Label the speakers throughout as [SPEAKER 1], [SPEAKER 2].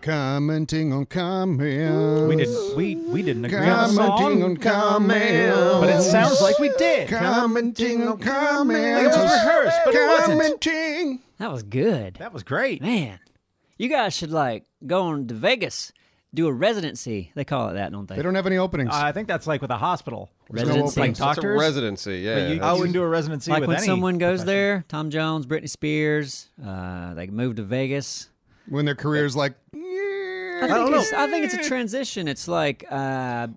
[SPEAKER 1] commenting on comments.
[SPEAKER 2] We didn't. We we didn't agree on the
[SPEAKER 1] commenting on
[SPEAKER 2] song,
[SPEAKER 1] comments.
[SPEAKER 2] but it sounds like we did.
[SPEAKER 1] commenting on
[SPEAKER 2] Like it
[SPEAKER 1] comments.
[SPEAKER 2] was rehearsed, but it wasn't.
[SPEAKER 1] commenting.
[SPEAKER 3] That was good.
[SPEAKER 2] That was great.
[SPEAKER 3] Man, you guys should like go on to Vegas, do a residency. They call it that, don't they?
[SPEAKER 1] They don't have any openings.
[SPEAKER 2] I think that's like with a hospital.
[SPEAKER 1] no
[SPEAKER 3] residency.
[SPEAKER 1] openings.
[SPEAKER 2] Like
[SPEAKER 4] It's a
[SPEAKER 2] doctors. But
[SPEAKER 4] residency, yeah.
[SPEAKER 2] you,
[SPEAKER 4] That's-
[SPEAKER 2] you can do a residency
[SPEAKER 3] like
[SPEAKER 2] with
[SPEAKER 3] when
[SPEAKER 2] any
[SPEAKER 3] someone goes there, Tom Jones, Britney Spears, uh, they move to Vegas.
[SPEAKER 1] when their career's like,
[SPEAKER 3] I think,
[SPEAKER 1] yeah.
[SPEAKER 3] it's, I think it's a transition. It's like uh,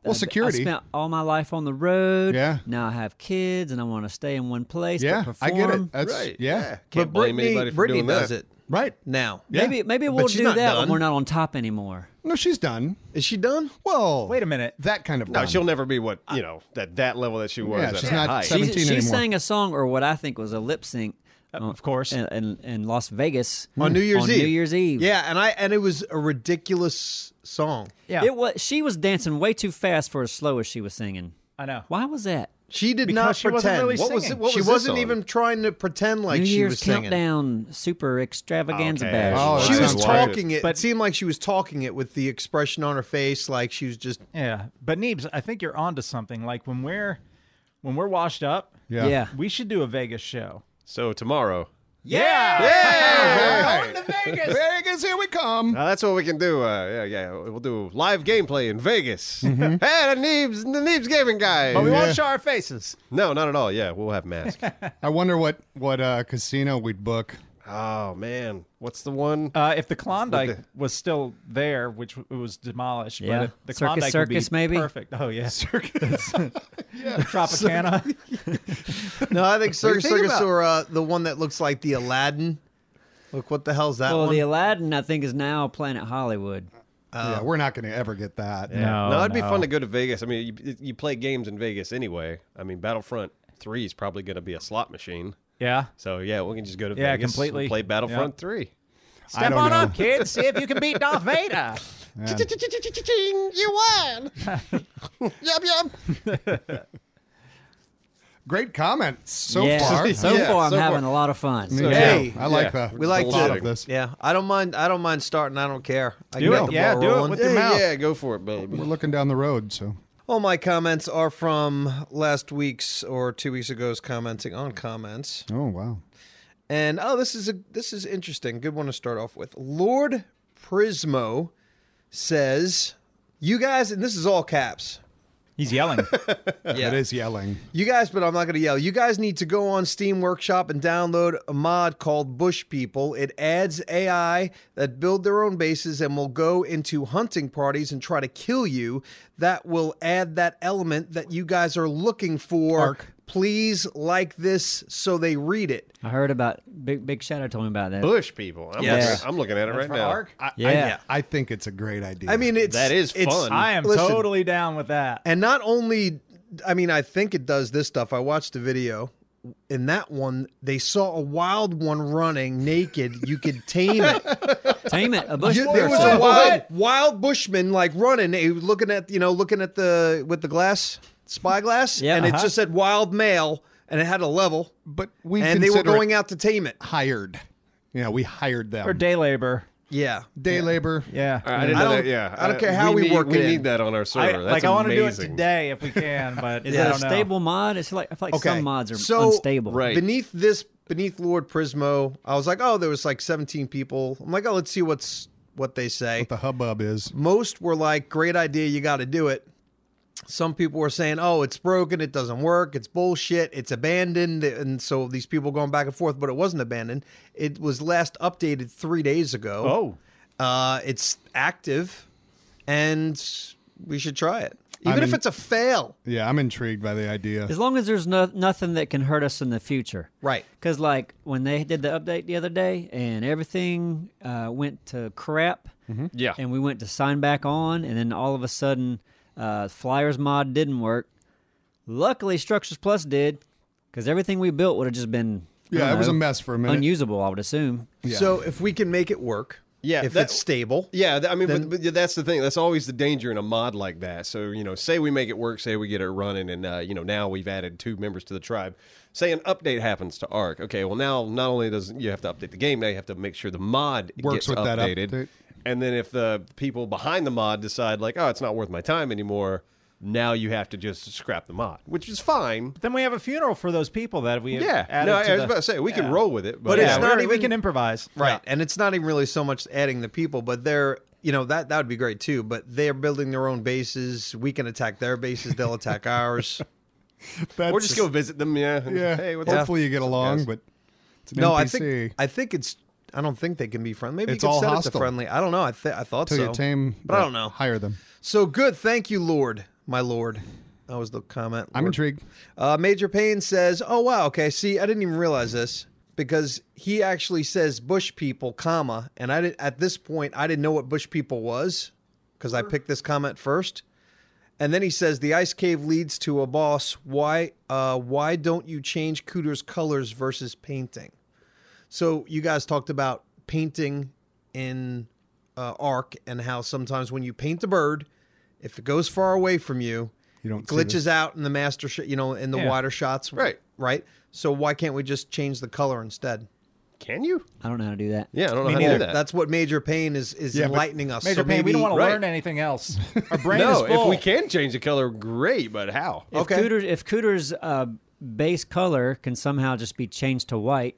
[SPEAKER 3] I-
[SPEAKER 1] security.
[SPEAKER 3] I spent all my life on the road.
[SPEAKER 1] Yeah.
[SPEAKER 3] Now I have kids, and I want to stay in one place. but
[SPEAKER 1] yeah, I get
[SPEAKER 3] perform.
[SPEAKER 1] it. That's
[SPEAKER 4] right.
[SPEAKER 1] yeah.
[SPEAKER 4] Can't blame
[SPEAKER 5] Brittany,
[SPEAKER 4] anybody for
[SPEAKER 5] Brittany
[SPEAKER 4] doing
[SPEAKER 5] does
[SPEAKER 4] that.
[SPEAKER 5] it
[SPEAKER 1] Right.
[SPEAKER 5] now.
[SPEAKER 1] Yeah.
[SPEAKER 3] Maybe maybe we'll
[SPEAKER 5] she's
[SPEAKER 3] do that
[SPEAKER 5] not
[SPEAKER 3] when
[SPEAKER 5] done.
[SPEAKER 3] we're not on top anymore.
[SPEAKER 1] No, she's done.
[SPEAKER 5] Is she done?
[SPEAKER 1] Well,
[SPEAKER 2] Wait a minute.
[SPEAKER 1] That kind of
[SPEAKER 4] No,
[SPEAKER 1] done.
[SPEAKER 4] she'll never be what you know that that level that she was.
[SPEAKER 1] Yeah,
[SPEAKER 4] at
[SPEAKER 1] she's
[SPEAKER 4] her
[SPEAKER 1] not
[SPEAKER 4] height.
[SPEAKER 1] seven-
[SPEAKER 3] She,
[SPEAKER 1] 17
[SPEAKER 3] she
[SPEAKER 1] anymore.
[SPEAKER 3] sang a song, or what I think was a lip sync, uh,
[SPEAKER 2] Of course.
[SPEAKER 3] in, in, in Las Vegas
[SPEAKER 5] On New Year's Eve.
[SPEAKER 3] New Year's Eve.
[SPEAKER 5] Yeah, and I and it was a ridiculous song.
[SPEAKER 2] Yeah.
[SPEAKER 3] It was. She was dancing way too fast for as slow as she was singing.
[SPEAKER 2] I know.
[SPEAKER 3] Why was that?
[SPEAKER 5] She did
[SPEAKER 2] Because
[SPEAKER 5] not
[SPEAKER 2] she wasn't
[SPEAKER 5] pretend.
[SPEAKER 2] really
[SPEAKER 5] what was
[SPEAKER 2] singing.
[SPEAKER 5] it? What
[SPEAKER 4] She
[SPEAKER 5] was
[SPEAKER 4] wasn't
[SPEAKER 5] wasn't even
[SPEAKER 4] even
[SPEAKER 5] trying to pretend like
[SPEAKER 3] New
[SPEAKER 5] she
[SPEAKER 3] Year's
[SPEAKER 5] was singing.
[SPEAKER 3] countdown super extravaganza
[SPEAKER 4] Okay.
[SPEAKER 3] bash.
[SPEAKER 1] Oh,
[SPEAKER 5] She
[SPEAKER 1] that
[SPEAKER 5] was
[SPEAKER 1] sounds right.
[SPEAKER 5] talking it.
[SPEAKER 2] But-
[SPEAKER 5] it seemed like she was talking it with the expression on her face, like she was just.
[SPEAKER 2] Yeah, but Neebs, I think you're onto something. Like when we're when we're washed up,
[SPEAKER 1] Yeah.
[SPEAKER 3] Yeah.
[SPEAKER 2] we should do a Vegas show.
[SPEAKER 4] So tomorrow,
[SPEAKER 2] Yeah.
[SPEAKER 1] Hey, Vegas. here we come.
[SPEAKER 4] Now, uh, that's what we can do. Uh, yeah, yeah, we'll do live gameplay in Vegas. hey, the Neebs, the Neebs gaming guy.
[SPEAKER 2] But we
[SPEAKER 1] Yeah.
[SPEAKER 2] won't show our faces.
[SPEAKER 4] no, not at all. Yeah, we'll have masks.
[SPEAKER 1] I wonder what what uh, casino we'd book.
[SPEAKER 4] oh man, what's the one?
[SPEAKER 2] Uh, if the Klondike was still there, which w- it was demolished,
[SPEAKER 3] Yeah.
[SPEAKER 2] but if the
[SPEAKER 3] Circus
[SPEAKER 2] Klondike would
[SPEAKER 3] Circus,
[SPEAKER 2] be
[SPEAKER 3] maybe?
[SPEAKER 2] perfect. Oh yeah, circus, Tropicana.
[SPEAKER 5] No, I think Circus
[SPEAKER 4] thinking
[SPEAKER 5] Circus
[SPEAKER 4] about?
[SPEAKER 5] or uh, the one that looks like the Aladdin. Look, what the hell's that
[SPEAKER 3] Well,
[SPEAKER 5] one?
[SPEAKER 3] the Aladdin, I think, is now Planet Hollywood.
[SPEAKER 1] yeah, we're not going to ever get that.
[SPEAKER 2] Oh,
[SPEAKER 4] no, it'd be fun to go to Vegas. I mean, you, you play games in Vegas anyway. I mean, Battlefront Three is probably going to be a slot machine.
[SPEAKER 2] Yeah,
[SPEAKER 4] So yeah, we can just go to
[SPEAKER 2] Yeah,
[SPEAKER 4] Vegas. and
[SPEAKER 2] completely.
[SPEAKER 4] play Battlefront
[SPEAKER 2] Yeah.
[SPEAKER 4] Three.
[SPEAKER 2] step
[SPEAKER 1] don't
[SPEAKER 2] on
[SPEAKER 1] know.
[SPEAKER 2] up, kids. See if you can beat Darth Vader.
[SPEAKER 4] You won. Yep, yep.
[SPEAKER 1] Great comments so
[SPEAKER 3] yeah.
[SPEAKER 1] far.
[SPEAKER 3] So
[SPEAKER 4] Yeah,
[SPEAKER 3] far, I'm
[SPEAKER 4] so far.
[SPEAKER 3] having a lot of fun.
[SPEAKER 1] Yeah,
[SPEAKER 5] Hey.
[SPEAKER 1] I like
[SPEAKER 4] Yeah.
[SPEAKER 1] that.
[SPEAKER 5] we like
[SPEAKER 1] a
[SPEAKER 4] to-
[SPEAKER 1] lot
[SPEAKER 5] to.
[SPEAKER 1] of this.
[SPEAKER 5] Yeah, I don't mind. I don't mind starting. I don't care. I
[SPEAKER 2] Do
[SPEAKER 5] can
[SPEAKER 2] it.
[SPEAKER 5] get the
[SPEAKER 2] Yeah,
[SPEAKER 5] ball
[SPEAKER 2] do it
[SPEAKER 5] rolling.
[SPEAKER 2] with your
[SPEAKER 4] Yeah,
[SPEAKER 2] mouth.
[SPEAKER 4] yeah, go for it, baby.
[SPEAKER 1] We're looking down the road, so
[SPEAKER 5] All my comments are from last week's or two weeks ago's commenting on comments.
[SPEAKER 1] oh wow,
[SPEAKER 5] And oh, this is a this is interesting. Good one to start off with. Lord Prismo says, "You guys, and this is all caps.
[SPEAKER 2] He's yelling.
[SPEAKER 5] Yeah,
[SPEAKER 1] it is yelling.
[SPEAKER 5] You guys, but I'm not going to yell. You guys need to go on Steam Workshop and download a mod called Bush People. It adds AI that build their own bases and will go into hunting parties and try to kill you. That will add that element that you guys are looking for. Please like this so they read it.
[SPEAKER 3] I heard about Big Big Shadow told me about that.
[SPEAKER 4] Bush people. I'm,
[SPEAKER 5] Yes.
[SPEAKER 4] looking, I'm looking at it right
[SPEAKER 2] For
[SPEAKER 4] now.
[SPEAKER 2] Ark?
[SPEAKER 1] I,
[SPEAKER 3] Yeah.
[SPEAKER 1] I, I think it's a great idea.
[SPEAKER 5] I mean, it's
[SPEAKER 4] That is
[SPEAKER 5] it's-
[SPEAKER 4] fun.
[SPEAKER 2] I am
[SPEAKER 5] Listen.
[SPEAKER 2] totally down with that.
[SPEAKER 5] And not only, I mean, I think it does this stuff. I watched the video. In that one, they saw a wild one running naked. You could tame it.
[SPEAKER 3] Tame it, a bush
[SPEAKER 5] You- there was
[SPEAKER 3] person.
[SPEAKER 5] a wild, wild bushman like running, eh, looking at you know, looking at the with the glass spyglass,
[SPEAKER 3] Yeah,
[SPEAKER 5] and it
[SPEAKER 3] uh-huh.
[SPEAKER 5] just said wild male, and it had a level,
[SPEAKER 1] but we
[SPEAKER 5] and they were
[SPEAKER 1] consider it
[SPEAKER 5] going out to tame it.
[SPEAKER 1] hired. You know, we hired them
[SPEAKER 2] Or day labor.
[SPEAKER 5] Yeah,
[SPEAKER 1] day labor.
[SPEAKER 2] Yeah.
[SPEAKER 4] I didn't
[SPEAKER 5] I
[SPEAKER 4] know that.
[SPEAKER 5] don't-
[SPEAKER 4] Yeah,
[SPEAKER 5] I don't care how we
[SPEAKER 4] need,
[SPEAKER 5] work
[SPEAKER 4] We
[SPEAKER 5] it in.
[SPEAKER 4] need that on our server.
[SPEAKER 2] I,
[SPEAKER 4] That's
[SPEAKER 2] like I want to do it
[SPEAKER 4] amazing.
[SPEAKER 2] today if we can, but
[SPEAKER 3] Is
[SPEAKER 2] I
[SPEAKER 3] that a
[SPEAKER 2] don't know.
[SPEAKER 3] stable mod? It's like I feel like
[SPEAKER 5] Okay,
[SPEAKER 3] some mods are
[SPEAKER 5] so-
[SPEAKER 3] unstable.
[SPEAKER 4] Right.
[SPEAKER 5] beneath this, beneath Lord Prismo, I was like, oh, there was like seventeen people. I'm like, oh, let's see what's what they say.
[SPEAKER 1] The hubbub is
[SPEAKER 5] Most were like, great idea, you got to do it. Some people were saying, oh, it's broken, it doesn't work, it's bullshit, it's abandoned. And so these people going back and forth, but it wasn't abandoned. It was last updated three days ago.
[SPEAKER 2] Oh.
[SPEAKER 5] Uh, it's active, and we should try it. Even if
[SPEAKER 1] mean-
[SPEAKER 5] it's a fail.
[SPEAKER 1] yeah. I'm intrigued by the idea.
[SPEAKER 3] As long as there's no, nothing that can hurt us in the future.
[SPEAKER 5] Right.
[SPEAKER 3] Because, like, when they did the update the other day and everything uh, went to crap,
[SPEAKER 1] Mm-hmm.
[SPEAKER 4] Yeah.
[SPEAKER 3] and we went to sign back on, and then all of a sudden, uh, Flyers mod didn't work. Luckily, Structures Plus did, because everything we built would have just been I
[SPEAKER 1] Yeah,
[SPEAKER 3] don't
[SPEAKER 1] it was
[SPEAKER 3] know,
[SPEAKER 1] a mess for a minute.
[SPEAKER 3] unusable. I would assume.
[SPEAKER 5] So if we can make it work,
[SPEAKER 4] Yeah,
[SPEAKER 5] if
[SPEAKER 4] that-
[SPEAKER 5] it's stable.
[SPEAKER 4] Yeah, th- I mean, but, but that's the thing. That's always the danger in a mod like that. So you know, say we make it work, say we get it running, and uh, you know, now we've added two members to the tribe. Say an update happens to Arc. Okay, well now not only does you have to update the game, now you have to make sure the mod
[SPEAKER 1] Works
[SPEAKER 4] gets
[SPEAKER 1] with that
[SPEAKER 4] updated.
[SPEAKER 1] update.
[SPEAKER 4] And then if the people behind the mod decide like, oh, it's not worth my time anymore, now you have to just scrap the mod, which is fine.
[SPEAKER 2] Then we have a funeral for those people that we have
[SPEAKER 4] Yeah,
[SPEAKER 2] added
[SPEAKER 4] no, I,
[SPEAKER 2] to
[SPEAKER 4] I was
[SPEAKER 2] the-
[SPEAKER 4] about to say we can
[SPEAKER 2] yeah.
[SPEAKER 4] roll with it, but,
[SPEAKER 5] But
[SPEAKER 2] yeah,
[SPEAKER 5] it's
[SPEAKER 2] we
[SPEAKER 5] not
[SPEAKER 2] already- we
[SPEAKER 5] even-
[SPEAKER 2] can improvise.
[SPEAKER 5] Right. And it's not even really so much adding the people, but they're, you know, that that would be great too. But they're building their own bases. We can attack their bases. They'll attack ours.
[SPEAKER 4] or just go visit them. Yeah, and,
[SPEAKER 1] Yeah.
[SPEAKER 4] Hey, what's up?
[SPEAKER 1] Hopefully you get along,
[SPEAKER 4] guys?
[SPEAKER 1] but it's an
[SPEAKER 5] no,
[SPEAKER 1] NPC.
[SPEAKER 5] I think I think it's. I don't think they can be friendly. Maybe
[SPEAKER 1] It's
[SPEAKER 5] you can
[SPEAKER 1] all
[SPEAKER 5] set it to
[SPEAKER 1] hostile.
[SPEAKER 5] friendly. I don't know. I th- I thought
[SPEAKER 1] Till
[SPEAKER 5] so.
[SPEAKER 1] you tame,
[SPEAKER 5] but I don't know.
[SPEAKER 1] Hire them.
[SPEAKER 5] So good. Thank you, Lord, my Lord. That was the comment.
[SPEAKER 1] I'm
[SPEAKER 5] Lord.
[SPEAKER 1] intrigued.
[SPEAKER 5] Uh, Major Payne says, "Oh wow, okay. See, I didn't even realize this because he actually says Bush people, comma, and I did, at this point I didn't know what Bush people was because I picked this comment first, and then he says the ice cave leads to a boss. Why? Uh, why don't you change Cooter's colors versus painting? So you guys talked about painting in uh, Arc and how sometimes when you paint a bird, if it goes far away from you."
[SPEAKER 1] You don't see
[SPEAKER 5] glitches
[SPEAKER 1] this.
[SPEAKER 5] out in the master, sh- you know, in the
[SPEAKER 2] Yeah.
[SPEAKER 5] wider shots,
[SPEAKER 4] Right.
[SPEAKER 5] Right. So why can't we just change the color instead?
[SPEAKER 4] Can you?
[SPEAKER 3] I don't know how to do that.
[SPEAKER 4] Yeah, I don't know
[SPEAKER 2] Me
[SPEAKER 4] how to do
[SPEAKER 2] neither.
[SPEAKER 4] that.
[SPEAKER 5] That's what Major Payne is is
[SPEAKER 1] Yeah, but
[SPEAKER 5] enlightening us.
[SPEAKER 2] Major
[SPEAKER 5] so
[SPEAKER 2] Payne, we don't
[SPEAKER 5] maybe-
[SPEAKER 2] want
[SPEAKER 4] right.
[SPEAKER 2] to learn anything else. Our brain is
[SPEAKER 4] no,
[SPEAKER 2] full.
[SPEAKER 4] if we can change the color, great. But how?
[SPEAKER 3] If
[SPEAKER 5] Okay.
[SPEAKER 3] Cooter's, if Cooter's uh, base color can somehow just be changed to white,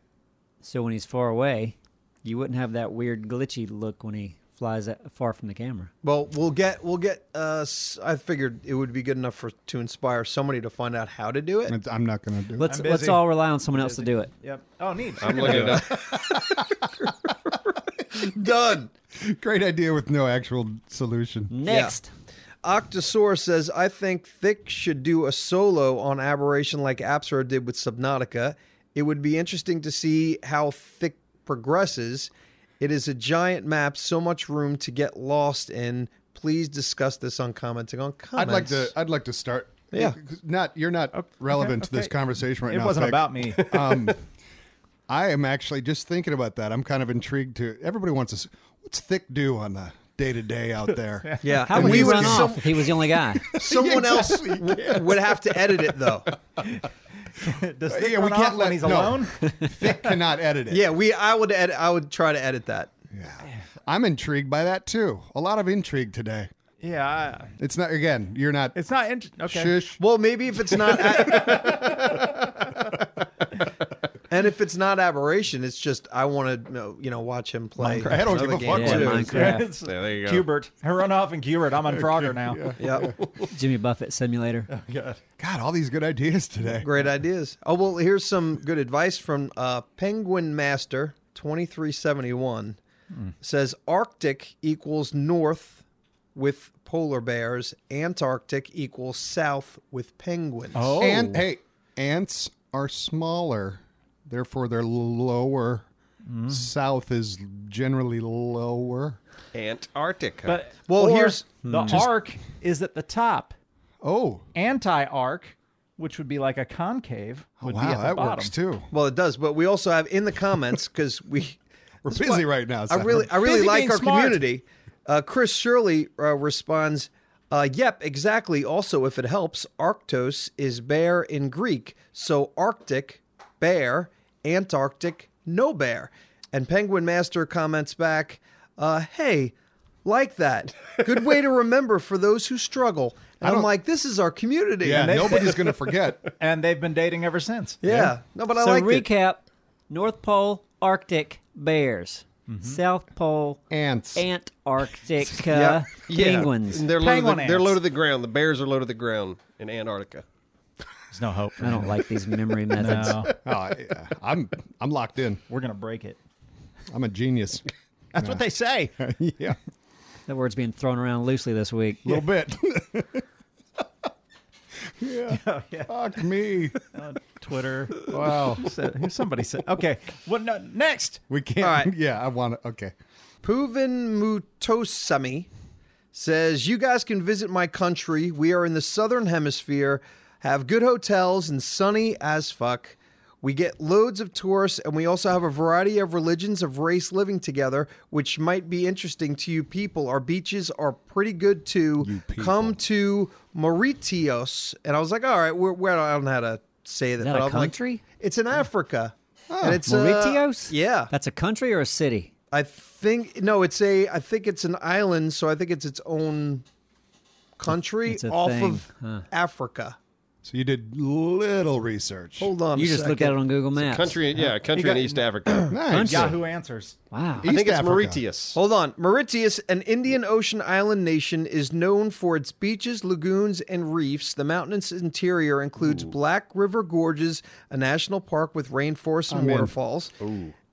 [SPEAKER 3] so when he's far away, you wouldn't have that weird glitchy look when he flies at, far from the camera.
[SPEAKER 5] Well, we'll get we'll get. Uh, s- I figured it would be good enough for to inspire somebody to find out how to do it.
[SPEAKER 1] It's- I'm not going to do
[SPEAKER 3] Let's
[SPEAKER 2] I'm
[SPEAKER 3] let's
[SPEAKER 2] busy.
[SPEAKER 3] all rely on someone else to do it.
[SPEAKER 2] Yep. Oh, neat.
[SPEAKER 4] I'm looking it up.
[SPEAKER 5] Done.
[SPEAKER 1] it. Great idea with no actual solution.
[SPEAKER 3] Next,
[SPEAKER 5] Octosaur says, I think Thick should do a solo on Aberration like Absro did with Subnautica. It would be interesting to see how Thick progresses. It is a giant map, so much room to get lost in. Please discuss this on commenting on
[SPEAKER 1] I'd
[SPEAKER 5] comments.
[SPEAKER 1] like to. I'd like to start.
[SPEAKER 5] Yeah.
[SPEAKER 1] Not you're not relevant to this
[SPEAKER 2] okay.
[SPEAKER 1] conversation right
[SPEAKER 2] it
[SPEAKER 1] now.
[SPEAKER 2] wasn't
[SPEAKER 1] Vic.
[SPEAKER 2] about me.
[SPEAKER 1] Um, I am actually just thinking about that. I'm kind of intrigued to. Everybody wants us. What's thick do on the day to day out there?
[SPEAKER 5] Yeah.
[SPEAKER 3] how
[SPEAKER 5] and
[SPEAKER 3] would he
[SPEAKER 5] we
[SPEAKER 3] run
[SPEAKER 5] some-
[SPEAKER 3] off if he was the only guy?
[SPEAKER 5] someone else would have to edit it, though.
[SPEAKER 2] Does
[SPEAKER 1] Yeah,
[SPEAKER 2] Dick
[SPEAKER 1] we
[SPEAKER 2] run
[SPEAKER 1] can't
[SPEAKER 2] off
[SPEAKER 1] let-
[SPEAKER 2] when he's
[SPEAKER 1] no.
[SPEAKER 2] alone?
[SPEAKER 1] thick cannot edit it.
[SPEAKER 5] Yeah, we. I would edit. I would try to edit that.
[SPEAKER 1] Yeah. I'm intrigued by that too. A lot of intrigue today.
[SPEAKER 2] yeah. I,
[SPEAKER 1] It's not again. You're not.
[SPEAKER 2] it's not. Int- okay.
[SPEAKER 1] shush.
[SPEAKER 5] Well, maybe if it's not, and if it's not aberration, it's just I want to you know watch him play.
[SPEAKER 1] I don't give a
[SPEAKER 5] another
[SPEAKER 1] fuck
[SPEAKER 5] game,
[SPEAKER 1] what
[SPEAKER 5] too.
[SPEAKER 1] it is.
[SPEAKER 3] Minecraft.
[SPEAKER 2] It's
[SPEAKER 4] Yeah, there you go. Uh,
[SPEAKER 2] Cubert. I run off in Cubert. I'm on Frogger now.
[SPEAKER 5] Yep.
[SPEAKER 3] Jimmy Buffett simulator.
[SPEAKER 1] God, all these good ideas today.
[SPEAKER 5] Great ideas. Oh well, here's some good advice from uh, Penguin Master twenty three seventy one. Says Arctic equals north with polar bears. Antarctic equals south with penguins.
[SPEAKER 2] Oh.
[SPEAKER 1] And hey, ants are smaller, therefore they're lower.
[SPEAKER 2] Mm.
[SPEAKER 1] South is generally lower.
[SPEAKER 4] Antarctica.
[SPEAKER 2] But
[SPEAKER 5] Well,
[SPEAKER 2] or
[SPEAKER 5] here's-
[SPEAKER 2] the arc is at the top.
[SPEAKER 1] Oh,
[SPEAKER 2] Anti arc, which would be like a concave, would be
[SPEAKER 1] Oh, wow,
[SPEAKER 2] at the
[SPEAKER 1] that
[SPEAKER 2] bottom.
[SPEAKER 1] works too.
[SPEAKER 5] Well, it does, but we also have in the comments because we
[SPEAKER 1] We're busy right now.
[SPEAKER 5] I
[SPEAKER 1] Sam.
[SPEAKER 5] really, I really
[SPEAKER 2] Busy
[SPEAKER 5] like
[SPEAKER 2] being
[SPEAKER 5] our
[SPEAKER 2] smart.
[SPEAKER 5] community. Uh, Chris Shirley uh, responds, uh, "Yep, exactly. Also, if it helps, Arctos is bear in Greek, so Arctic bear, Antarctic no bear." And Penguin Master comments back, uh, "Hey." Like that. Good way to remember for those who struggle. And I'm
[SPEAKER 1] don't-
[SPEAKER 5] like, this is our community.
[SPEAKER 1] yeah,
[SPEAKER 5] yeah.
[SPEAKER 1] nobody's going to forget.
[SPEAKER 2] And they've been dating ever since.
[SPEAKER 5] No, but I
[SPEAKER 3] so
[SPEAKER 5] like it.
[SPEAKER 3] recap: North Pole, Arctic bears.
[SPEAKER 5] Mm-hmm.
[SPEAKER 3] South Pole,
[SPEAKER 1] Ants.
[SPEAKER 3] Antarctic
[SPEAKER 5] Yeah.
[SPEAKER 3] penguins.
[SPEAKER 4] And they're low, to the,
[SPEAKER 2] Penguin
[SPEAKER 4] they're low
[SPEAKER 2] ants.
[SPEAKER 4] to the ground. The bears are low to the ground in Antarctica.
[SPEAKER 2] There's no hope.
[SPEAKER 3] I don't like these memory methods.
[SPEAKER 2] No,
[SPEAKER 1] Oh, yeah. I'm, I'm locked in.
[SPEAKER 2] we're going to break it.
[SPEAKER 1] I'm a genius.
[SPEAKER 2] That's what they say.
[SPEAKER 1] yeah,
[SPEAKER 3] That word's being thrown around loosely this week.
[SPEAKER 1] a little bit. yeah.
[SPEAKER 4] Oh,
[SPEAKER 1] Fuck me. Oh,
[SPEAKER 2] On Twitter.
[SPEAKER 1] Wow.
[SPEAKER 2] Said- Somebody said, okay. Well, no, next.
[SPEAKER 1] We can't.
[SPEAKER 5] right.
[SPEAKER 1] Yeah, I want to. Okay.
[SPEAKER 5] Puven Mutosami says, You guys can visit my country. We are in the southern hemisphere, have good hotels, and sunny as fuck. We get loads of tourists, and we also have a variety of religions of race living together, which might be interesting to you people. Our beaches are pretty good too.
[SPEAKER 1] people.
[SPEAKER 5] Come to Mauritius. And I was like, All right, we're, we're, I don't know how to say that.
[SPEAKER 3] that
[SPEAKER 5] but
[SPEAKER 3] a
[SPEAKER 5] I'm like,
[SPEAKER 3] country? Oh.
[SPEAKER 5] it's in Africa. And it's uh,
[SPEAKER 3] Mauritius?
[SPEAKER 5] yeah.
[SPEAKER 3] That's a country or a city?
[SPEAKER 5] I think no, it's a. I think it's an island, so I think it's its own country
[SPEAKER 3] It's a
[SPEAKER 5] off
[SPEAKER 3] thing,
[SPEAKER 5] of
[SPEAKER 3] huh.
[SPEAKER 5] Africa.
[SPEAKER 1] So you did little research.
[SPEAKER 5] Hold on,
[SPEAKER 3] You
[SPEAKER 5] a
[SPEAKER 3] just look at it
[SPEAKER 5] second.
[SPEAKER 3] on Google Maps.
[SPEAKER 4] Country, yeah, country in
[SPEAKER 2] got-
[SPEAKER 4] East Africa.
[SPEAKER 1] nice.
[SPEAKER 2] Yahoo answers.
[SPEAKER 3] Wow.
[SPEAKER 4] I think
[SPEAKER 1] Ah, East
[SPEAKER 4] it's
[SPEAKER 1] Africa.
[SPEAKER 4] Mauritius.
[SPEAKER 5] Hold on. Mauritius, an Indian Ocean island nation, is known for its beaches, lagoons, and reefs. The mountainous interior includes Black River Gorges, a national park with rainforests and waterfalls.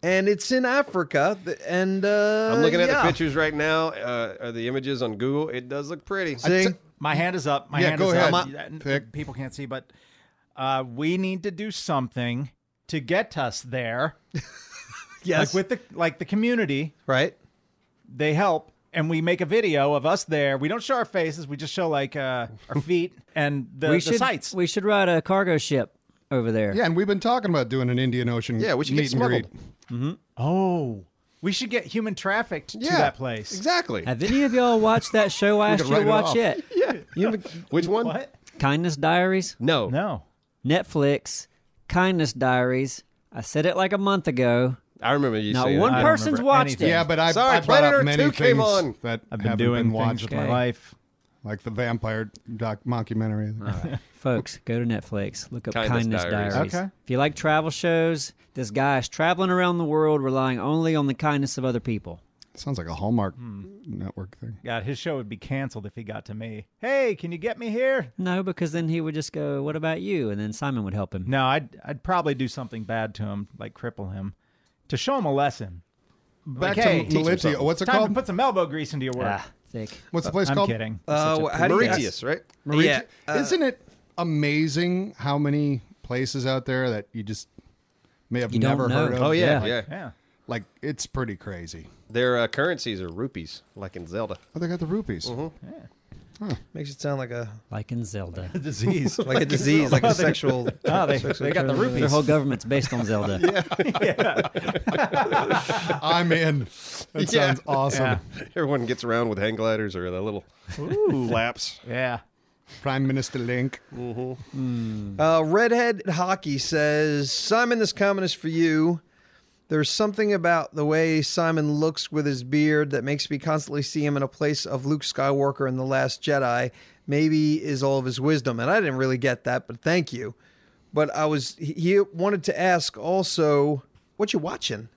[SPEAKER 5] And it's in Africa. th- And uh,
[SPEAKER 4] I'm looking at
[SPEAKER 5] yeah.
[SPEAKER 4] the pictures right now, uh, or the images on Google. It does look pretty.
[SPEAKER 5] See?
[SPEAKER 2] My hand is up. My
[SPEAKER 1] Yeah,
[SPEAKER 2] hand
[SPEAKER 1] go
[SPEAKER 2] is up.
[SPEAKER 1] ahead.
[SPEAKER 2] Yeah, n-
[SPEAKER 1] Pick.
[SPEAKER 2] People can't see, but uh, we need to do something to get us there. Like
[SPEAKER 5] yes.
[SPEAKER 2] with the like the community,
[SPEAKER 5] right.
[SPEAKER 2] they help, and we make a video of us there. We don't show our faces. We just show like uh, our feet and the,
[SPEAKER 3] we
[SPEAKER 2] the
[SPEAKER 3] should
[SPEAKER 2] sites.
[SPEAKER 3] we should ride a cargo ship over there.
[SPEAKER 1] Yeah, and we've been talking about doing an Indian Ocean.
[SPEAKER 4] Yeah, we should get
[SPEAKER 1] meet and greet.
[SPEAKER 4] smuggled.
[SPEAKER 2] oh, we should get human trafficked to
[SPEAKER 4] yeah,
[SPEAKER 2] that place.
[SPEAKER 4] Exactly.
[SPEAKER 3] Have any of y'all watched that show I asked you
[SPEAKER 1] write
[SPEAKER 3] to
[SPEAKER 1] it
[SPEAKER 3] watch
[SPEAKER 1] off.
[SPEAKER 3] yet?
[SPEAKER 4] Which one?
[SPEAKER 2] What?
[SPEAKER 3] Kindness Diaries?
[SPEAKER 4] No.
[SPEAKER 2] No.
[SPEAKER 3] Netflix. Kindness Diaries. I said it like a month ago.
[SPEAKER 4] I remember you
[SPEAKER 3] Not
[SPEAKER 4] saying
[SPEAKER 3] one
[SPEAKER 4] that.
[SPEAKER 2] don't
[SPEAKER 3] person's
[SPEAKER 2] remember
[SPEAKER 3] watched
[SPEAKER 2] anything.
[SPEAKER 3] it.
[SPEAKER 1] Yeah, Uh, but I,
[SPEAKER 4] Sorry,
[SPEAKER 1] I brought
[SPEAKER 4] Planet
[SPEAKER 1] up
[SPEAKER 4] Earth
[SPEAKER 1] many
[SPEAKER 4] 2
[SPEAKER 1] things
[SPEAKER 4] came on.
[SPEAKER 1] that
[SPEAKER 2] I've been
[SPEAKER 1] haven't
[SPEAKER 2] doing
[SPEAKER 1] been
[SPEAKER 2] things
[SPEAKER 1] watched,
[SPEAKER 2] with
[SPEAKER 3] Okay.
[SPEAKER 2] my life.
[SPEAKER 1] like the vampire doc mockumentary.
[SPEAKER 3] Folks, go to Netflix. Look up
[SPEAKER 4] Kindness
[SPEAKER 3] Kindness,
[SPEAKER 4] Diaries.
[SPEAKER 3] Diaries.
[SPEAKER 2] Okay.
[SPEAKER 3] If you like travel shows, this guy is traveling around the world relying only on the kindness of other people.
[SPEAKER 1] Sounds like a Hallmark
[SPEAKER 2] Hmm.
[SPEAKER 1] network thing.
[SPEAKER 2] God, his show would be canceled if he got to me. Hey, can you get me here?
[SPEAKER 3] No, because then he would just go, What about you? And then Simon would help him.
[SPEAKER 2] No, I'd I'd probably do something bad to him, like cripple him, to show him a lesson.
[SPEAKER 1] Back
[SPEAKER 2] Like, hey,
[SPEAKER 1] to Meliti. What's it
[SPEAKER 2] Time to
[SPEAKER 1] called?
[SPEAKER 2] put some elbow grease into your work.
[SPEAKER 3] Ah, thick.
[SPEAKER 1] What's the place
[SPEAKER 2] I'm
[SPEAKER 1] called?
[SPEAKER 2] kidding.
[SPEAKER 5] Uh, how do you-
[SPEAKER 4] Mauritius, right?
[SPEAKER 5] Yeah, uh,
[SPEAKER 1] Isn't it amazing how many places out there that you just may have
[SPEAKER 3] You don't
[SPEAKER 1] never
[SPEAKER 3] know.
[SPEAKER 1] heard of?
[SPEAKER 4] Oh yeah, yeah.
[SPEAKER 3] Yeah.
[SPEAKER 2] Yeah.
[SPEAKER 1] Like it's pretty crazy.
[SPEAKER 4] Their uh, currencies are rupees, like in Zelda.
[SPEAKER 1] Oh, they got the rupees.
[SPEAKER 4] Mm-hmm.
[SPEAKER 5] Makes it sound like a
[SPEAKER 3] Like in Zelda.
[SPEAKER 2] Disease.
[SPEAKER 5] like a disease, like a sexual.
[SPEAKER 2] no, Oh, they, they got the
[SPEAKER 3] Their
[SPEAKER 2] rupees.
[SPEAKER 3] whole government's based on Zelda.
[SPEAKER 1] I'm in. That
[SPEAKER 4] Yeah.
[SPEAKER 1] sounds awesome.
[SPEAKER 2] Yeah.
[SPEAKER 4] Everyone gets around with hang gliders or the little flaps.
[SPEAKER 2] yeah.
[SPEAKER 1] Prime Minister Link.
[SPEAKER 3] Mm.
[SPEAKER 5] Uh, Redhead Hockey says, Simon, this comment is for you. There's something about the way Simon looks with his beard that makes me constantly see him in a place of Luke Skywalker in The Last Jedi. Maybe is all of his wisdom. And I didn't really get that, but thank you. But I was, he- he wanted to ask also, what you watching?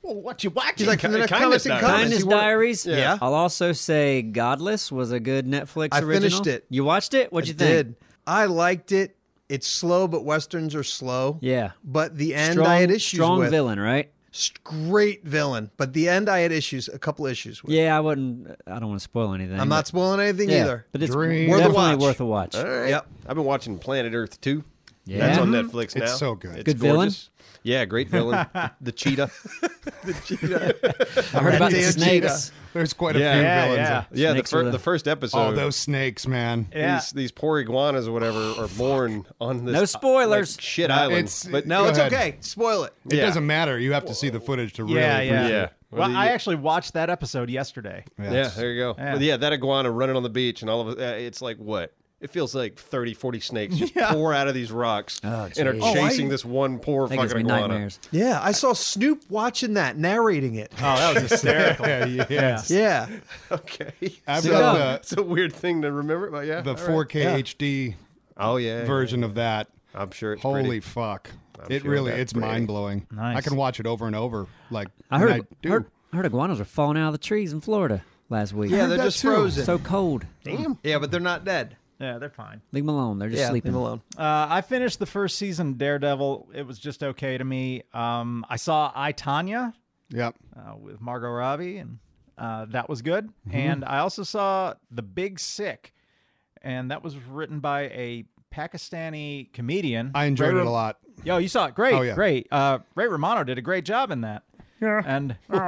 [SPEAKER 4] Well, what you watching?
[SPEAKER 5] He's like,
[SPEAKER 4] Ki-
[SPEAKER 5] from the
[SPEAKER 4] kindness
[SPEAKER 5] comments and
[SPEAKER 4] diaries.
[SPEAKER 5] comments.
[SPEAKER 3] Kindness
[SPEAKER 5] You want-
[SPEAKER 3] Diaries.
[SPEAKER 5] Yeah.
[SPEAKER 3] I'll also say Godless was a good Netflix
[SPEAKER 5] I
[SPEAKER 3] original.
[SPEAKER 5] finished it.
[SPEAKER 3] You watched it? What'd you
[SPEAKER 5] I
[SPEAKER 3] think?
[SPEAKER 5] did. I liked it. It's slow, but Westerns are slow.
[SPEAKER 3] Yeah.
[SPEAKER 5] But the end
[SPEAKER 3] Strong,
[SPEAKER 5] I had issues
[SPEAKER 3] strong
[SPEAKER 5] with.
[SPEAKER 3] villain, right?
[SPEAKER 5] St- great villain, but the end I had issues, a couple issues with.
[SPEAKER 3] Yeah, I wouldn't. I don't want to spoil anything.
[SPEAKER 5] I'm not
[SPEAKER 3] but-
[SPEAKER 5] spoiling anything
[SPEAKER 3] yeah,
[SPEAKER 5] either.
[SPEAKER 3] But it's
[SPEAKER 1] Dream.
[SPEAKER 5] Worth a
[SPEAKER 3] definitely
[SPEAKER 5] watch.
[SPEAKER 3] worth a watch.
[SPEAKER 4] All right.
[SPEAKER 5] Yep.
[SPEAKER 4] I've been watching Planet Earth 2.
[SPEAKER 3] Yeah.
[SPEAKER 4] That's on Netflix now.
[SPEAKER 1] so good.
[SPEAKER 3] Good villain?
[SPEAKER 4] gorgeous. Yeah, great villain. the cheetah.
[SPEAKER 3] I heard about the
[SPEAKER 5] Damn
[SPEAKER 3] snakes.
[SPEAKER 1] There's quite a
[SPEAKER 4] Yeah.
[SPEAKER 1] few
[SPEAKER 2] Yeah,
[SPEAKER 1] villains.
[SPEAKER 2] yeah.
[SPEAKER 4] Yeah, the,
[SPEAKER 3] Snakes
[SPEAKER 4] fir-
[SPEAKER 3] with a-
[SPEAKER 4] the first episode.
[SPEAKER 1] Oh, those snakes, man.
[SPEAKER 2] Yeah.
[SPEAKER 4] These, these poor iguanas or whatever are born on this
[SPEAKER 3] No
[SPEAKER 4] uh,
[SPEAKER 3] spoilers.
[SPEAKER 4] like, shit island.
[SPEAKER 1] it's-
[SPEAKER 4] but
[SPEAKER 5] No,
[SPEAKER 1] Go
[SPEAKER 5] it's
[SPEAKER 1] ahead.
[SPEAKER 5] okay. Spoil it.
[SPEAKER 1] It
[SPEAKER 4] Yeah.
[SPEAKER 1] doesn't matter. You have to see the footage to really.
[SPEAKER 2] yeah, yeah.
[SPEAKER 1] appreciate
[SPEAKER 4] Yeah.
[SPEAKER 2] Well,
[SPEAKER 4] Whether you
[SPEAKER 2] I
[SPEAKER 4] get-
[SPEAKER 2] actually watched that episode yesterday.
[SPEAKER 1] it.
[SPEAKER 4] Yeah, there you go. But
[SPEAKER 2] Yeah.
[SPEAKER 4] Yeah. that iguana running on the beach and all of it. Uh, it's like what? It feels like 30, 40 snakes just
[SPEAKER 2] Yeah.
[SPEAKER 4] pour out of these rocks and are
[SPEAKER 3] geez. Oh, I-
[SPEAKER 4] chasing this one poor
[SPEAKER 3] That gives
[SPEAKER 4] fucking
[SPEAKER 3] me
[SPEAKER 4] iguana.
[SPEAKER 3] nightmares.
[SPEAKER 5] Yeah, I saw Snoop watching that, narrating it.
[SPEAKER 2] Oh, that was hysterical.
[SPEAKER 1] Yeah, yeah.
[SPEAKER 2] yeah.
[SPEAKER 5] Yeah.
[SPEAKER 4] Okay.
[SPEAKER 1] I've
[SPEAKER 4] So, uh,
[SPEAKER 1] got the-
[SPEAKER 4] it's a weird thing to remember, but yeah.
[SPEAKER 1] The
[SPEAKER 4] all right.
[SPEAKER 1] 4K HD
[SPEAKER 4] Oh, yeah. yeah,
[SPEAKER 1] version of that.
[SPEAKER 4] yeah. I'm sure it's
[SPEAKER 1] Holy
[SPEAKER 4] pretty.
[SPEAKER 1] fuck!
[SPEAKER 4] I'm
[SPEAKER 1] it
[SPEAKER 4] sure
[SPEAKER 1] really,
[SPEAKER 4] that's
[SPEAKER 1] it's
[SPEAKER 4] pretty.
[SPEAKER 1] mind blowing.
[SPEAKER 2] Nice.
[SPEAKER 1] I can watch it over and over. Like
[SPEAKER 3] I heard,
[SPEAKER 1] and I do.
[SPEAKER 3] heard heard iguanas are falling out of the trees in Florida last week.
[SPEAKER 5] Yeah,
[SPEAKER 1] heard
[SPEAKER 5] they're
[SPEAKER 1] that
[SPEAKER 5] just
[SPEAKER 1] too.
[SPEAKER 5] frozen.
[SPEAKER 3] so cold.
[SPEAKER 5] Damn. Yeah, but they're not dead.
[SPEAKER 2] Yeah, they're fine.
[SPEAKER 3] Leave them alone. They're just
[SPEAKER 5] Yeah, leave
[SPEAKER 3] sleeping.
[SPEAKER 5] them alone.
[SPEAKER 2] Uh, I finished the first season of Daredevil. It was just okay to me. Um, I saw I Tanya
[SPEAKER 1] Yep.
[SPEAKER 2] uh, with Margot Robbie, and uh, that was good.
[SPEAKER 1] Mm-hmm.
[SPEAKER 2] And I also saw The Big Sick, and that was written by a Pakistani comedian.
[SPEAKER 1] I enjoyed
[SPEAKER 2] Ray
[SPEAKER 1] it a
[SPEAKER 2] Ram-
[SPEAKER 1] lot.
[SPEAKER 2] Yo, you saw it? Great,
[SPEAKER 1] Oh, yeah.
[SPEAKER 2] great. Uh, Ray Romano did a great job in that. Yeah. And
[SPEAKER 1] Oh.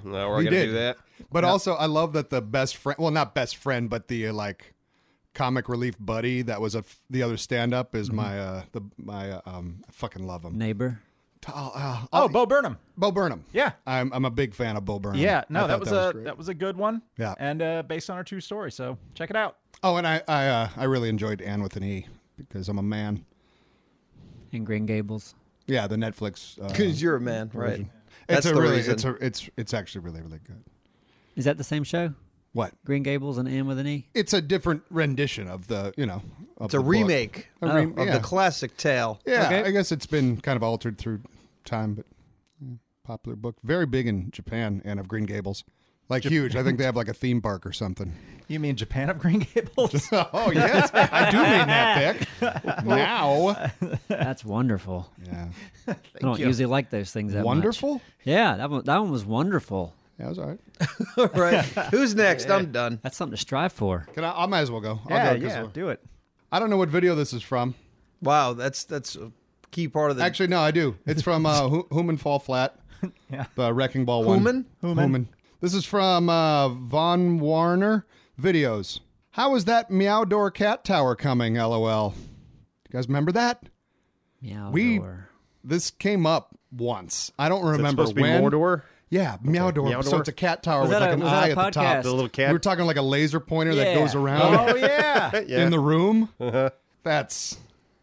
[SPEAKER 4] No, we're
[SPEAKER 1] You
[SPEAKER 4] going to
[SPEAKER 1] did
[SPEAKER 4] do that.
[SPEAKER 1] But also, I love that the best friend, well, not best friend, but the uh, like comic relief buddy that was a f- the other stand up is
[SPEAKER 2] Mm-hmm.
[SPEAKER 1] my uh the my uh, um I fucking love him.
[SPEAKER 3] Neighbor.
[SPEAKER 1] Oh, uh,
[SPEAKER 2] oh, Bo Burnham.
[SPEAKER 1] Bo Burnham.
[SPEAKER 2] Yeah.
[SPEAKER 1] I'm I'm a big fan of Bo Burnham.
[SPEAKER 2] Yeah,
[SPEAKER 1] I
[SPEAKER 2] no,
[SPEAKER 1] thought
[SPEAKER 2] that was, a
[SPEAKER 1] great.
[SPEAKER 2] that was a good one.
[SPEAKER 1] Yeah.
[SPEAKER 2] and uh, based on our true story, so check it out.
[SPEAKER 1] Oh, and I I uh, I really enjoyed Anne with an E because I'm a man.
[SPEAKER 3] in Green Gables.
[SPEAKER 1] Yeah, the Netflix. Uh,
[SPEAKER 5] Because you're a man, right?
[SPEAKER 1] it's
[SPEAKER 5] That's
[SPEAKER 1] a
[SPEAKER 5] the
[SPEAKER 1] really,
[SPEAKER 5] reason.
[SPEAKER 1] it's a, it's it's actually really really good.
[SPEAKER 3] Is that the same show?
[SPEAKER 1] What?
[SPEAKER 3] Green Gables and Anne with an E?
[SPEAKER 1] It's a different rendition of the you know. Of
[SPEAKER 5] It's a
[SPEAKER 1] the book.
[SPEAKER 5] remake
[SPEAKER 1] A
[SPEAKER 3] Oh,
[SPEAKER 1] rem-
[SPEAKER 5] of
[SPEAKER 1] yeah.
[SPEAKER 5] the classic tale.
[SPEAKER 1] Yeah,
[SPEAKER 3] Okay.
[SPEAKER 1] I guess it's been kind of altered through time, but yeah, popular book, very big in Japan and of Green Gables, like huge. I think they have like a theme park or something.
[SPEAKER 2] You mean Japan of Green Gables?
[SPEAKER 1] oh yes, I do mean that thick. Now,
[SPEAKER 3] That's wonderful.
[SPEAKER 1] yeah,
[SPEAKER 3] I don't
[SPEAKER 2] you.
[SPEAKER 3] usually like those things that much.
[SPEAKER 1] wonderful.
[SPEAKER 3] Yeah, that one, that one was wonderful.
[SPEAKER 1] Yeah, it was all right.
[SPEAKER 5] right. Who's next? I'm done.
[SPEAKER 3] That's something to strive for.
[SPEAKER 1] Can I? I might as well go. I'll
[SPEAKER 2] yeah,
[SPEAKER 1] go 'cause
[SPEAKER 2] yeah,
[SPEAKER 1] we're-
[SPEAKER 2] do it.
[SPEAKER 1] I don't know what video this is from.
[SPEAKER 5] Wow, that's that's a key part of the
[SPEAKER 1] Actually, no, I do. It's from uh, Hu- Human Fall Flat.
[SPEAKER 2] Yeah.
[SPEAKER 1] The Wrecking Ball one.
[SPEAKER 5] Human?
[SPEAKER 1] Human. This is from uh, Von Warner Videos. How is that Meow Door Cat Tower coming? LOL. You guys remember that?
[SPEAKER 3] Meow
[SPEAKER 1] We-
[SPEAKER 3] door.
[SPEAKER 1] This came up once. I don't
[SPEAKER 4] Is that
[SPEAKER 1] remember
[SPEAKER 4] supposed to be
[SPEAKER 1] when.
[SPEAKER 4] Mordor?
[SPEAKER 1] Yeah, Meow Door.
[SPEAKER 4] Meow
[SPEAKER 1] So
[SPEAKER 4] Door?
[SPEAKER 1] it's a cat tower
[SPEAKER 3] Was
[SPEAKER 1] with like
[SPEAKER 3] that a-
[SPEAKER 1] an
[SPEAKER 3] was that
[SPEAKER 1] eye
[SPEAKER 3] a
[SPEAKER 1] at the
[SPEAKER 3] podcast?
[SPEAKER 1] top.
[SPEAKER 3] The
[SPEAKER 4] little cat?
[SPEAKER 1] We were talking like a laser pointer that
[SPEAKER 3] Yeah. Uh-huh.
[SPEAKER 1] goes around
[SPEAKER 2] Oh yeah.
[SPEAKER 4] Yeah.
[SPEAKER 1] in the room. That's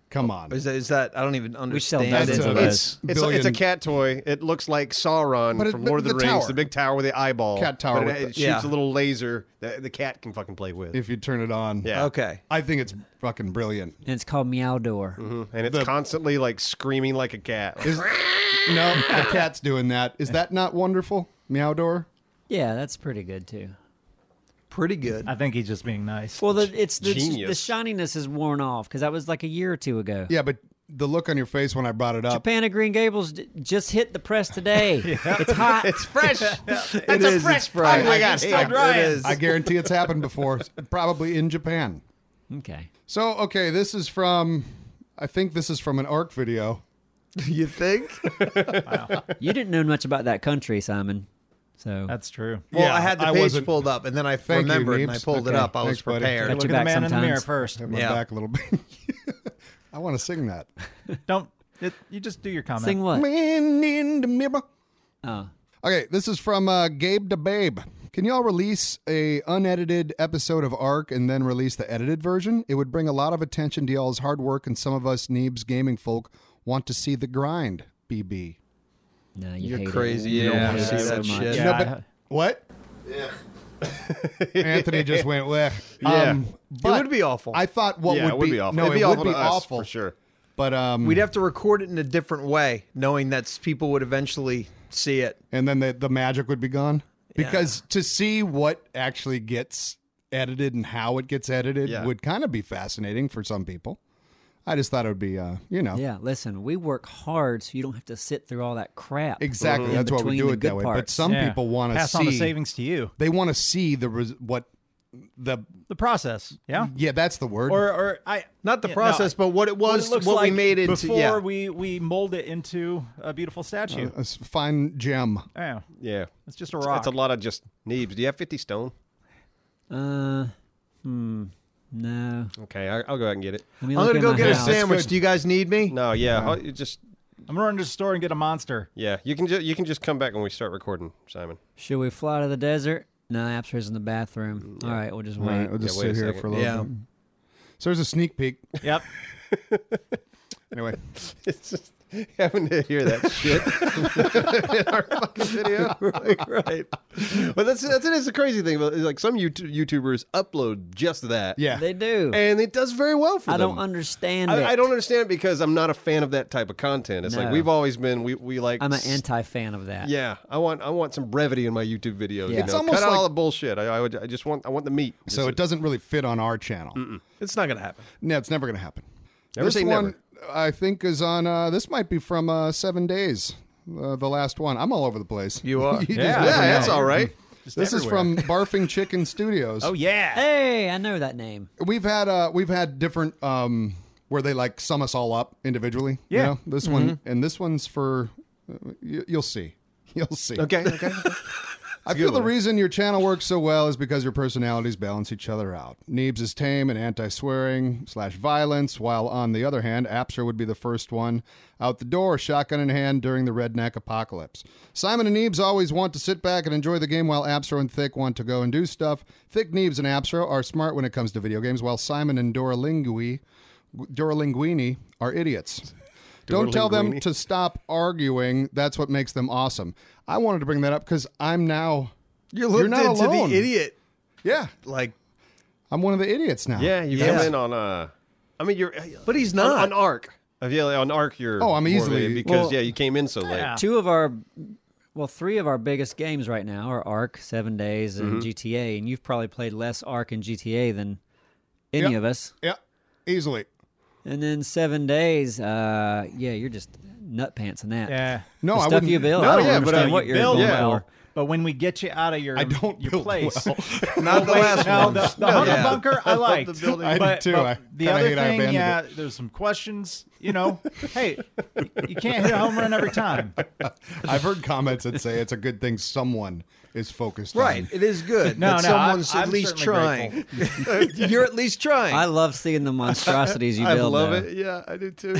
[SPEAKER 1] come on.
[SPEAKER 5] Is that, is that I don't even
[SPEAKER 3] sell
[SPEAKER 5] understand.
[SPEAKER 3] that
[SPEAKER 5] it.
[SPEAKER 3] as a-
[SPEAKER 4] It's, it's, a, it's a
[SPEAKER 1] Billion-
[SPEAKER 4] cat toy. It looks like Sauron
[SPEAKER 1] But it-
[SPEAKER 4] from
[SPEAKER 1] but
[SPEAKER 4] Lord of the,
[SPEAKER 1] the
[SPEAKER 4] Rings,
[SPEAKER 1] tower.
[SPEAKER 4] the big tower with the eyeball.
[SPEAKER 1] Cat tower
[SPEAKER 4] But
[SPEAKER 1] with
[SPEAKER 4] it,
[SPEAKER 1] the-
[SPEAKER 4] it shoots
[SPEAKER 5] yeah.
[SPEAKER 4] a little laser that the cat can fucking play with.
[SPEAKER 1] if you turn it on,
[SPEAKER 4] yeah.
[SPEAKER 5] Okay.
[SPEAKER 1] I think it's fucking brilliant.
[SPEAKER 3] And it's called Meow Door.
[SPEAKER 4] Mm-hmm. And it's
[SPEAKER 1] The-
[SPEAKER 4] constantly like screaming like a cat.
[SPEAKER 1] Is no the cat's doing that. Is that not wonderful? Meow Door.
[SPEAKER 3] Yeah, that's pretty good too.
[SPEAKER 5] Pretty good.
[SPEAKER 2] I think he's just being nice.
[SPEAKER 3] Well, the, it's the, the
[SPEAKER 4] Genius.
[SPEAKER 3] shininess is worn off because that was like a year or two ago.
[SPEAKER 1] Yeah, but the look on your face when I brought it up.
[SPEAKER 3] Japan of Green Gables d- just hit the press today. It's hot.
[SPEAKER 4] it's fresh. That's
[SPEAKER 5] It
[SPEAKER 4] a
[SPEAKER 5] is,
[SPEAKER 4] fresh
[SPEAKER 5] it's fresh.
[SPEAKER 4] Oh my God.
[SPEAKER 2] It's
[SPEAKER 4] hey,
[SPEAKER 2] still
[SPEAKER 4] I-
[SPEAKER 2] dry.
[SPEAKER 5] It is.
[SPEAKER 1] I guarantee it's happened before, probably in Japan.
[SPEAKER 3] okay.
[SPEAKER 1] So, okay, this is from, I think this is from an ARC video.
[SPEAKER 5] you think?
[SPEAKER 3] You didn't know much about that country, Simon. So
[SPEAKER 2] That's true.
[SPEAKER 5] Well,
[SPEAKER 1] Yeah,
[SPEAKER 5] I had the
[SPEAKER 1] I
[SPEAKER 5] page
[SPEAKER 1] wasn't-
[SPEAKER 5] pulled up, and then I f-
[SPEAKER 1] Thank you,
[SPEAKER 5] remembered and I
[SPEAKER 1] Neebs.
[SPEAKER 5] pulled it
[SPEAKER 1] Okay,
[SPEAKER 5] up. I was
[SPEAKER 1] thanks, buddy.
[SPEAKER 5] prepared.
[SPEAKER 3] Got
[SPEAKER 2] Look
[SPEAKER 3] your
[SPEAKER 2] at the
[SPEAKER 3] back
[SPEAKER 2] man in the mirror
[SPEAKER 3] sometimes.
[SPEAKER 2] first.
[SPEAKER 1] Hit my
[SPEAKER 5] Yeah.
[SPEAKER 1] back a little bit. I want to sing that.
[SPEAKER 2] Don't. It, you just do your comment.
[SPEAKER 3] sing what?
[SPEAKER 1] Man in the mirror.
[SPEAKER 3] Oh.
[SPEAKER 1] Okay, this is from uh, Gabe the Babe. Can y'all release a unedited episode of Arc and then release the edited version? It would bring a lot of attention to y'all's hard work, and some of us Neebs gaming folk want to see the grind. BB.
[SPEAKER 3] No, you
[SPEAKER 5] You're
[SPEAKER 3] hate it.
[SPEAKER 5] crazy.
[SPEAKER 3] You
[SPEAKER 5] You don't
[SPEAKER 3] hate
[SPEAKER 5] wanna
[SPEAKER 3] it
[SPEAKER 5] see
[SPEAKER 3] so
[SPEAKER 5] that
[SPEAKER 3] much.
[SPEAKER 5] shit.
[SPEAKER 2] Yeah,
[SPEAKER 1] No,
[SPEAKER 2] I-
[SPEAKER 1] but- What? Anthony just went with.
[SPEAKER 4] Yeah.
[SPEAKER 5] It would be awful.
[SPEAKER 1] I thought what
[SPEAKER 4] yeah,
[SPEAKER 1] would,
[SPEAKER 4] it would
[SPEAKER 1] be,
[SPEAKER 4] be awful.
[SPEAKER 1] no,
[SPEAKER 4] It'd
[SPEAKER 1] it
[SPEAKER 4] be
[SPEAKER 1] would
[SPEAKER 4] awful
[SPEAKER 1] be
[SPEAKER 4] to us,
[SPEAKER 1] awful
[SPEAKER 4] for sure.
[SPEAKER 1] But um,
[SPEAKER 5] We'd have to record it in a different way, knowing that people would eventually see it.
[SPEAKER 1] and then the the magic would be gone because to see what actually gets edited and how it gets edited
[SPEAKER 4] Yeah.
[SPEAKER 1] would kind of be fascinating for some people. I just thought it would be, uh, you know,
[SPEAKER 3] Yeah, listen, we work hard so you don't have to sit through all that crap.
[SPEAKER 1] exactly.
[SPEAKER 3] in
[SPEAKER 1] That's why we
[SPEAKER 3] between
[SPEAKER 1] do it
[SPEAKER 3] the
[SPEAKER 1] that
[SPEAKER 3] good
[SPEAKER 1] way. But
[SPEAKER 3] parts.
[SPEAKER 1] some
[SPEAKER 2] Yeah.
[SPEAKER 1] people want to
[SPEAKER 2] pass
[SPEAKER 1] see
[SPEAKER 2] on the savings to you.
[SPEAKER 1] they want to see the res- what the
[SPEAKER 2] The process. Yeah.
[SPEAKER 1] yeah that's the word
[SPEAKER 2] Or or I
[SPEAKER 5] Not the
[SPEAKER 2] yeah, no,
[SPEAKER 5] process, but what it
[SPEAKER 2] what
[SPEAKER 5] was,
[SPEAKER 2] it
[SPEAKER 5] what,
[SPEAKER 2] looks
[SPEAKER 5] we
[SPEAKER 2] like
[SPEAKER 5] made it into.
[SPEAKER 2] before
[SPEAKER 5] Yeah. Uh,
[SPEAKER 2] we we mold it into a beautiful statue.
[SPEAKER 1] a s- fine gem.
[SPEAKER 2] yeah.
[SPEAKER 4] Yeah.
[SPEAKER 2] It's just a
[SPEAKER 4] It's-
[SPEAKER 2] rock.
[SPEAKER 4] It's a lot of just Neebs. Do you have 50 stone?
[SPEAKER 3] Uh, hmm. No.
[SPEAKER 4] Okay, I, I'll go out and get it.
[SPEAKER 3] Let me
[SPEAKER 5] I'm
[SPEAKER 3] look
[SPEAKER 5] gonna
[SPEAKER 3] in
[SPEAKER 5] go
[SPEAKER 3] my
[SPEAKER 5] get a
[SPEAKER 3] house.
[SPEAKER 5] sandwich. Do you guys need me?
[SPEAKER 4] No, yeah. I'll- you just
[SPEAKER 2] I'm gonna run to the store and get a monster.
[SPEAKER 4] yeah. You can just you can just come back when we start recording, Simon.
[SPEAKER 3] Should we fly to the desert? No, Apster's in the bathroom. All right, we'll just
[SPEAKER 1] Mm, All
[SPEAKER 3] wait.
[SPEAKER 1] right, we'll just
[SPEAKER 4] wait
[SPEAKER 1] sit
[SPEAKER 4] a
[SPEAKER 1] here
[SPEAKER 4] second.
[SPEAKER 1] for a little
[SPEAKER 5] Yeah.
[SPEAKER 1] bit. So there's a sneak peek.
[SPEAKER 2] Yep.
[SPEAKER 1] Anyway,
[SPEAKER 4] It's just having to hear that shit in our fucking video. Like, right. But that's that's it is the crazy thing. But like some YouTube, YouTubers upload just that.
[SPEAKER 1] yeah,
[SPEAKER 3] They do.
[SPEAKER 4] And it does very well for
[SPEAKER 3] I
[SPEAKER 4] them.
[SPEAKER 3] don't understand it.
[SPEAKER 4] I, I don't understand it because I'm not a fan of that type of content. It's
[SPEAKER 3] No.
[SPEAKER 4] like we've always been we, we like
[SPEAKER 3] I'm an
[SPEAKER 4] s-
[SPEAKER 3] anti fan of that.
[SPEAKER 4] Yeah, I want I want some brevity in my YouTube videos.
[SPEAKER 3] Yeah.
[SPEAKER 4] You know?
[SPEAKER 3] It's
[SPEAKER 1] almost
[SPEAKER 4] Cut all
[SPEAKER 1] like-
[SPEAKER 4] the bullshit. I, I, would, I just want I want the meat.
[SPEAKER 1] so it doesn't really fit on our channel.
[SPEAKER 5] It's not gonna happen.
[SPEAKER 1] No, it's never going to happen.
[SPEAKER 4] Never
[SPEAKER 1] this
[SPEAKER 4] say
[SPEAKER 1] one, I think, is on. Uh, this might be from uh, Seven Days, uh, the last one. I'm all over the place.
[SPEAKER 5] You are.
[SPEAKER 1] just
[SPEAKER 2] Yeah,
[SPEAKER 4] yeah,
[SPEAKER 1] never
[SPEAKER 4] that's
[SPEAKER 1] know.
[SPEAKER 4] all right.
[SPEAKER 1] This is from Barfing Chicken Studios.
[SPEAKER 2] Oh yeah.
[SPEAKER 3] Hey, I know that name.
[SPEAKER 1] We've had uh, we've had different um, where they like sum us all up individually. you
[SPEAKER 2] Yeah.
[SPEAKER 1] know? this one
[SPEAKER 4] Mm-hmm.
[SPEAKER 1] and this one's for uh, you, you'll see. You'll see.
[SPEAKER 4] Okay, okay.
[SPEAKER 1] I feel the reason your channel works so well is because your personalities balance each other out. Neebs is tame and anti-swearing slash violence, while on the other hand, Apser would be the first one out the door, shotgun in hand during the redneck apocalypse. Simon and Neebs always want to sit back and enjoy the game, while Apser and Thick want to go and do stuff. Thick, Neebs, and Apser are smart when it comes to video games, while Simon and Doralingui, Doralinguini are idiots. Don't tell them
[SPEAKER 4] Doodling
[SPEAKER 1] to stop arguing. That's what makes them awesome. I wanted to bring that up because I'm now.
[SPEAKER 5] You're looked
[SPEAKER 1] not
[SPEAKER 5] into
[SPEAKER 1] alone.
[SPEAKER 5] the idiot.
[SPEAKER 1] Yeah,
[SPEAKER 5] Like,
[SPEAKER 1] I'm one of the idiots now.
[SPEAKER 4] Yeah, you
[SPEAKER 5] Yeah.
[SPEAKER 4] come in on a. I mean, you're.
[SPEAKER 5] but he's
[SPEAKER 4] on,
[SPEAKER 5] not.
[SPEAKER 4] on arc. Uh, Yeah, on arc. You're.
[SPEAKER 1] Oh, I'm
[SPEAKER 4] more
[SPEAKER 1] easily-
[SPEAKER 4] late because
[SPEAKER 3] Well-
[SPEAKER 4] yeah, you came in so late.
[SPEAKER 2] Yeah.
[SPEAKER 3] Two of our, well, three of our biggest games right now are Arc, Seven Days,
[SPEAKER 1] Mm-hmm.
[SPEAKER 3] and GTA. And you've probably played less Arc and GTA than any
[SPEAKER 1] Yep.
[SPEAKER 3] of us.
[SPEAKER 1] yeah, easily.
[SPEAKER 3] And then Seven Days, uh, yeah, you're just nut pants in that.
[SPEAKER 2] Yeah.
[SPEAKER 1] No,
[SPEAKER 3] The
[SPEAKER 1] I
[SPEAKER 3] stuff
[SPEAKER 1] wouldn't.
[SPEAKER 3] you build.
[SPEAKER 4] No,
[SPEAKER 3] I don't
[SPEAKER 4] yeah, but,
[SPEAKER 3] understand
[SPEAKER 4] uh,
[SPEAKER 3] what
[SPEAKER 4] you
[SPEAKER 3] you're
[SPEAKER 4] build
[SPEAKER 3] going
[SPEAKER 4] well.
[SPEAKER 3] for.
[SPEAKER 2] But when we get you out of your
[SPEAKER 1] I don't
[SPEAKER 2] your
[SPEAKER 1] build
[SPEAKER 2] place,
[SPEAKER 1] well.
[SPEAKER 5] not the last
[SPEAKER 2] no,
[SPEAKER 5] one.
[SPEAKER 2] the, the
[SPEAKER 5] No,
[SPEAKER 2] Hunter
[SPEAKER 5] yeah.
[SPEAKER 2] bunker I liked.
[SPEAKER 1] building. I did
[SPEAKER 2] but,
[SPEAKER 1] too.
[SPEAKER 2] but
[SPEAKER 1] I
[SPEAKER 2] the
[SPEAKER 1] kinda
[SPEAKER 2] other
[SPEAKER 1] hate I
[SPEAKER 2] thing,
[SPEAKER 1] abandoned
[SPEAKER 2] yeah, there's some questions. You know, hey, you can't hit a home run every time.
[SPEAKER 1] I've heard comments that say it's a good thing someone is focused.
[SPEAKER 5] Right.
[SPEAKER 1] on.
[SPEAKER 5] It is good
[SPEAKER 2] No,
[SPEAKER 5] that
[SPEAKER 2] no,
[SPEAKER 5] someone's
[SPEAKER 2] I'm-
[SPEAKER 5] at
[SPEAKER 2] I'm
[SPEAKER 5] least
[SPEAKER 2] certainly
[SPEAKER 5] trying. You're at least trying.
[SPEAKER 3] I love seeing the monstrosities you
[SPEAKER 4] I
[SPEAKER 3] build.
[SPEAKER 4] love
[SPEAKER 3] though.
[SPEAKER 4] it. Yeah, I do too.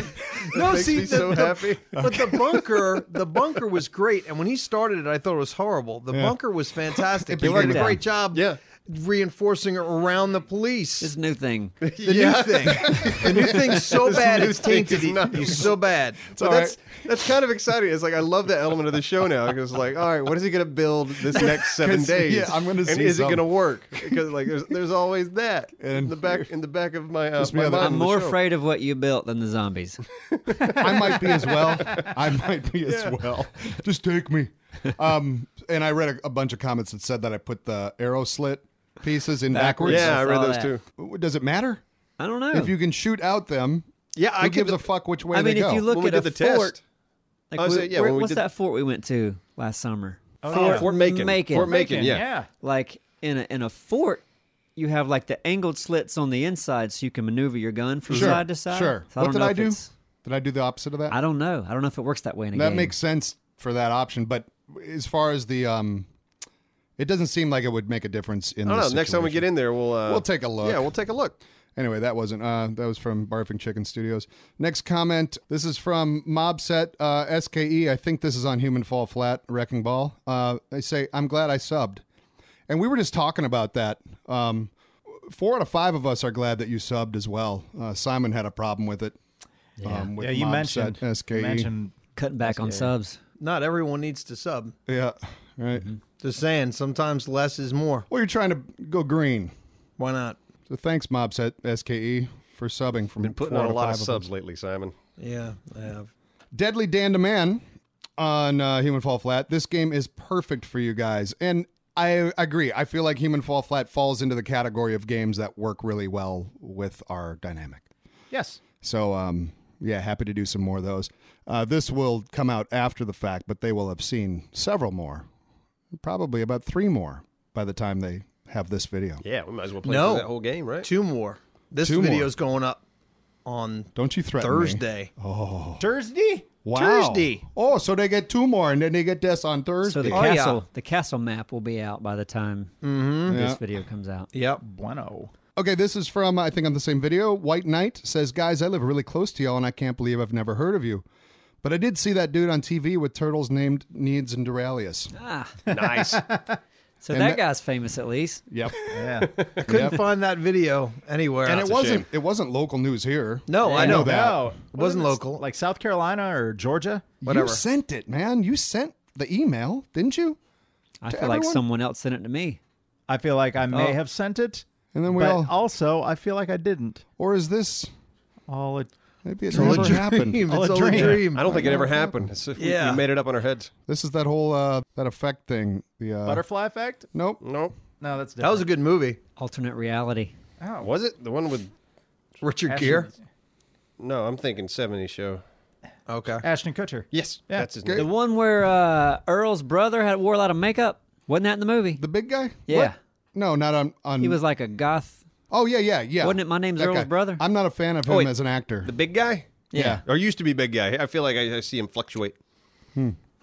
[SPEAKER 5] no,
[SPEAKER 4] makes
[SPEAKER 5] see,
[SPEAKER 4] me
[SPEAKER 5] the,
[SPEAKER 4] so
[SPEAKER 5] the-
[SPEAKER 4] happy.
[SPEAKER 5] But the bunker, the bunker was great. And when he started it, I thought it was horrible. The bunker was fantastic.
[SPEAKER 1] It'd
[SPEAKER 5] You
[SPEAKER 1] be
[SPEAKER 5] did a
[SPEAKER 3] great.
[SPEAKER 5] great job
[SPEAKER 4] Yeah.
[SPEAKER 5] reinforcing it around the police.
[SPEAKER 3] This new thing.
[SPEAKER 5] the new thing. the new thing's so bad
[SPEAKER 4] new
[SPEAKER 5] it's
[SPEAKER 4] thing
[SPEAKER 5] tainted
[SPEAKER 4] is
[SPEAKER 5] you.
[SPEAKER 4] nice.
[SPEAKER 5] you. So bad.
[SPEAKER 4] So
[SPEAKER 1] all
[SPEAKER 4] that's that's kind of exciting. It's like I love that element of the show now because like, all right, what is he going to build this next seven
[SPEAKER 1] 'Cause,
[SPEAKER 4] days?
[SPEAKER 1] yeah, I'm gonna
[SPEAKER 4] and
[SPEAKER 1] see
[SPEAKER 4] is it
[SPEAKER 1] some.
[SPEAKER 4] going to work? Because like, there's there's always that in
[SPEAKER 1] And-
[SPEAKER 4] the back in the back of my, uh,
[SPEAKER 1] Just
[SPEAKER 4] my
[SPEAKER 1] the other-
[SPEAKER 4] mind.
[SPEAKER 1] on
[SPEAKER 3] I'm more
[SPEAKER 4] afraid.
[SPEAKER 3] afraid of what you built than the zombies.
[SPEAKER 1] I might be as well. I might be as well. Just take me. Um, and I read a, a bunch of comments that said that I put the arrow slit pieces in backwards.
[SPEAKER 3] Backwards.
[SPEAKER 4] Yeah, I
[SPEAKER 3] That's
[SPEAKER 4] read
[SPEAKER 3] all
[SPEAKER 4] those
[SPEAKER 3] that.
[SPEAKER 4] too.
[SPEAKER 1] Does it matter
[SPEAKER 3] I don't know.
[SPEAKER 1] if you can shoot out them?
[SPEAKER 4] Yeah,
[SPEAKER 1] who
[SPEAKER 4] I give
[SPEAKER 1] gives
[SPEAKER 4] the-
[SPEAKER 1] a fuck which way
[SPEAKER 3] I mean,
[SPEAKER 1] they
[SPEAKER 3] if
[SPEAKER 1] go.
[SPEAKER 3] you look
[SPEAKER 4] When we
[SPEAKER 3] at a
[SPEAKER 4] did the
[SPEAKER 3] fort,
[SPEAKER 4] test.
[SPEAKER 3] like
[SPEAKER 4] Oh, so,
[SPEAKER 3] we-
[SPEAKER 4] yeah,
[SPEAKER 3] where-
[SPEAKER 4] when we
[SPEAKER 3] what's
[SPEAKER 4] did-
[SPEAKER 3] that fort we went to last summer?
[SPEAKER 4] Oh.
[SPEAKER 2] yeah.
[SPEAKER 4] Fort Macon.
[SPEAKER 3] Macon.
[SPEAKER 4] Fort Macon.
[SPEAKER 2] Bacon,
[SPEAKER 4] Yeah.
[SPEAKER 3] like in a in a fort you have like the angled slits on the inside so you can maneuver your gun from
[SPEAKER 1] sure,
[SPEAKER 3] side to side
[SPEAKER 1] sure.
[SPEAKER 3] So
[SPEAKER 1] what
[SPEAKER 3] don't
[SPEAKER 1] did
[SPEAKER 3] know
[SPEAKER 1] I
[SPEAKER 3] if
[SPEAKER 1] do?
[SPEAKER 3] it's-
[SPEAKER 1] Did I do the opposite of that?
[SPEAKER 3] i don't know i don't know if it works that way in a
[SPEAKER 1] that
[SPEAKER 3] game
[SPEAKER 1] makes sense for that option, but as far as the um, it doesn't seem like it would make a difference in.
[SPEAKER 4] I don't know. Next time we get in there, we'll uh,
[SPEAKER 1] We'll take a look.
[SPEAKER 4] Yeah, we'll take a look.
[SPEAKER 1] Anyway, that wasn't. Uh, that was from Barfing Chicken Studios. Next comment. This is from Mobset uh, SKE. I think this is on Human Fall Flat Wrecking Ball. Uh, they say, "I'm glad I subbed," and we were just talking about that. Um, four out of five of us are glad that you subbed as well. Uh, Simon had a problem with it. Yeah, um, with
[SPEAKER 2] Yeah,
[SPEAKER 1] Mobset
[SPEAKER 2] you
[SPEAKER 1] E.
[SPEAKER 2] mentioned,
[SPEAKER 1] SKE.
[SPEAKER 2] you mentioned
[SPEAKER 3] cutting back on subs
[SPEAKER 5] Not everyone needs to sub.
[SPEAKER 1] Yeah, right.
[SPEAKER 2] Mm-hmm.
[SPEAKER 5] Just saying, sometimes less is more.
[SPEAKER 1] Well, you're trying to go green.
[SPEAKER 5] Why not?
[SPEAKER 1] So thanks, Mobset SKE, E, for subbing from
[SPEAKER 4] Been putting
[SPEAKER 1] four
[SPEAKER 4] on
[SPEAKER 1] out
[SPEAKER 4] a lot
[SPEAKER 1] five
[SPEAKER 4] of
[SPEAKER 1] us.
[SPEAKER 4] subs lately, Simon.
[SPEAKER 5] Yeah, I have.
[SPEAKER 1] Deadly Dan to Man on uh, Human Fall Flat. This game is perfect for you guys. And I agree. I feel like Human Fall Flat falls into the category of games that work really well with our dynamic.
[SPEAKER 2] yes.
[SPEAKER 1] So, um, yeah, happy to do some more of those. Uh, this will come out after the fact, but they will have seen several more, probably about three more by the time they have this video.
[SPEAKER 4] Yeah, we might as well play
[SPEAKER 5] No.
[SPEAKER 4] through that whole game, right?
[SPEAKER 5] Two more. This
[SPEAKER 1] Two more.
[SPEAKER 5] video's going up on
[SPEAKER 1] Don't you threaten me.
[SPEAKER 5] Thursday.
[SPEAKER 2] Thursday.
[SPEAKER 1] Wow.
[SPEAKER 5] Thursday.
[SPEAKER 1] Oh, so they get two more, and then they get this on Thursday. Uh,
[SPEAKER 3] so the
[SPEAKER 5] Oh, yeah.
[SPEAKER 3] castle the castle map will be out by the time this
[SPEAKER 1] Mm-hmm. Yeah.
[SPEAKER 3] video comes out
[SPEAKER 5] Yep.
[SPEAKER 2] Bueno.
[SPEAKER 1] Okay, this is from, I think, on the same video. White Knight says, Guys, I live really close to y'all, and I can't believe I've never heard of you. But I did see that dude on TV with turtles named Needs and Duralius.
[SPEAKER 4] Nice.
[SPEAKER 3] so
[SPEAKER 1] And
[SPEAKER 3] that,
[SPEAKER 1] that-
[SPEAKER 3] guy's famous at least
[SPEAKER 1] Yep.
[SPEAKER 2] Yeah.
[SPEAKER 5] I couldn't find that video anywhere.
[SPEAKER 1] and it
[SPEAKER 5] else.
[SPEAKER 1] wasn't it wasn't local news here.
[SPEAKER 5] No, I know that.
[SPEAKER 2] No,
[SPEAKER 5] It
[SPEAKER 2] Wasn't
[SPEAKER 5] wasn't
[SPEAKER 2] it
[SPEAKER 5] local.
[SPEAKER 2] Like South Carolina or Georgia.
[SPEAKER 5] Whatever.
[SPEAKER 1] You sent it, man. You sent the email, didn't you?
[SPEAKER 3] i
[SPEAKER 1] To
[SPEAKER 3] feel like
[SPEAKER 1] everyone?
[SPEAKER 3] someone else sent it to me
[SPEAKER 2] I feel like I may
[SPEAKER 3] Oh.
[SPEAKER 2] have sent it,
[SPEAKER 1] And then we
[SPEAKER 2] but
[SPEAKER 1] all
[SPEAKER 2] also I feel like I didn't.
[SPEAKER 1] or is this
[SPEAKER 2] All it.
[SPEAKER 1] maybe it
[SPEAKER 5] It's all
[SPEAKER 1] never
[SPEAKER 5] a dream.
[SPEAKER 1] happened.
[SPEAKER 5] It's
[SPEAKER 2] a
[SPEAKER 5] all a
[SPEAKER 2] dream.
[SPEAKER 5] dream.
[SPEAKER 4] I don't think it ever happened. It's just we-
[SPEAKER 5] Yeah.
[SPEAKER 4] we made it up on our heads.
[SPEAKER 1] This is that whole uh that effect thing. The uh
[SPEAKER 2] Butterfly effect?
[SPEAKER 1] Nope.
[SPEAKER 4] Nope.
[SPEAKER 2] No, that's different.
[SPEAKER 5] That was a good movie.
[SPEAKER 3] alternate reality
[SPEAKER 2] oh,
[SPEAKER 4] Was it the one with?
[SPEAKER 5] Richard
[SPEAKER 2] Ashton-
[SPEAKER 5] Gere.
[SPEAKER 4] No, I'm thinking '70s show.
[SPEAKER 5] Okay.
[SPEAKER 2] Ashton Kutcher.
[SPEAKER 4] Yes,
[SPEAKER 2] Yeah.
[SPEAKER 4] that's his
[SPEAKER 3] the
[SPEAKER 4] name.
[SPEAKER 3] one where uh, earl's brother had wore a lot of makeup wasn't that in the movie
[SPEAKER 1] The big guy?
[SPEAKER 3] Yeah.
[SPEAKER 1] What? No, not on on
[SPEAKER 3] he was like a goth
[SPEAKER 1] Oh yeah, yeah, yeah.
[SPEAKER 3] Wasn't it My Name's
[SPEAKER 1] That
[SPEAKER 3] Earl's
[SPEAKER 1] guy.
[SPEAKER 3] Brother?
[SPEAKER 1] I'm not a fan of him
[SPEAKER 4] Oh, wait.
[SPEAKER 1] as an actor.
[SPEAKER 4] The big guy,
[SPEAKER 1] yeah.
[SPEAKER 4] or used to be big guy. I feel like I, I see him fluctuate.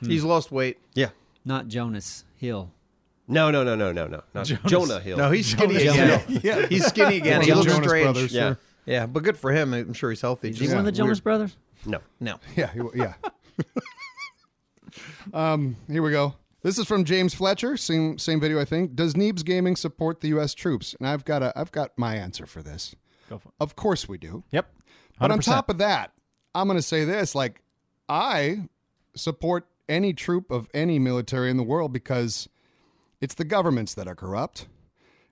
[SPEAKER 5] He's lost weight.
[SPEAKER 4] Yeah.
[SPEAKER 3] not jonas hill
[SPEAKER 4] No, no, no, no, no, no. Not Jonah Hill.
[SPEAKER 5] No, he's skinny
[SPEAKER 3] Jonas
[SPEAKER 5] again. Yeah. He's skinny again.
[SPEAKER 1] One
[SPEAKER 5] He
[SPEAKER 1] of the
[SPEAKER 5] looks
[SPEAKER 1] Jonas
[SPEAKER 5] strange.
[SPEAKER 1] Brothers,
[SPEAKER 4] Yeah.
[SPEAKER 1] sure.
[SPEAKER 5] Yeah, but good for him. I'm sure he's healthy.
[SPEAKER 3] is he
[SPEAKER 5] Just
[SPEAKER 3] one of the jonas
[SPEAKER 5] weird.
[SPEAKER 3] brothers
[SPEAKER 4] no.
[SPEAKER 5] No.
[SPEAKER 1] Yeah, he, wa- yeah. um, here we go. This is from James Fletcher. Same same video, I think. Does Neebs Gaming support the U.S. troops? And I've got a I've got my answer for this.
[SPEAKER 2] Go for it.
[SPEAKER 1] Of course we do.
[SPEAKER 2] Yep.
[SPEAKER 1] But on
[SPEAKER 2] 100%.
[SPEAKER 1] top of that, I'm going to say this like, I support any troop of any military in the world because it's the governments that are corrupt.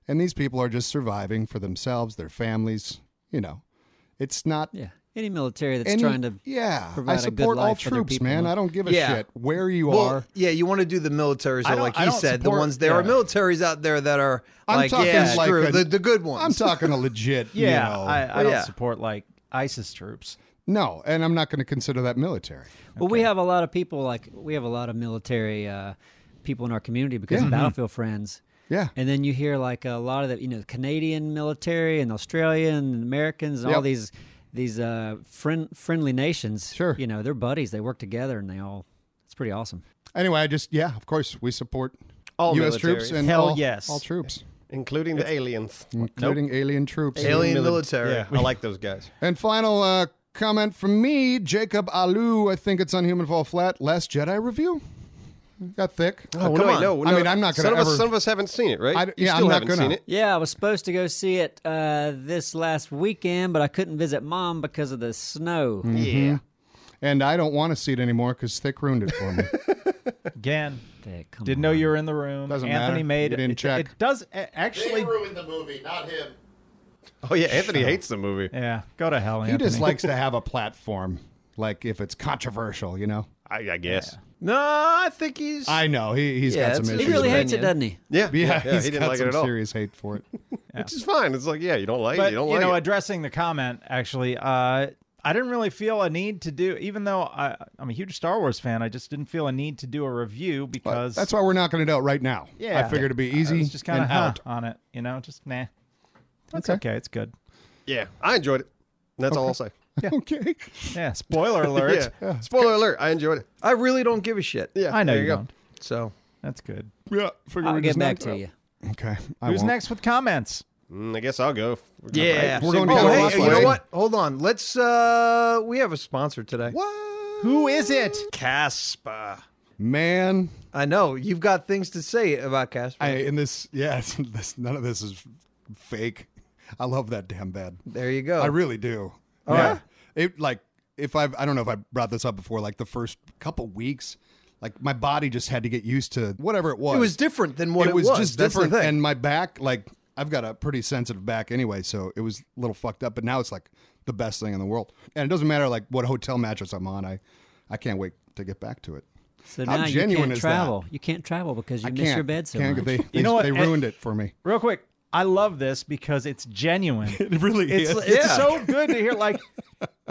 [SPEAKER 1] And these people are just surviving for themselves, their families. You know, it's not
[SPEAKER 3] Yeah. Any military that's
[SPEAKER 1] any-
[SPEAKER 3] trying to
[SPEAKER 1] yeah. I
[SPEAKER 3] provide a good
[SPEAKER 1] support all
[SPEAKER 3] life for their
[SPEAKER 1] troops,
[SPEAKER 3] people.
[SPEAKER 1] man. I don't give a
[SPEAKER 5] Yeah.
[SPEAKER 1] shit where you
[SPEAKER 5] Well,
[SPEAKER 1] are.
[SPEAKER 5] yeah, you want to do the militaries,
[SPEAKER 2] I
[SPEAKER 5] though,
[SPEAKER 2] don't-
[SPEAKER 5] like
[SPEAKER 2] I
[SPEAKER 5] he
[SPEAKER 2] don't
[SPEAKER 5] said, the
[SPEAKER 2] support-
[SPEAKER 5] ones there are
[SPEAKER 2] yeah.
[SPEAKER 5] militaries out there that are
[SPEAKER 1] I'm
[SPEAKER 5] like,
[SPEAKER 1] talking
[SPEAKER 5] yeah,
[SPEAKER 1] like
[SPEAKER 5] screw
[SPEAKER 1] a-
[SPEAKER 5] the, the good ones.
[SPEAKER 1] I'm talking a legit. you
[SPEAKER 2] Yeah,
[SPEAKER 1] know.
[SPEAKER 2] I, I
[SPEAKER 5] Well,
[SPEAKER 2] don't
[SPEAKER 5] yeah.
[SPEAKER 2] support like ISIS troops.
[SPEAKER 1] no, and I'm not going to consider that military.
[SPEAKER 3] Well, we have a lot of people like we have a lot of military uh, people in our community because
[SPEAKER 1] Mm-hmm.
[SPEAKER 3] of battlefield friends.
[SPEAKER 1] Yeah.
[SPEAKER 3] And then you hear like a lot of the you know Canadian military and Australian and Americans and all
[SPEAKER 1] Yep.
[SPEAKER 3] these these uh, friend friendly nations.
[SPEAKER 1] Sure.
[SPEAKER 3] You know they're buddies. They work together and they all. It's pretty awesome.
[SPEAKER 1] Anyway, I just yeah, of course we support
[SPEAKER 4] All
[SPEAKER 1] U.S.
[SPEAKER 4] militaries.
[SPEAKER 1] troops and
[SPEAKER 2] Hell
[SPEAKER 1] all,
[SPEAKER 2] yes.
[SPEAKER 1] all troops,
[SPEAKER 4] including the aliens.
[SPEAKER 1] including alien troops.
[SPEAKER 5] Alien
[SPEAKER 4] Mili-
[SPEAKER 5] military.
[SPEAKER 4] Yeah, I like those guys.
[SPEAKER 1] And final uh, comment from me, Jacob Alu. I think it's on Human Fall Flat. Last Jedi review got thick.
[SPEAKER 4] Oh,
[SPEAKER 5] come
[SPEAKER 4] no,
[SPEAKER 5] on.
[SPEAKER 4] no,
[SPEAKER 1] I
[SPEAKER 4] no.
[SPEAKER 1] mean, I'm not gonna
[SPEAKER 4] Some of us,
[SPEAKER 1] ever-
[SPEAKER 4] some of us haven't seen it, right?
[SPEAKER 1] I-
[SPEAKER 4] you
[SPEAKER 1] yeah, I'm
[SPEAKER 4] still
[SPEAKER 1] not
[SPEAKER 4] haven't
[SPEAKER 1] gonna.
[SPEAKER 4] seen it.
[SPEAKER 3] Yeah, I was supposed to go see it uh, this last weekend, but I couldn't visit mom because of the snow.
[SPEAKER 5] Mm.
[SPEAKER 4] Yeah.
[SPEAKER 1] And I don't want to see it anymore because thick ruined it for me.
[SPEAKER 2] Again,
[SPEAKER 3] Hey, come
[SPEAKER 2] didn't know you were in the room.
[SPEAKER 1] Doesn't
[SPEAKER 2] Anthony
[SPEAKER 1] matter.
[SPEAKER 2] made
[SPEAKER 1] You didn't
[SPEAKER 2] it,
[SPEAKER 1] check.
[SPEAKER 2] It does a- actually.
[SPEAKER 6] ruined the movie, not him.
[SPEAKER 4] Oh yeah, Anthony hates the movie.
[SPEAKER 2] Yeah, go to hell.
[SPEAKER 1] he
[SPEAKER 2] Anthony.
[SPEAKER 1] just likes to have a platform, like if it's controversial, you know.
[SPEAKER 4] I, I guess.
[SPEAKER 5] No, I think he's.
[SPEAKER 1] I know he he's
[SPEAKER 5] Yeah,
[SPEAKER 1] got some
[SPEAKER 5] it's-
[SPEAKER 1] issues.
[SPEAKER 3] He really
[SPEAKER 1] with
[SPEAKER 3] hates it,
[SPEAKER 5] opinion.
[SPEAKER 3] doesn't he?
[SPEAKER 4] Yeah,
[SPEAKER 1] it. Yeah,
[SPEAKER 4] yeah
[SPEAKER 1] he's
[SPEAKER 4] he didn't
[SPEAKER 1] got
[SPEAKER 4] like
[SPEAKER 1] some
[SPEAKER 4] it at all.
[SPEAKER 1] serious hate for it.
[SPEAKER 4] Which is fine. It's like, yeah, you don't like it,
[SPEAKER 2] but
[SPEAKER 4] you don't
[SPEAKER 2] you
[SPEAKER 4] like
[SPEAKER 2] know,
[SPEAKER 4] it.
[SPEAKER 2] addressing the comment actually, uh, I didn't really feel a need to do, even though I, I'm a huge Star Wars fan. I just didn't feel a need to do a review because
[SPEAKER 1] That's why we're not going to do it right now.
[SPEAKER 2] Yeah.
[SPEAKER 1] I figured it'd be
[SPEAKER 2] I
[SPEAKER 1] easy.
[SPEAKER 2] was just kind of
[SPEAKER 1] and out.
[SPEAKER 2] on it. You know, just nah. That's
[SPEAKER 1] Okay.
[SPEAKER 2] okay. It's good.
[SPEAKER 4] Yeah, I enjoyed it. That's all I'll say.
[SPEAKER 1] Okay.
[SPEAKER 2] Yeah. Spoiler alert.
[SPEAKER 4] Yeah. Spoiler alert, I enjoyed it.
[SPEAKER 5] I really don't give a shit.
[SPEAKER 4] Yeah.
[SPEAKER 2] I know
[SPEAKER 4] there
[SPEAKER 2] you
[SPEAKER 4] go.
[SPEAKER 2] don't.
[SPEAKER 5] So
[SPEAKER 2] That's good.
[SPEAKER 1] Yeah. Figure
[SPEAKER 3] I'll
[SPEAKER 1] we
[SPEAKER 3] get
[SPEAKER 1] just
[SPEAKER 3] back
[SPEAKER 1] knocked
[SPEAKER 3] to
[SPEAKER 1] out.
[SPEAKER 3] you.
[SPEAKER 1] Okay. I
[SPEAKER 2] Who's
[SPEAKER 1] won't.
[SPEAKER 2] next with comments?
[SPEAKER 4] Mm, I guess I'll go. We're gonna-
[SPEAKER 5] yeah,
[SPEAKER 1] We're going to
[SPEAKER 5] oh,
[SPEAKER 1] go
[SPEAKER 5] hey,
[SPEAKER 1] last
[SPEAKER 5] you
[SPEAKER 1] way.
[SPEAKER 5] know what? Hold on. Let's. uh We have a sponsor today.
[SPEAKER 2] Who is it?
[SPEAKER 5] Caspa.
[SPEAKER 1] Man,
[SPEAKER 5] I know you've got things to say about Casper.
[SPEAKER 1] I in this. Yeah. it's- This, none of this is fake. I love that damn bed.
[SPEAKER 5] there you go.
[SPEAKER 1] I really do. yeah. It like if I've I don't know if I brought this up before. Like the first couple weeks, like my body just had to get used to whatever it was.
[SPEAKER 5] it was different than what it was.
[SPEAKER 1] just
[SPEAKER 5] That's the
[SPEAKER 1] different,
[SPEAKER 5] thing.
[SPEAKER 1] and my back like. I've got a pretty sensitive back anyway, so it was a little fucked up. But now it's like the best thing in the world, and it doesn't matter like what hotel mattress I'm on. I, I can't wait to get back to it.
[SPEAKER 3] So
[SPEAKER 1] How
[SPEAKER 3] now you
[SPEAKER 1] genuine
[SPEAKER 3] can't
[SPEAKER 1] is that?
[SPEAKER 3] travel. You can't travel because you
[SPEAKER 1] I
[SPEAKER 3] miss
[SPEAKER 1] can't,
[SPEAKER 3] your bed so
[SPEAKER 1] can't
[SPEAKER 3] much.
[SPEAKER 1] They,
[SPEAKER 2] You know
[SPEAKER 1] they-
[SPEAKER 2] what?
[SPEAKER 1] They ruined it for me.
[SPEAKER 2] Real quick. I love this because it's genuine.
[SPEAKER 1] It really
[SPEAKER 2] It's,
[SPEAKER 1] is.
[SPEAKER 2] it's so good to hear, like,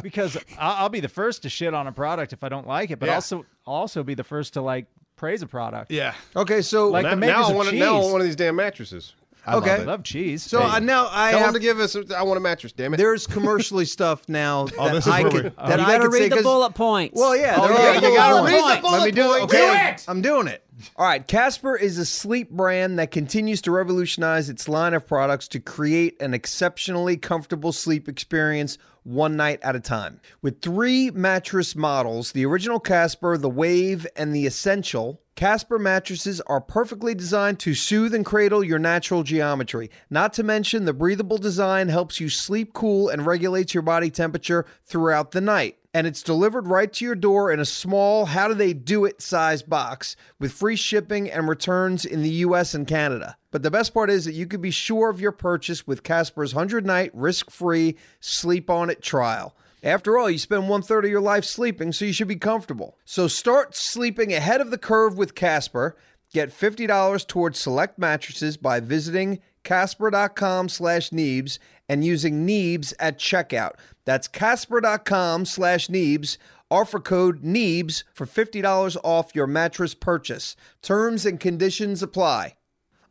[SPEAKER 2] because I- I'll be the first to shit on a product if I don't like it, but
[SPEAKER 1] Yeah.
[SPEAKER 2] also also be the first to like praise a product.
[SPEAKER 1] yeah.
[SPEAKER 5] okay, so
[SPEAKER 2] Like
[SPEAKER 4] Now,
[SPEAKER 2] the makers
[SPEAKER 4] now I
[SPEAKER 2] of
[SPEAKER 4] want now I
[SPEAKER 2] cheese.
[SPEAKER 4] want one of these damn mattresses.
[SPEAKER 5] okay,
[SPEAKER 2] I love cheese.
[SPEAKER 5] so uh, now I
[SPEAKER 4] Tell
[SPEAKER 5] have
[SPEAKER 4] them to give us. I want a mattress. Damn it.
[SPEAKER 5] there's commercially stuff now that
[SPEAKER 4] this is
[SPEAKER 5] I
[SPEAKER 4] where
[SPEAKER 5] could
[SPEAKER 4] we-
[SPEAKER 5] that
[SPEAKER 3] you
[SPEAKER 5] I
[SPEAKER 3] gotta
[SPEAKER 5] could
[SPEAKER 3] read
[SPEAKER 5] say
[SPEAKER 3] the
[SPEAKER 5] 'cause-
[SPEAKER 3] bullet points.
[SPEAKER 5] Well, yeah, there
[SPEAKER 4] Oh, yeah,
[SPEAKER 5] are
[SPEAKER 4] you
[SPEAKER 5] bullet
[SPEAKER 4] gotta
[SPEAKER 5] points.
[SPEAKER 4] read the bullet
[SPEAKER 5] Let me do it.
[SPEAKER 4] points.
[SPEAKER 5] Okay,
[SPEAKER 4] Do it!
[SPEAKER 5] I'm doing it. All right, Casper is a sleep brand that continues to revolutionize its line of products to create an exceptionally comfortable sleep experience one night at a time. With three mattress models, the original Casper, the Wave, and the Essential, Casper mattresses are perfectly designed to soothe and cradle your natural geometry. Not to mention, the breathable design helps you sleep cool and regulates your body temperature throughout the night and it's delivered right to your door in a small how do they do it size box with free shipping and returns in the US and Canada. But the best part is that you could be sure of your purchase with Casper's 100 night risk free sleep on it trial. After all, you spend one third of your life sleeping, so you should be comfortable. So start sleeping ahead of the curve with Casper. Get $50 towards select mattresses by visiting casper.com slash Neebs and using Neebs at checkout. That's casper.com slash Neebs. Offer code Neebs for $50 off your mattress purchase. Terms and conditions apply.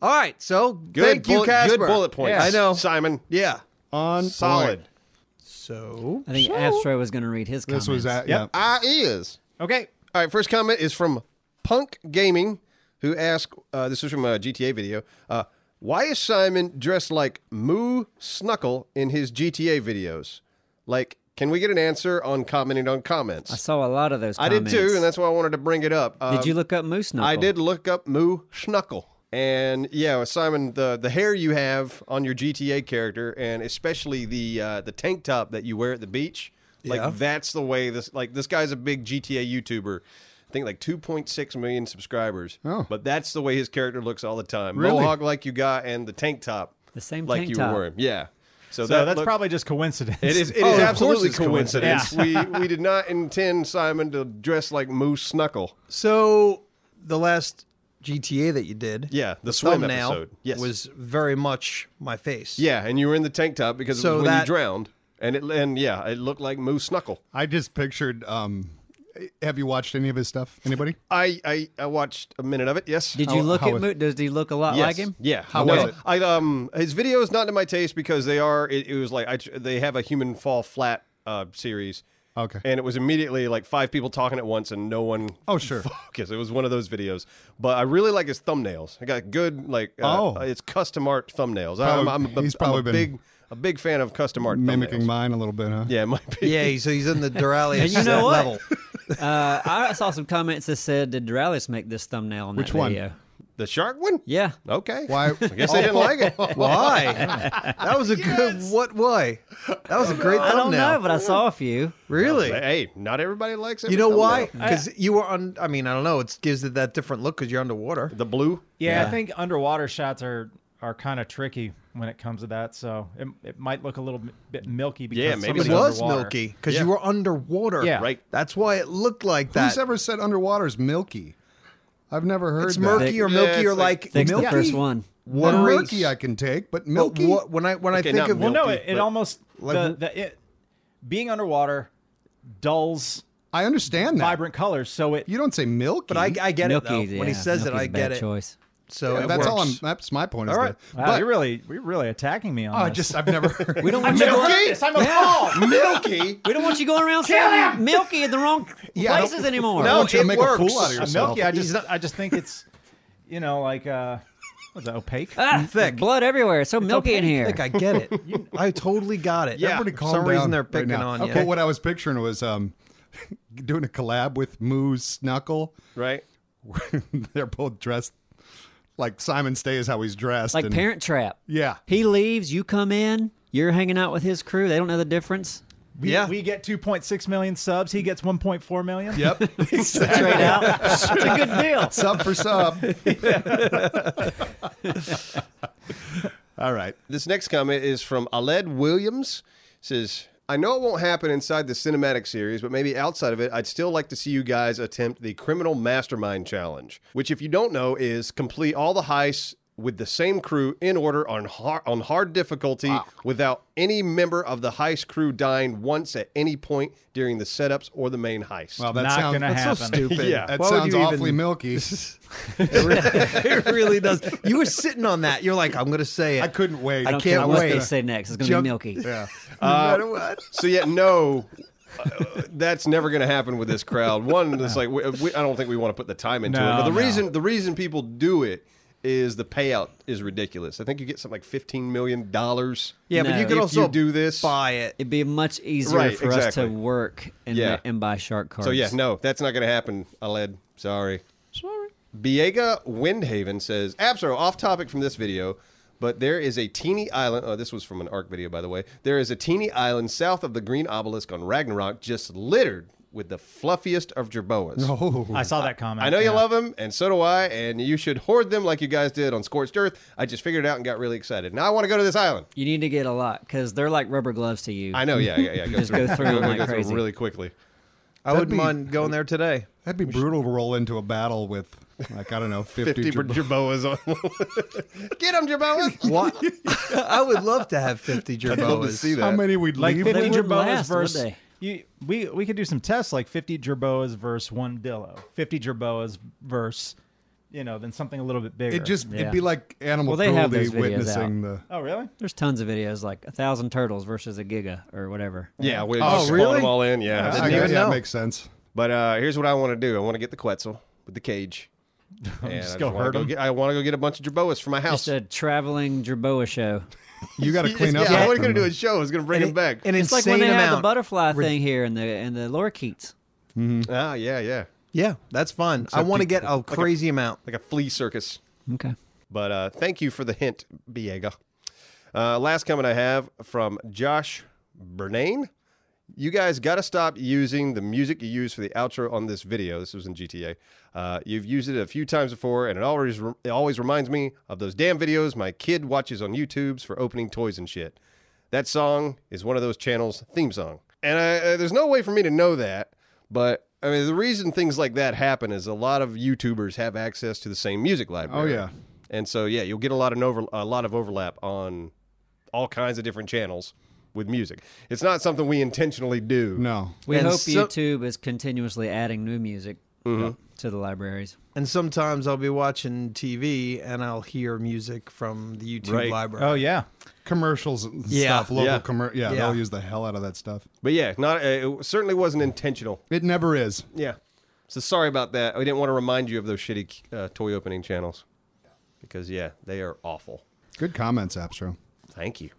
[SPEAKER 5] All right, so
[SPEAKER 4] Good
[SPEAKER 5] thank you,
[SPEAKER 4] bullet,
[SPEAKER 5] Casper.
[SPEAKER 4] Good bullet points.
[SPEAKER 5] Yeah, I know.
[SPEAKER 4] Simon.
[SPEAKER 5] Yeah.
[SPEAKER 1] On point.
[SPEAKER 4] Solid.
[SPEAKER 5] So
[SPEAKER 3] I think Astro was going to read his
[SPEAKER 1] This
[SPEAKER 3] comments.
[SPEAKER 1] was at
[SPEAKER 2] Yep.
[SPEAKER 1] yeah.
[SPEAKER 4] I is.
[SPEAKER 2] okay,
[SPEAKER 4] All right, first comment is from Punk Gaming, who asked, uh, this is from a GTA video, uh, why is Simon dressed like Moo Snuckle in his GTA videos? Like, can we get an answer on commenting on comments?
[SPEAKER 3] I saw a lot of those
[SPEAKER 4] I did
[SPEAKER 3] comments.
[SPEAKER 4] too, and that's why I wanted to bring it up. Um,
[SPEAKER 3] Did you look up Moose Knuckle?
[SPEAKER 4] I did look up Moo Schnuckle. And yeah, Simon, the, the hair you have on your GTA character, and especially the uh, the tank top that you wear at the beach, Like
[SPEAKER 5] Yeah.
[SPEAKER 4] that's the way this like this guy's a big GTA YouTuber. I think like 2.6 million subscribers.
[SPEAKER 1] Oh.
[SPEAKER 4] But that's the way his character looks all the time.
[SPEAKER 1] Really?
[SPEAKER 4] Mohawk like you got and the tank top.
[SPEAKER 3] The same
[SPEAKER 4] like
[SPEAKER 3] tank
[SPEAKER 4] you
[SPEAKER 3] top.
[SPEAKER 4] were wearing. Yeah. So,
[SPEAKER 2] So
[SPEAKER 4] that
[SPEAKER 2] that's
[SPEAKER 4] look-
[SPEAKER 2] probably just coincidence.
[SPEAKER 4] it is. It is
[SPEAKER 5] Oh, of course
[SPEAKER 4] absolutely
[SPEAKER 5] it's
[SPEAKER 4] coincidence.
[SPEAKER 5] coincidence.
[SPEAKER 4] we we did not intend Simon to dress like Moose Snuckle.
[SPEAKER 5] So the last GTA that you did,
[SPEAKER 4] Yeah, the swim
[SPEAKER 5] thumbnail
[SPEAKER 4] episode. Yes.
[SPEAKER 5] was very much my face.
[SPEAKER 4] Yeah, and you were in the tank top because it
[SPEAKER 5] So
[SPEAKER 4] was when you
[SPEAKER 5] that-
[SPEAKER 4] drowned, and it and yeah, it looked like Moose Snuckle.
[SPEAKER 1] I just pictured. Um, have you watched any of his stuff? Anybody?
[SPEAKER 4] I I, I watched a minute of it. Yes.
[SPEAKER 3] Did
[SPEAKER 1] How-
[SPEAKER 3] you look
[SPEAKER 1] how
[SPEAKER 3] at
[SPEAKER 1] is-
[SPEAKER 3] Mo- Does he look a lot
[SPEAKER 4] Yes.
[SPEAKER 3] like him?
[SPEAKER 4] Yeah.
[SPEAKER 1] How
[SPEAKER 4] No,
[SPEAKER 1] was it?
[SPEAKER 4] I um his videos not to my taste because they are it, it was like I tr- they have a human fall flat uh series.
[SPEAKER 1] Okay.
[SPEAKER 4] And it was immediately like five people talking at once and no one
[SPEAKER 1] Oh, sure.
[SPEAKER 4] focused. It was one of those videos. But I really like his thumbnails. I got good like uh,
[SPEAKER 1] Oh.
[SPEAKER 4] it's custom art thumbnails. I'm, I'm,
[SPEAKER 1] Probably- he's
[SPEAKER 4] I'm
[SPEAKER 1] probably
[SPEAKER 4] a
[SPEAKER 1] been
[SPEAKER 4] big a big fan of custom art
[SPEAKER 1] Mimicking
[SPEAKER 4] thumbnails.
[SPEAKER 1] mine a little bit, huh?
[SPEAKER 4] Yeah, it might be.
[SPEAKER 5] Yeah, he's- so he's in the Duralius
[SPEAKER 3] And you know what?
[SPEAKER 5] level.
[SPEAKER 3] Uh, I saw some comments that said, "Did Duralis make this thumbnail in
[SPEAKER 1] Which
[SPEAKER 3] that
[SPEAKER 1] one?
[SPEAKER 3] video?"
[SPEAKER 4] The shark one?
[SPEAKER 3] Yeah,
[SPEAKER 4] Okay.
[SPEAKER 1] Why?
[SPEAKER 4] I guess they didn't like it.
[SPEAKER 5] Why? that was a good what why? That was a great
[SPEAKER 3] I don't
[SPEAKER 5] thumbnail.
[SPEAKER 3] know, but I saw a few.
[SPEAKER 5] really?
[SPEAKER 4] Hey, not everybody likes it.
[SPEAKER 5] you know why? Because you were on. I mean, I don't know. It gives it that different look because you're underwater.
[SPEAKER 4] The blue?
[SPEAKER 2] Yeah,
[SPEAKER 3] Yeah.
[SPEAKER 2] I think underwater shots are are kind of tricky when it comes to that. So it, it might look a little mi- bit milky because
[SPEAKER 4] Yeah, maybe
[SPEAKER 5] It
[SPEAKER 2] somebody's
[SPEAKER 4] so.
[SPEAKER 5] was
[SPEAKER 2] underwater.
[SPEAKER 5] milky because
[SPEAKER 4] Yeah.
[SPEAKER 5] you were underwater.
[SPEAKER 2] Yeah.
[SPEAKER 4] Right.
[SPEAKER 5] That's why it looked like that.
[SPEAKER 1] Who's ever said underwater's milky? I've never heard
[SPEAKER 5] it's
[SPEAKER 1] that.
[SPEAKER 5] murky or
[SPEAKER 4] Yeah,
[SPEAKER 5] milky
[SPEAKER 4] it's
[SPEAKER 5] or
[SPEAKER 4] like-
[SPEAKER 5] like
[SPEAKER 3] That's
[SPEAKER 1] Milky?
[SPEAKER 3] the first one.
[SPEAKER 1] Well,
[SPEAKER 5] one race.
[SPEAKER 1] murky I can take, but
[SPEAKER 5] But
[SPEAKER 1] milky.
[SPEAKER 5] what- when I when
[SPEAKER 4] Okay,
[SPEAKER 5] I think
[SPEAKER 4] not
[SPEAKER 5] of
[SPEAKER 2] Well, no,
[SPEAKER 4] Milky,
[SPEAKER 2] it, it
[SPEAKER 4] but-
[SPEAKER 2] almost the,
[SPEAKER 5] Like-
[SPEAKER 2] the it, being underwater dulls
[SPEAKER 1] I understand that.
[SPEAKER 2] vibrant colors, so it
[SPEAKER 1] You don't say milky.
[SPEAKER 5] but I, I get
[SPEAKER 3] Milky,
[SPEAKER 5] it though.
[SPEAKER 3] yeah,
[SPEAKER 5] when he says it,
[SPEAKER 3] Milky's
[SPEAKER 5] I
[SPEAKER 3] a bad
[SPEAKER 5] get it.
[SPEAKER 3] Choice.
[SPEAKER 5] So
[SPEAKER 1] Yeah,
[SPEAKER 5] it
[SPEAKER 1] that's all.
[SPEAKER 5] works.
[SPEAKER 1] I'm. That's my point. Is
[SPEAKER 5] All right.
[SPEAKER 1] that-
[SPEAKER 2] Wow,
[SPEAKER 1] but
[SPEAKER 2] you're really you're really attacking me on
[SPEAKER 1] I
[SPEAKER 2] this.
[SPEAKER 1] just I've never.
[SPEAKER 3] We don't want you
[SPEAKER 4] Milky?
[SPEAKER 3] going.
[SPEAKER 4] Yes, I'm a ball. Milky.
[SPEAKER 3] We don't want you going around saying Milky at the wrong
[SPEAKER 1] Yeah, I don't-
[SPEAKER 3] places anymore.
[SPEAKER 1] I
[SPEAKER 5] No,
[SPEAKER 1] want you to
[SPEAKER 5] it
[SPEAKER 1] make a
[SPEAKER 5] works.
[SPEAKER 1] fool out of
[SPEAKER 2] Uh,
[SPEAKER 5] A
[SPEAKER 1] yourself.
[SPEAKER 2] milky. I
[SPEAKER 5] He's
[SPEAKER 2] just
[SPEAKER 5] not-
[SPEAKER 2] I just think it's you know like uh what's that, opaque.
[SPEAKER 3] Ah, there's blood everywhere. It's so milky in
[SPEAKER 5] I
[SPEAKER 3] here.
[SPEAKER 5] think I get it. I totally got it.
[SPEAKER 4] Yeah.
[SPEAKER 5] Everybody
[SPEAKER 1] Everybody
[SPEAKER 5] For
[SPEAKER 1] calm
[SPEAKER 5] some
[SPEAKER 1] down
[SPEAKER 5] reason, they're
[SPEAKER 1] right
[SPEAKER 5] picking
[SPEAKER 1] now.
[SPEAKER 5] on you.
[SPEAKER 1] But what I was picturing was um, doing a collab with Moose Snuckle.
[SPEAKER 4] Right.
[SPEAKER 1] They're both dressed like Simon Stays how he's dressed.
[SPEAKER 3] like
[SPEAKER 1] and-
[SPEAKER 3] Parent Trap.
[SPEAKER 1] Yeah.
[SPEAKER 3] He leaves. You come in. You're hanging out with his crew. They don't know the difference.
[SPEAKER 2] We,
[SPEAKER 5] Yeah.
[SPEAKER 2] we get 2.6 million subs. He gets 1.4 million.
[SPEAKER 1] Yep.
[SPEAKER 3] Straight out. it's a good deal.
[SPEAKER 1] sub for sub. All right.
[SPEAKER 4] This next comment is from Aled Williams. says, I know it won't happen inside the cinematic series, but maybe outside of it, I'd still like to see you guys attempt the Criminal Mastermind Challenge, which, if you don't know, is complete all the heists with the same crew in order on hard, on hard difficulty without any member of the heist crew dying once at any point during the setups or the main heist.
[SPEAKER 1] Well, that
[SPEAKER 2] Not
[SPEAKER 1] sounds
[SPEAKER 2] gonna
[SPEAKER 1] that's so
[SPEAKER 2] happen.
[SPEAKER 1] stupid.
[SPEAKER 4] Yeah.
[SPEAKER 1] That
[SPEAKER 5] Why would
[SPEAKER 1] sounds
[SPEAKER 5] you even-
[SPEAKER 1] awfully milky.
[SPEAKER 5] it really does. You were sitting on that. You're like, I'm going to say it.
[SPEAKER 1] I couldn't wait. I
[SPEAKER 5] I
[SPEAKER 3] I don't
[SPEAKER 5] can't
[SPEAKER 3] care what
[SPEAKER 5] wait.
[SPEAKER 3] they say next. It's going to
[SPEAKER 1] Jump-
[SPEAKER 3] be milky.
[SPEAKER 1] Yeah.
[SPEAKER 5] No matter what.
[SPEAKER 4] So yet, no, uh, that's never going to happen with this crowd. One, it's like we, we, I don't think we want to put the time into it.
[SPEAKER 2] No,
[SPEAKER 4] But the
[SPEAKER 2] no.
[SPEAKER 4] reason the reason people do it is the payout is ridiculous. I think you get something like fifteen million dollars.
[SPEAKER 5] Yeah, but
[SPEAKER 3] No.
[SPEAKER 5] you
[SPEAKER 4] If
[SPEAKER 5] could
[SPEAKER 4] you
[SPEAKER 5] also
[SPEAKER 4] do this-
[SPEAKER 5] Buy it.
[SPEAKER 3] It'd be much easier
[SPEAKER 4] Right,
[SPEAKER 3] for us
[SPEAKER 4] exactly.
[SPEAKER 3] to work and,
[SPEAKER 4] Yeah.
[SPEAKER 3] and buy shark cards.
[SPEAKER 4] So yeah, no, that's not going to happen. Aled, sorry.
[SPEAKER 3] Sorry.
[SPEAKER 4] Biega Windhaven says, apps are off topic from this video, but there is a teeny island. Oh, this was from an ARC video, by the way. There is a teeny island south of the Green Obelisk on Ragnarok just littered with the fluffiest of jerboas.
[SPEAKER 2] I saw that comment.
[SPEAKER 4] I know you
[SPEAKER 2] yeah.
[SPEAKER 4] love them, and so do I, and you should hoard them like you guys did on Scorched Earth. I just figured it out and got really excited. Now I want to go to this island.
[SPEAKER 3] You need to get a lot because they're like rubber gloves to you.
[SPEAKER 4] I know, yeah, yeah, yeah. Go
[SPEAKER 3] Just go through 'em like crazy.
[SPEAKER 4] really quickly.
[SPEAKER 5] I wouldn't
[SPEAKER 1] be-
[SPEAKER 5] mind going there today.
[SPEAKER 1] That'd be brutal to roll into a battle with, like, I don't know, 50,
[SPEAKER 4] 50
[SPEAKER 1] Jab-
[SPEAKER 4] jerboas on. Get them, jerboas!
[SPEAKER 5] What? I would love to have 50
[SPEAKER 4] I'd love to see
[SPEAKER 5] jerboas.
[SPEAKER 4] that.
[SPEAKER 1] How many we'd
[SPEAKER 2] like
[SPEAKER 1] leave
[SPEAKER 2] 50
[SPEAKER 1] with?
[SPEAKER 3] wouldn't
[SPEAKER 2] jerboas
[SPEAKER 3] last, would
[SPEAKER 2] versus
[SPEAKER 3] they?
[SPEAKER 2] you, we we could do some tests like 50 jerboas versus one dillo 50 jerboas versus you know then something a little bit bigger
[SPEAKER 1] It just,
[SPEAKER 3] Yeah.
[SPEAKER 1] it'd be like animal
[SPEAKER 3] Well, they have
[SPEAKER 1] cruelty
[SPEAKER 3] those videos
[SPEAKER 1] witnessing the.
[SPEAKER 2] oh really
[SPEAKER 3] There's tons of videos like a thousand turtles versus a giga or whatever.
[SPEAKER 4] Yeah, we
[SPEAKER 5] Oh,
[SPEAKER 4] just spawn
[SPEAKER 5] really?
[SPEAKER 4] them all in. Yeah,
[SPEAKER 1] I
[SPEAKER 5] even
[SPEAKER 1] guess, yeah,
[SPEAKER 5] know.
[SPEAKER 1] it makes sense.
[SPEAKER 4] But uh, here's what I want to do. I want to get the Quetzal with the cage. And I
[SPEAKER 2] go
[SPEAKER 4] wanna
[SPEAKER 2] herd 'em.
[SPEAKER 4] Get, I want to go get a bunch of jerboas for my house.
[SPEAKER 3] Just a traveling jerboa show.
[SPEAKER 1] You got to clean up.
[SPEAKER 4] yeah, I was
[SPEAKER 1] after
[SPEAKER 4] going to do
[SPEAKER 1] them.
[SPEAKER 4] a show. I was going to bring them back.
[SPEAKER 5] An
[SPEAKER 3] It's
[SPEAKER 5] insane
[SPEAKER 3] like when they have
[SPEAKER 5] amount.
[SPEAKER 3] the butterfly thing here and the and the lorikeets.
[SPEAKER 4] ah, yeah, yeah.
[SPEAKER 5] yeah, that's fun. I want to get a crazy amount.
[SPEAKER 4] Like a flea circus.
[SPEAKER 3] Okay.
[SPEAKER 4] But uh, thank you for the hint, Biega. Uh, last comment I have from Josh Bernane. you guys got to stop using the music you use for the outro on this video. This was in GTA. Uh, you've used it a few times before, and it always it always reminds me of those damn videos my kid watches on YouTube's for opening toys and shit. That song is one of those channels' theme song, and I, I, there's no way for me to know that. But I mean, the reason things like that happen is a lot of YouTubers have access to the same music library.
[SPEAKER 1] Oh, yeah.
[SPEAKER 4] and so yeah, you'll get a lot of over, a lot of overlap on all kinds of different channels with music. It's not something we intentionally do.
[SPEAKER 1] No.
[SPEAKER 3] We
[SPEAKER 5] And
[SPEAKER 3] hope
[SPEAKER 5] so-
[SPEAKER 3] YouTube is continuously adding new music to the libraries.
[SPEAKER 5] And sometimes I'll be watching TV and I'll hear music from the YouTube
[SPEAKER 4] Right.
[SPEAKER 5] library.
[SPEAKER 2] Oh yeah.
[SPEAKER 1] Commercials and
[SPEAKER 5] Yeah.
[SPEAKER 1] stuff, local
[SPEAKER 4] Yeah.
[SPEAKER 1] yeah. yeah,
[SPEAKER 5] Yeah.
[SPEAKER 1] they'll use the hell out of that stuff.
[SPEAKER 4] But yeah, not uh, it certainly wasn't intentional.
[SPEAKER 1] It never is.
[SPEAKER 4] Yeah. So sorry about that. We didn't want to remind you of those shitty uh, toy opening channels because yeah, they are awful.
[SPEAKER 1] Good comments, Abstro.
[SPEAKER 4] Thank you.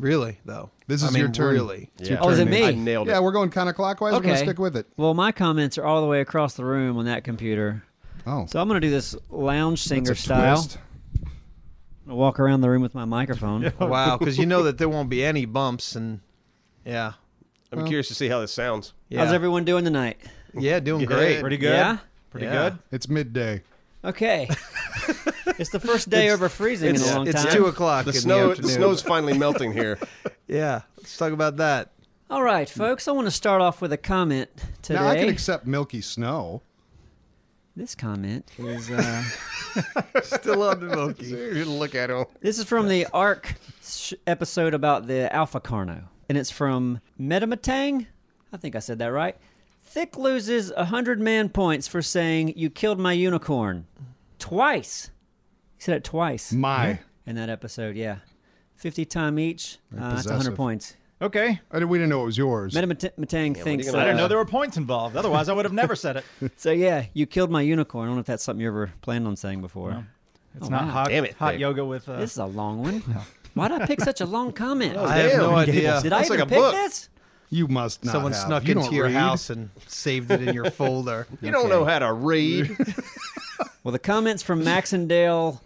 [SPEAKER 5] Really though.
[SPEAKER 1] This
[SPEAKER 5] I
[SPEAKER 1] is
[SPEAKER 5] mean,
[SPEAKER 1] your turn.
[SPEAKER 5] Really.
[SPEAKER 1] It's your
[SPEAKER 4] Yeah.
[SPEAKER 3] Oh, is
[SPEAKER 1] turn,
[SPEAKER 3] it
[SPEAKER 1] Nate.
[SPEAKER 3] me?
[SPEAKER 4] I nailed it.
[SPEAKER 1] Yeah, we're going kind of clockwise. We're going to
[SPEAKER 3] Okay.
[SPEAKER 1] stick with it.
[SPEAKER 3] Well, my comments are all the way across the room on that computer.
[SPEAKER 1] Oh,
[SPEAKER 3] So I'm going to do this lounge
[SPEAKER 1] that's
[SPEAKER 3] singer
[SPEAKER 1] a
[SPEAKER 3] style.
[SPEAKER 1] twist.
[SPEAKER 3] I'm gonna walk around the room with my microphone.
[SPEAKER 5] Wow, because you know that there won't be any bumps and yeah.
[SPEAKER 4] I'm curious to see how this sounds.
[SPEAKER 5] Yeah.
[SPEAKER 3] How's everyone doing tonight?
[SPEAKER 5] yeah, doing
[SPEAKER 4] Yeah.
[SPEAKER 5] great.
[SPEAKER 2] Pretty good.
[SPEAKER 3] Yeah?
[SPEAKER 2] Pretty
[SPEAKER 5] Yeah.
[SPEAKER 2] good.
[SPEAKER 1] It's midday.
[SPEAKER 3] Okay. it's the first day over freezing in a long
[SPEAKER 5] It's
[SPEAKER 3] time.
[SPEAKER 5] two o'clock.
[SPEAKER 4] The
[SPEAKER 5] in
[SPEAKER 4] snow,
[SPEAKER 5] the,
[SPEAKER 4] the
[SPEAKER 5] afternoon.
[SPEAKER 4] snow's finally melting here.
[SPEAKER 5] Yeah, let's talk about that.
[SPEAKER 3] All right, folks. I want to start off with a comment today.
[SPEAKER 1] Now I can accept milky snow.
[SPEAKER 3] this comment is uh,
[SPEAKER 5] Still on the Milky.
[SPEAKER 4] You look at him.
[SPEAKER 3] this is from the Arc sh- episode about the Alpha Carno, and it's from Metamatang. I think I said that right. Thick loses hundred man points for saying you killed my unicorn twice. He said it twice
[SPEAKER 1] My,
[SPEAKER 3] in that episode. Yeah, fifty time each. Uh, that's
[SPEAKER 1] possessive.
[SPEAKER 3] hundred points.
[SPEAKER 2] Okay.
[SPEAKER 1] I didn't- we didn't know it was yours.
[SPEAKER 3] Metamatang thinks.
[SPEAKER 4] gonna-
[SPEAKER 2] I didn't
[SPEAKER 3] uh,
[SPEAKER 2] know there were points involved. Otherwise, I would have never said it. It's
[SPEAKER 3] So yeah, you killed my unicorn. I don't know if that's something you ever planned on saying before. Oh,
[SPEAKER 2] not
[SPEAKER 3] wow.
[SPEAKER 2] hot.
[SPEAKER 4] Damn it,
[SPEAKER 2] hot
[SPEAKER 4] Dave.
[SPEAKER 2] yoga with. Uh,
[SPEAKER 3] This is a long one. Why did I pick such a long comment?
[SPEAKER 5] I have
[SPEAKER 4] Damn.
[SPEAKER 5] no idea.
[SPEAKER 3] Did I
[SPEAKER 4] That's
[SPEAKER 3] even
[SPEAKER 4] like a
[SPEAKER 3] pick
[SPEAKER 4] book.
[SPEAKER 3] this?
[SPEAKER 1] you must not.
[SPEAKER 5] Someone
[SPEAKER 1] have.
[SPEAKER 5] snuck
[SPEAKER 1] You
[SPEAKER 5] into
[SPEAKER 1] don't
[SPEAKER 5] your
[SPEAKER 1] read.
[SPEAKER 5] house and saved it in your folder.
[SPEAKER 4] You don't know how to read.
[SPEAKER 3] Well, the comments from Max and Dale,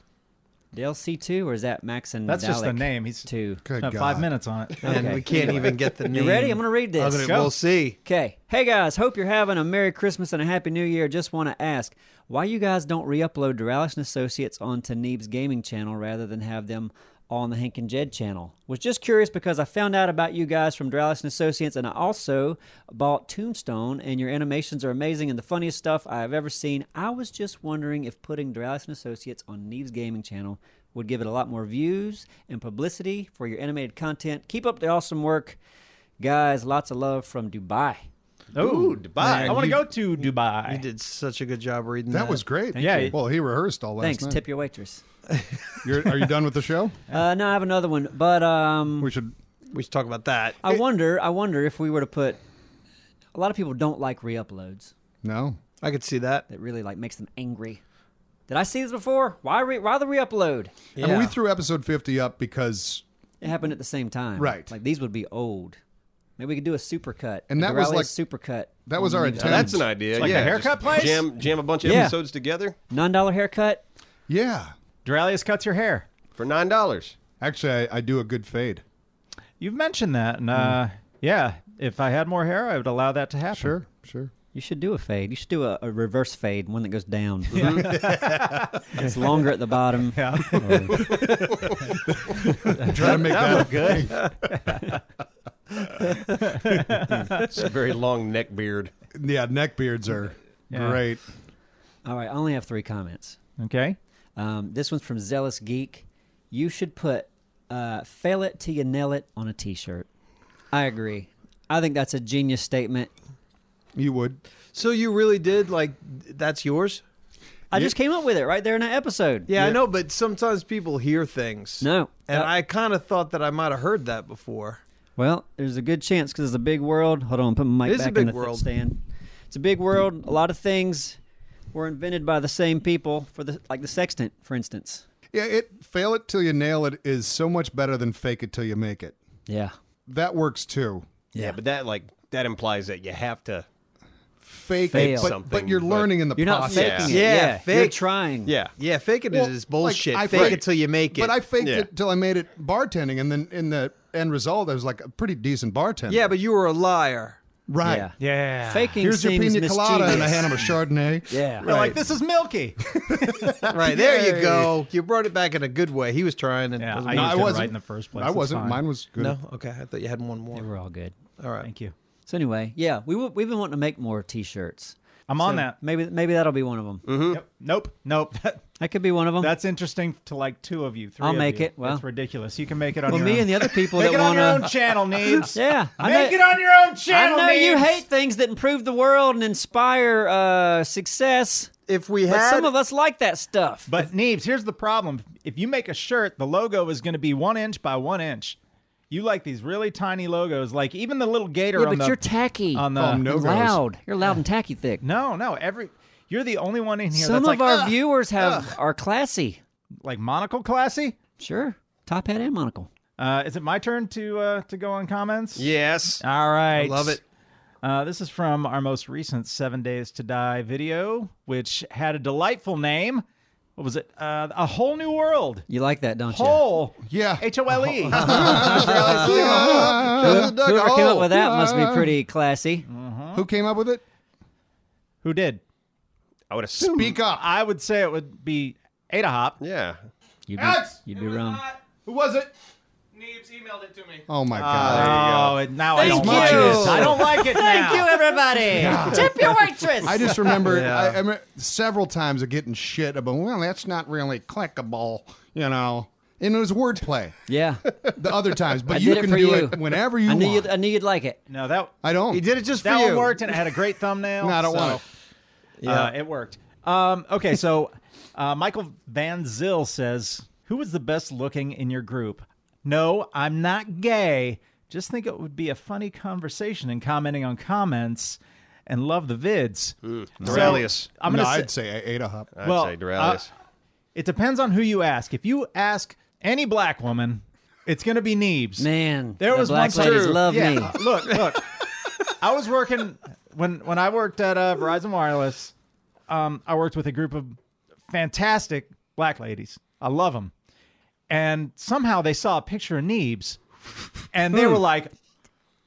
[SPEAKER 3] Dale C two, or is that Max and
[SPEAKER 2] that's just the
[SPEAKER 3] Dalek
[SPEAKER 2] name. He's
[SPEAKER 3] Two.
[SPEAKER 1] Good
[SPEAKER 2] spent
[SPEAKER 1] God.
[SPEAKER 2] five minutes on it.
[SPEAKER 5] And
[SPEAKER 3] Okay.
[SPEAKER 5] we can't even get the name.
[SPEAKER 3] You ready? I'm gonna read this.
[SPEAKER 5] I'm gonna-
[SPEAKER 2] Go.
[SPEAKER 5] We'll see.
[SPEAKER 3] Okay. Hey guys, hope you're having a Merry Christmas and a Happy New Year. Just want to ask why you guys don't re-upload Duralis and Associates onto Neeb's gaming channel rather than have them on the Hank and Jed channel. Was just curious because I found out about you guys from Duralis and Associates, and I also bought Tombstone, and your animations are amazing and the funniest stuff I have ever seen. I was just wondering if putting Duralis and Associates on Neeb's gaming channel would give it a lot more views and publicity for your animated content. Keep up the awesome work. Guys, lots of love from Dubai.
[SPEAKER 2] Ooh,
[SPEAKER 4] Dubai.
[SPEAKER 2] I want to
[SPEAKER 5] you-
[SPEAKER 2] go to Dubai.
[SPEAKER 5] You did such a good job reading that.
[SPEAKER 1] That was great.
[SPEAKER 2] Yeah, you.
[SPEAKER 1] Well, he rehearsed all last
[SPEAKER 3] Thanks.
[SPEAKER 1] night.
[SPEAKER 3] Tip your waitress.
[SPEAKER 1] You're, are you done with the show?
[SPEAKER 3] Uh, no, I have another one, but um,
[SPEAKER 1] We should.
[SPEAKER 5] We should talk about that.
[SPEAKER 3] I wonder. I wonder if we were to put. A lot of people don't like re-uploads.
[SPEAKER 1] No.
[SPEAKER 5] I could see that.
[SPEAKER 3] That really like makes them angry. Did I see this before? Why re- why the re-upload?
[SPEAKER 1] I mean, we
[SPEAKER 5] Yeah.
[SPEAKER 1] threw episode 50 up because,
[SPEAKER 3] It happened at the same time,
[SPEAKER 1] Right.
[SPEAKER 3] Like these would be old. Maybe we could do a supercut.
[SPEAKER 1] And that was
[SPEAKER 3] super cut.
[SPEAKER 1] that was our
[SPEAKER 4] Now,
[SPEAKER 1] attempt.
[SPEAKER 4] that's an idea.
[SPEAKER 2] like a
[SPEAKER 4] yeah,
[SPEAKER 2] haircut
[SPEAKER 4] just
[SPEAKER 2] place?
[SPEAKER 4] Jam, jam a bunch of
[SPEAKER 3] Yeah.
[SPEAKER 4] episodes together
[SPEAKER 3] Nine dollar haircut.
[SPEAKER 1] yeah.
[SPEAKER 2] Duralius cuts your hair.
[SPEAKER 4] for nine dollars.
[SPEAKER 1] Actually, I, I do a good fade.
[SPEAKER 2] You've mentioned that, and uh, yeah, if I had more hair, I would allow that to happen.
[SPEAKER 1] Sure, sure.
[SPEAKER 3] You should do a fade. You should do a, a reverse fade, one that goes down. it's longer at the bottom.
[SPEAKER 2] Yeah.
[SPEAKER 1] Try to make that.
[SPEAKER 2] good.
[SPEAKER 4] It's a very long neck beard.
[SPEAKER 1] Yeah, neck beards are
[SPEAKER 2] Yeah.
[SPEAKER 1] great.
[SPEAKER 3] All right, I only have three comments.
[SPEAKER 2] Okay.
[SPEAKER 3] Um, this one's from Zealous Geek. You should put uh, "Fail it till you nail it" on a T-shirt. I agree. I think that's a genius statement.
[SPEAKER 1] You would.
[SPEAKER 5] So you really did like that's yours?
[SPEAKER 3] I just came up with it right there in that episode.
[SPEAKER 5] Yeah, I know, but sometimes people hear things.
[SPEAKER 3] No.
[SPEAKER 5] And
[SPEAKER 3] Uh,
[SPEAKER 5] I kind of thought that I might have heard that before.
[SPEAKER 3] Well, there's a good chance because it's a big world. Hold on, put my mic
[SPEAKER 5] It is a
[SPEAKER 3] back
[SPEAKER 5] big
[SPEAKER 3] in the thi-
[SPEAKER 5] world.
[SPEAKER 3] stand. It's a big world. A lot of things were invented by the same people. For the like the sextant, for instance.
[SPEAKER 1] Yeah, it fail it till you nail it is so much better than fake it till you make it.
[SPEAKER 3] Yeah.
[SPEAKER 1] That works too.
[SPEAKER 4] Yeah. but that like that implies that you have to.
[SPEAKER 1] Fake
[SPEAKER 3] Fail.
[SPEAKER 1] it, but, but
[SPEAKER 4] Something,
[SPEAKER 1] you're
[SPEAKER 4] but-
[SPEAKER 1] learning in the
[SPEAKER 3] You're not
[SPEAKER 1] process.
[SPEAKER 3] faking it.
[SPEAKER 5] Yeah,
[SPEAKER 3] You're
[SPEAKER 5] fake-
[SPEAKER 3] trying.
[SPEAKER 4] Yeah,
[SPEAKER 5] Yeah, faking
[SPEAKER 1] Well,
[SPEAKER 5] it is
[SPEAKER 1] like,
[SPEAKER 5] bullshit.
[SPEAKER 1] I
[SPEAKER 5] Fake
[SPEAKER 1] faked-
[SPEAKER 5] it till you make it.
[SPEAKER 1] But I faked
[SPEAKER 4] Yeah.
[SPEAKER 1] it till I made it bartending, and then in the end result, I was like a pretty decent bartender.
[SPEAKER 5] Yeah, but you were a liar.
[SPEAKER 1] right.
[SPEAKER 3] Yeah.
[SPEAKER 2] Yeah.
[SPEAKER 3] Faking
[SPEAKER 1] Here's your
[SPEAKER 3] seems
[SPEAKER 1] pina colada, and I
[SPEAKER 3] mischievous.
[SPEAKER 1] hand him a Chardonnay.
[SPEAKER 3] Yeah.
[SPEAKER 2] They're like, this is milky.
[SPEAKER 5] Right, there you go. You brought it back in a good way. He was trying and
[SPEAKER 2] Yeah,
[SPEAKER 5] doesn't
[SPEAKER 2] I
[SPEAKER 5] mean-
[SPEAKER 2] used
[SPEAKER 1] I
[SPEAKER 2] it
[SPEAKER 1] wasn't.
[SPEAKER 2] right in the first place.
[SPEAKER 1] I
[SPEAKER 2] It's
[SPEAKER 1] wasn't.
[SPEAKER 2] fine.
[SPEAKER 1] Mine was good.
[SPEAKER 5] No, okay. I thought you had one more.
[SPEAKER 3] We're all good.
[SPEAKER 5] All right.
[SPEAKER 2] Thank you.
[SPEAKER 3] So anyway, yeah, we w- we've been wanting to make more T-shirts.
[SPEAKER 2] I'm
[SPEAKER 3] So
[SPEAKER 2] on that.
[SPEAKER 3] Maybe maybe that'll be one of them.
[SPEAKER 2] Yep. Nope. Nope.
[SPEAKER 3] That could be one of them.
[SPEAKER 2] That's interesting to like two of you. Three
[SPEAKER 3] I'll
[SPEAKER 2] of
[SPEAKER 3] make
[SPEAKER 2] you.
[SPEAKER 3] it. Well-
[SPEAKER 2] That's ridiculous. You can make it on
[SPEAKER 3] well,
[SPEAKER 2] your
[SPEAKER 3] me
[SPEAKER 2] own.
[SPEAKER 3] and the other people
[SPEAKER 2] Make
[SPEAKER 3] that
[SPEAKER 2] it on
[SPEAKER 3] want
[SPEAKER 2] your own
[SPEAKER 3] to.
[SPEAKER 2] channel, Neves.
[SPEAKER 3] Yeah, I
[SPEAKER 2] Make
[SPEAKER 3] know-
[SPEAKER 2] it on your own
[SPEAKER 3] I
[SPEAKER 2] channel,
[SPEAKER 3] know you
[SPEAKER 2] Neves.
[SPEAKER 3] hate things that improve the world and inspire uh, success,
[SPEAKER 5] If we
[SPEAKER 3] but
[SPEAKER 5] had
[SPEAKER 3] some of us like that stuff.
[SPEAKER 2] But Neves, here's the problem. If you make a shirt, the logo is going to be one inch by one inch. You like these really tiny logos, like even the little gator
[SPEAKER 3] yeah,
[SPEAKER 2] on
[SPEAKER 3] but
[SPEAKER 2] the
[SPEAKER 3] you're tacky.
[SPEAKER 2] on the
[SPEAKER 1] Oh, no
[SPEAKER 3] You're
[SPEAKER 1] goes.
[SPEAKER 3] loud. You're loud and tacky thick.
[SPEAKER 2] no no every. You're the only one in here
[SPEAKER 3] some of
[SPEAKER 2] that's like
[SPEAKER 3] our
[SPEAKER 2] "Ugh,"
[SPEAKER 3] viewers have are classy.
[SPEAKER 2] like monocle classy.
[SPEAKER 3] Sure, top hat and monocle.
[SPEAKER 2] Uh, is it my turn to uh, to go on comments?
[SPEAKER 4] Yes.
[SPEAKER 2] All right.
[SPEAKER 5] love it.
[SPEAKER 2] Uh, this is from our most recent Seven Days to Die video, which had a delightful name. What was it? Uh, a Whole New World.
[SPEAKER 3] You like that, don't you?
[SPEAKER 2] Whole.
[SPEAKER 1] Yeah.
[SPEAKER 2] H O L E.
[SPEAKER 4] Cousin Doug,
[SPEAKER 3] Whoever came up
[SPEAKER 4] oh.
[SPEAKER 3] with that must be pretty classy.
[SPEAKER 2] Mm.
[SPEAKER 1] Who came up with it?
[SPEAKER 2] Who did?
[SPEAKER 4] I would assume.
[SPEAKER 1] Speak up.
[SPEAKER 2] I would say it would be Ada Hop.
[SPEAKER 4] Yeah.
[SPEAKER 3] You'd be,
[SPEAKER 1] Yes!
[SPEAKER 3] you'd be wrong.
[SPEAKER 1] Who was it?
[SPEAKER 6] Neebs emailed it to me.
[SPEAKER 1] Oh my god!
[SPEAKER 2] Oh, and now I
[SPEAKER 3] Thank
[SPEAKER 2] don't like
[SPEAKER 3] you.
[SPEAKER 2] this. I don't like it now.
[SPEAKER 3] Thank you, everybody. Tip your waitress.
[SPEAKER 1] I just remember I, I remember several times of getting shit about. Well, that's not really clickable, you know. And it was wordplay
[SPEAKER 3] yeah,
[SPEAKER 1] the other times, but
[SPEAKER 3] I
[SPEAKER 1] you
[SPEAKER 3] did it
[SPEAKER 1] can
[SPEAKER 3] for
[SPEAKER 1] do
[SPEAKER 3] you.
[SPEAKER 1] it whenever you
[SPEAKER 3] I knew
[SPEAKER 1] want.
[SPEAKER 3] you'd, I knew you'd like it.
[SPEAKER 2] No, that
[SPEAKER 1] I don't.
[SPEAKER 5] He did it just for
[SPEAKER 2] that
[SPEAKER 5] you.
[SPEAKER 2] one worked and it had a great thumbnail.
[SPEAKER 1] No, I don't
[SPEAKER 2] so,
[SPEAKER 1] want it.
[SPEAKER 2] Yeah, Uh, it worked. Um, okay, so uh, Michael Van Zyl says, "Who was the best looking in your group?" No, I'm not gay. Just think it would be a funny conversation and commenting on comments, and love the vids. So,
[SPEAKER 4] Aurelius.
[SPEAKER 2] I'm
[SPEAKER 1] no,
[SPEAKER 2] gonna say,
[SPEAKER 1] I'd say A- Ada Hop.
[SPEAKER 4] I'd
[SPEAKER 2] well,
[SPEAKER 4] say Doralius.
[SPEAKER 2] uh, it depends on who you ask. If you ask any black woman, it's going to be Neebs.
[SPEAKER 3] Man,
[SPEAKER 2] There
[SPEAKER 3] the
[SPEAKER 2] was
[SPEAKER 3] black
[SPEAKER 2] one
[SPEAKER 3] ladies
[SPEAKER 2] true.
[SPEAKER 3] love
[SPEAKER 2] yeah.
[SPEAKER 3] me.
[SPEAKER 2] Look, look. I was working when when I worked at uh, Verizon Wireless. Um, I worked with a group of fantastic black ladies. I love them, and somehow they saw a picture of Neebs, and they were like,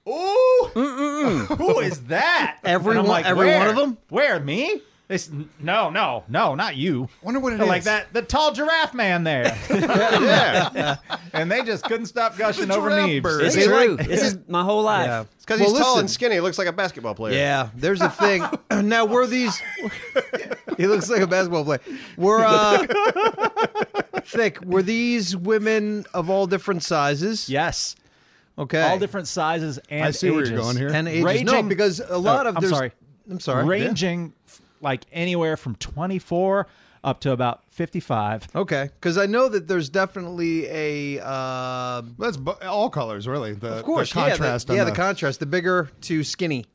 [SPEAKER 2] "Ooh, who is that?"
[SPEAKER 5] Every
[SPEAKER 2] And I'm
[SPEAKER 5] one-
[SPEAKER 2] like,
[SPEAKER 5] every one of
[SPEAKER 2] "Where?
[SPEAKER 5] them?"
[SPEAKER 2] Where me? They s- no, no, no, not you.
[SPEAKER 1] Wonder what it
[SPEAKER 2] They're like
[SPEAKER 1] is.
[SPEAKER 2] that the tall giraffe man there,
[SPEAKER 4] yeah.
[SPEAKER 2] and they just couldn't stop gushing over
[SPEAKER 1] giraffe
[SPEAKER 2] Neebs.
[SPEAKER 1] bird.
[SPEAKER 3] It's
[SPEAKER 5] Is it
[SPEAKER 3] true.
[SPEAKER 5] like-
[SPEAKER 3] This is my whole life.
[SPEAKER 5] Yeah.
[SPEAKER 4] It's because he's tall and skinny. He looks like a basketball player.
[SPEAKER 5] Yeah, there's a thing. now were these? he looks like a basketball player. Were uh, thick? Were these women of all different sizes?
[SPEAKER 2] Yes.
[SPEAKER 5] Okay.
[SPEAKER 2] all different sizes and
[SPEAKER 1] I see where you're
[SPEAKER 2] ages.
[SPEAKER 1] going here.
[SPEAKER 5] and ages. no,
[SPEAKER 2] Raging-
[SPEAKER 5] because a lot
[SPEAKER 2] Oh,
[SPEAKER 5] of
[SPEAKER 2] I'm
[SPEAKER 5] there's-
[SPEAKER 2] sorry.
[SPEAKER 5] I'm sorry.
[SPEAKER 2] Ranging f- like anywhere from 24 up to about 55.
[SPEAKER 5] Okay, because I know that there's definitely a uh,
[SPEAKER 1] That's bu- all colors, really. The,
[SPEAKER 5] of course
[SPEAKER 1] the
[SPEAKER 5] yeah, the-
[SPEAKER 1] contrast.
[SPEAKER 5] Yeah,
[SPEAKER 1] on
[SPEAKER 5] the, contrast. The bigger to skinny.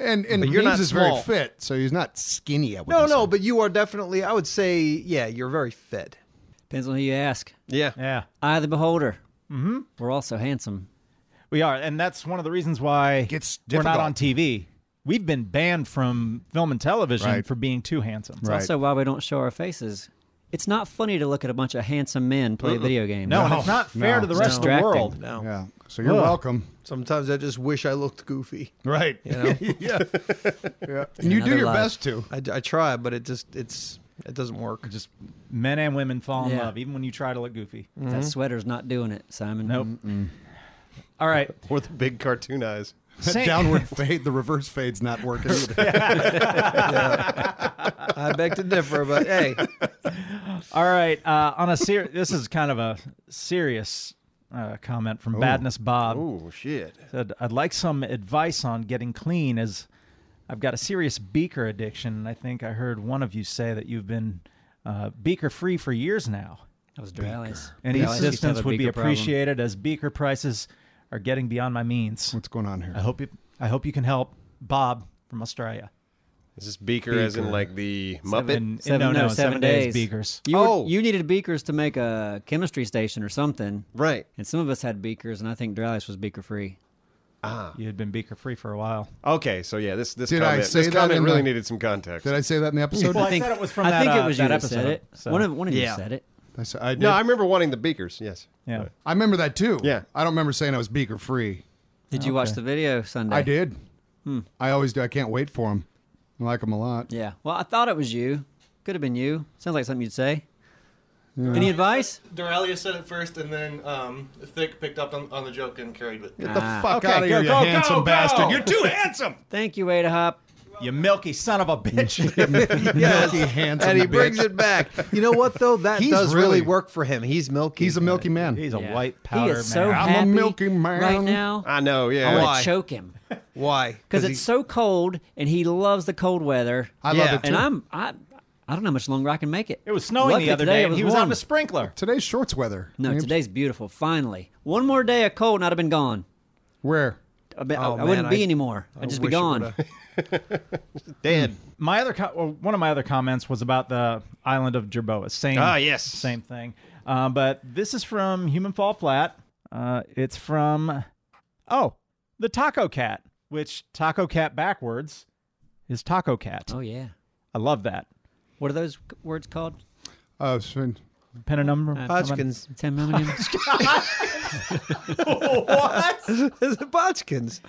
[SPEAKER 1] and and
[SPEAKER 5] you're
[SPEAKER 1] Neebs
[SPEAKER 5] not
[SPEAKER 1] is
[SPEAKER 5] small.
[SPEAKER 1] very fit, so he's not skinny. I
[SPEAKER 5] No,
[SPEAKER 1] wouldn't
[SPEAKER 5] no,
[SPEAKER 1] say.
[SPEAKER 5] but you are definitely. I would say, yeah, you're very fit.
[SPEAKER 3] Depends on who you ask.
[SPEAKER 4] Yeah.
[SPEAKER 2] Yeah.
[SPEAKER 3] Eye of the beholder. Mm-hmm. We're also handsome.
[SPEAKER 2] We are and that's one of the reasons why
[SPEAKER 1] Gets
[SPEAKER 2] we're not
[SPEAKER 1] difficult.
[SPEAKER 2] on TV. We've been banned from film and television
[SPEAKER 1] Right.
[SPEAKER 2] for being too handsome.
[SPEAKER 1] Right.
[SPEAKER 3] Also, why we don't show our faces. It's not funny to look at a bunch of handsome men play video games.
[SPEAKER 2] No, and it's not fair
[SPEAKER 1] No.
[SPEAKER 2] to the
[SPEAKER 1] It's
[SPEAKER 2] rest of the
[SPEAKER 3] distracting.
[SPEAKER 2] world.
[SPEAKER 5] No,
[SPEAKER 1] yeah. So you're welcome.
[SPEAKER 5] sometimes I just wish I looked goofy.
[SPEAKER 1] Right. yeah. yeah. And you do
[SPEAKER 3] Another
[SPEAKER 1] your
[SPEAKER 3] life.
[SPEAKER 1] best to.
[SPEAKER 5] I, I try, but it just it's it doesn't work.
[SPEAKER 2] Just men and women fall in
[SPEAKER 3] Yeah.
[SPEAKER 2] love even when you try to look goofy.
[SPEAKER 3] That sweater's not doing it, Simon.
[SPEAKER 2] Nope. All right.
[SPEAKER 4] Or the big cartoon eyes.
[SPEAKER 2] Sa-
[SPEAKER 1] Downward fade. The reverse fade's not working. either.
[SPEAKER 5] I beg to differ, but hey,
[SPEAKER 2] All right. Uh, on a ser- this is kind of a serious uh, comment from Badness Bob.
[SPEAKER 4] Oh, shit.
[SPEAKER 2] said, I'd like some advice on getting clean as I've got a serious beaker addiction. And I think I heard one of you say that you've been uh, beaker free for years now.
[SPEAKER 3] That was Dorales.
[SPEAKER 2] Any
[SPEAKER 3] Dorales used to have
[SPEAKER 2] assistance
[SPEAKER 3] a
[SPEAKER 2] would be
[SPEAKER 3] bigger problem.
[SPEAKER 2] appreciated as beaker prices are getting beyond my means.
[SPEAKER 1] What's going on here?
[SPEAKER 2] I hope you, I hope you can help Bob from Australia.
[SPEAKER 4] Is this Beaker, as in like the Muppet?
[SPEAKER 2] In, in,
[SPEAKER 3] Seven,
[SPEAKER 2] no, no,
[SPEAKER 3] no,
[SPEAKER 2] seven,
[SPEAKER 3] seven
[SPEAKER 2] days.
[SPEAKER 3] days.
[SPEAKER 2] beakers.
[SPEAKER 3] You, were-
[SPEAKER 4] Oh.
[SPEAKER 3] you needed beakers to make a chemistry station or something.
[SPEAKER 4] Right.
[SPEAKER 3] And some of us had beakers, and I think Dorales was beaker free.
[SPEAKER 2] You had been beaker free for a while.
[SPEAKER 4] Okay, so yeah, this this
[SPEAKER 1] Did I
[SPEAKER 4] comment,
[SPEAKER 1] say
[SPEAKER 4] this
[SPEAKER 1] that
[SPEAKER 4] comment
[SPEAKER 1] in
[SPEAKER 4] really
[SPEAKER 1] the-
[SPEAKER 4] needed some context.
[SPEAKER 1] Did I say that in the episode?
[SPEAKER 2] Well, I said it was from
[SPEAKER 3] I
[SPEAKER 2] that,
[SPEAKER 3] think
[SPEAKER 2] uh,
[SPEAKER 3] it was
[SPEAKER 2] that
[SPEAKER 3] you that
[SPEAKER 2] episode.
[SPEAKER 3] said it.
[SPEAKER 2] so-
[SPEAKER 3] One of one of you
[SPEAKER 5] Yeah.
[SPEAKER 3] said it.
[SPEAKER 1] I, s- I did.
[SPEAKER 4] No, I remember wanting the beakers. Yes.
[SPEAKER 2] Yeah.
[SPEAKER 1] I remember that too.
[SPEAKER 4] Yeah.
[SPEAKER 1] I don't remember saying I was beaker free.
[SPEAKER 3] Did you watch the video Sunday?
[SPEAKER 1] I did. I always do. I can't wait for them. I like them a lot.
[SPEAKER 3] Yeah. Well, I thought it was you. Could have been you. Sounds like something you'd say. Any advice?
[SPEAKER 6] Dorelia said it first, and then um, Thick picked up on, on the joke and carried it.
[SPEAKER 1] Get the fuck
[SPEAKER 2] Okay,
[SPEAKER 1] out of here,
[SPEAKER 2] go,
[SPEAKER 1] you
[SPEAKER 2] go,
[SPEAKER 1] handsome
[SPEAKER 2] go, go!
[SPEAKER 1] bastard.
[SPEAKER 2] You're
[SPEAKER 1] too handsome.
[SPEAKER 3] Ah. Thank you, Ada Hop.
[SPEAKER 2] You milky son of a bitch.
[SPEAKER 5] Yes.
[SPEAKER 1] Milky handsome.
[SPEAKER 5] and he
[SPEAKER 1] bitch.
[SPEAKER 5] brings it back. You know what though? That
[SPEAKER 1] He's
[SPEAKER 5] does really
[SPEAKER 1] really-
[SPEAKER 5] work for him. He's milky.
[SPEAKER 1] He's a milky man.
[SPEAKER 2] He's a
[SPEAKER 3] Yeah.
[SPEAKER 2] white
[SPEAKER 3] He
[SPEAKER 2] powder
[SPEAKER 3] is so
[SPEAKER 2] man.
[SPEAKER 1] I'm a
[SPEAKER 3] happy
[SPEAKER 1] milky man.
[SPEAKER 3] right now.
[SPEAKER 4] I know.
[SPEAKER 3] I
[SPEAKER 4] Yeah.
[SPEAKER 5] Why?
[SPEAKER 3] want to choke him
[SPEAKER 5] Why?
[SPEAKER 3] because
[SPEAKER 5] he-
[SPEAKER 3] it's so cold, and he loves the cold weather.
[SPEAKER 1] I
[SPEAKER 5] Yeah.
[SPEAKER 1] love it too.
[SPEAKER 3] and I'm I, I don't know how much longer I can make it.
[SPEAKER 2] It was snowing
[SPEAKER 3] Luckily
[SPEAKER 2] the other
[SPEAKER 3] today
[SPEAKER 2] day,
[SPEAKER 3] it
[SPEAKER 2] and he was
[SPEAKER 3] warm.
[SPEAKER 2] on the sprinkler.
[SPEAKER 1] Today's shorts weather.
[SPEAKER 3] No,
[SPEAKER 1] Names-
[SPEAKER 3] today's beautiful. Finally, one more day of cold, and I'd have been gone.
[SPEAKER 1] Where?
[SPEAKER 3] I, be- I-
[SPEAKER 5] Oh,
[SPEAKER 3] I
[SPEAKER 5] man,
[SPEAKER 3] wouldn't be
[SPEAKER 5] I-
[SPEAKER 3] anymore. I'd
[SPEAKER 5] I
[SPEAKER 3] just be
[SPEAKER 5] wish it
[SPEAKER 3] gone.
[SPEAKER 5] would've-
[SPEAKER 4] Dead.
[SPEAKER 2] My other co- well, one of my other comments was about the island of Jerboa. Same.
[SPEAKER 4] Ah, yes.
[SPEAKER 2] Same thing. Uh, but this is from Human Fall Flat. Uh, it's from oh the Taco Cat, which Taco Cat backwards is Taco Cat.
[SPEAKER 3] Oh yeah.
[SPEAKER 2] I love that.
[SPEAKER 3] What are those c- words called?
[SPEAKER 1] Oh, it's been-
[SPEAKER 2] Pen a number.
[SPEAKER 5] Bodgkins.
[SPEAKER 3] Ten million.
[SPEAKER 5] Is it Bodgkins?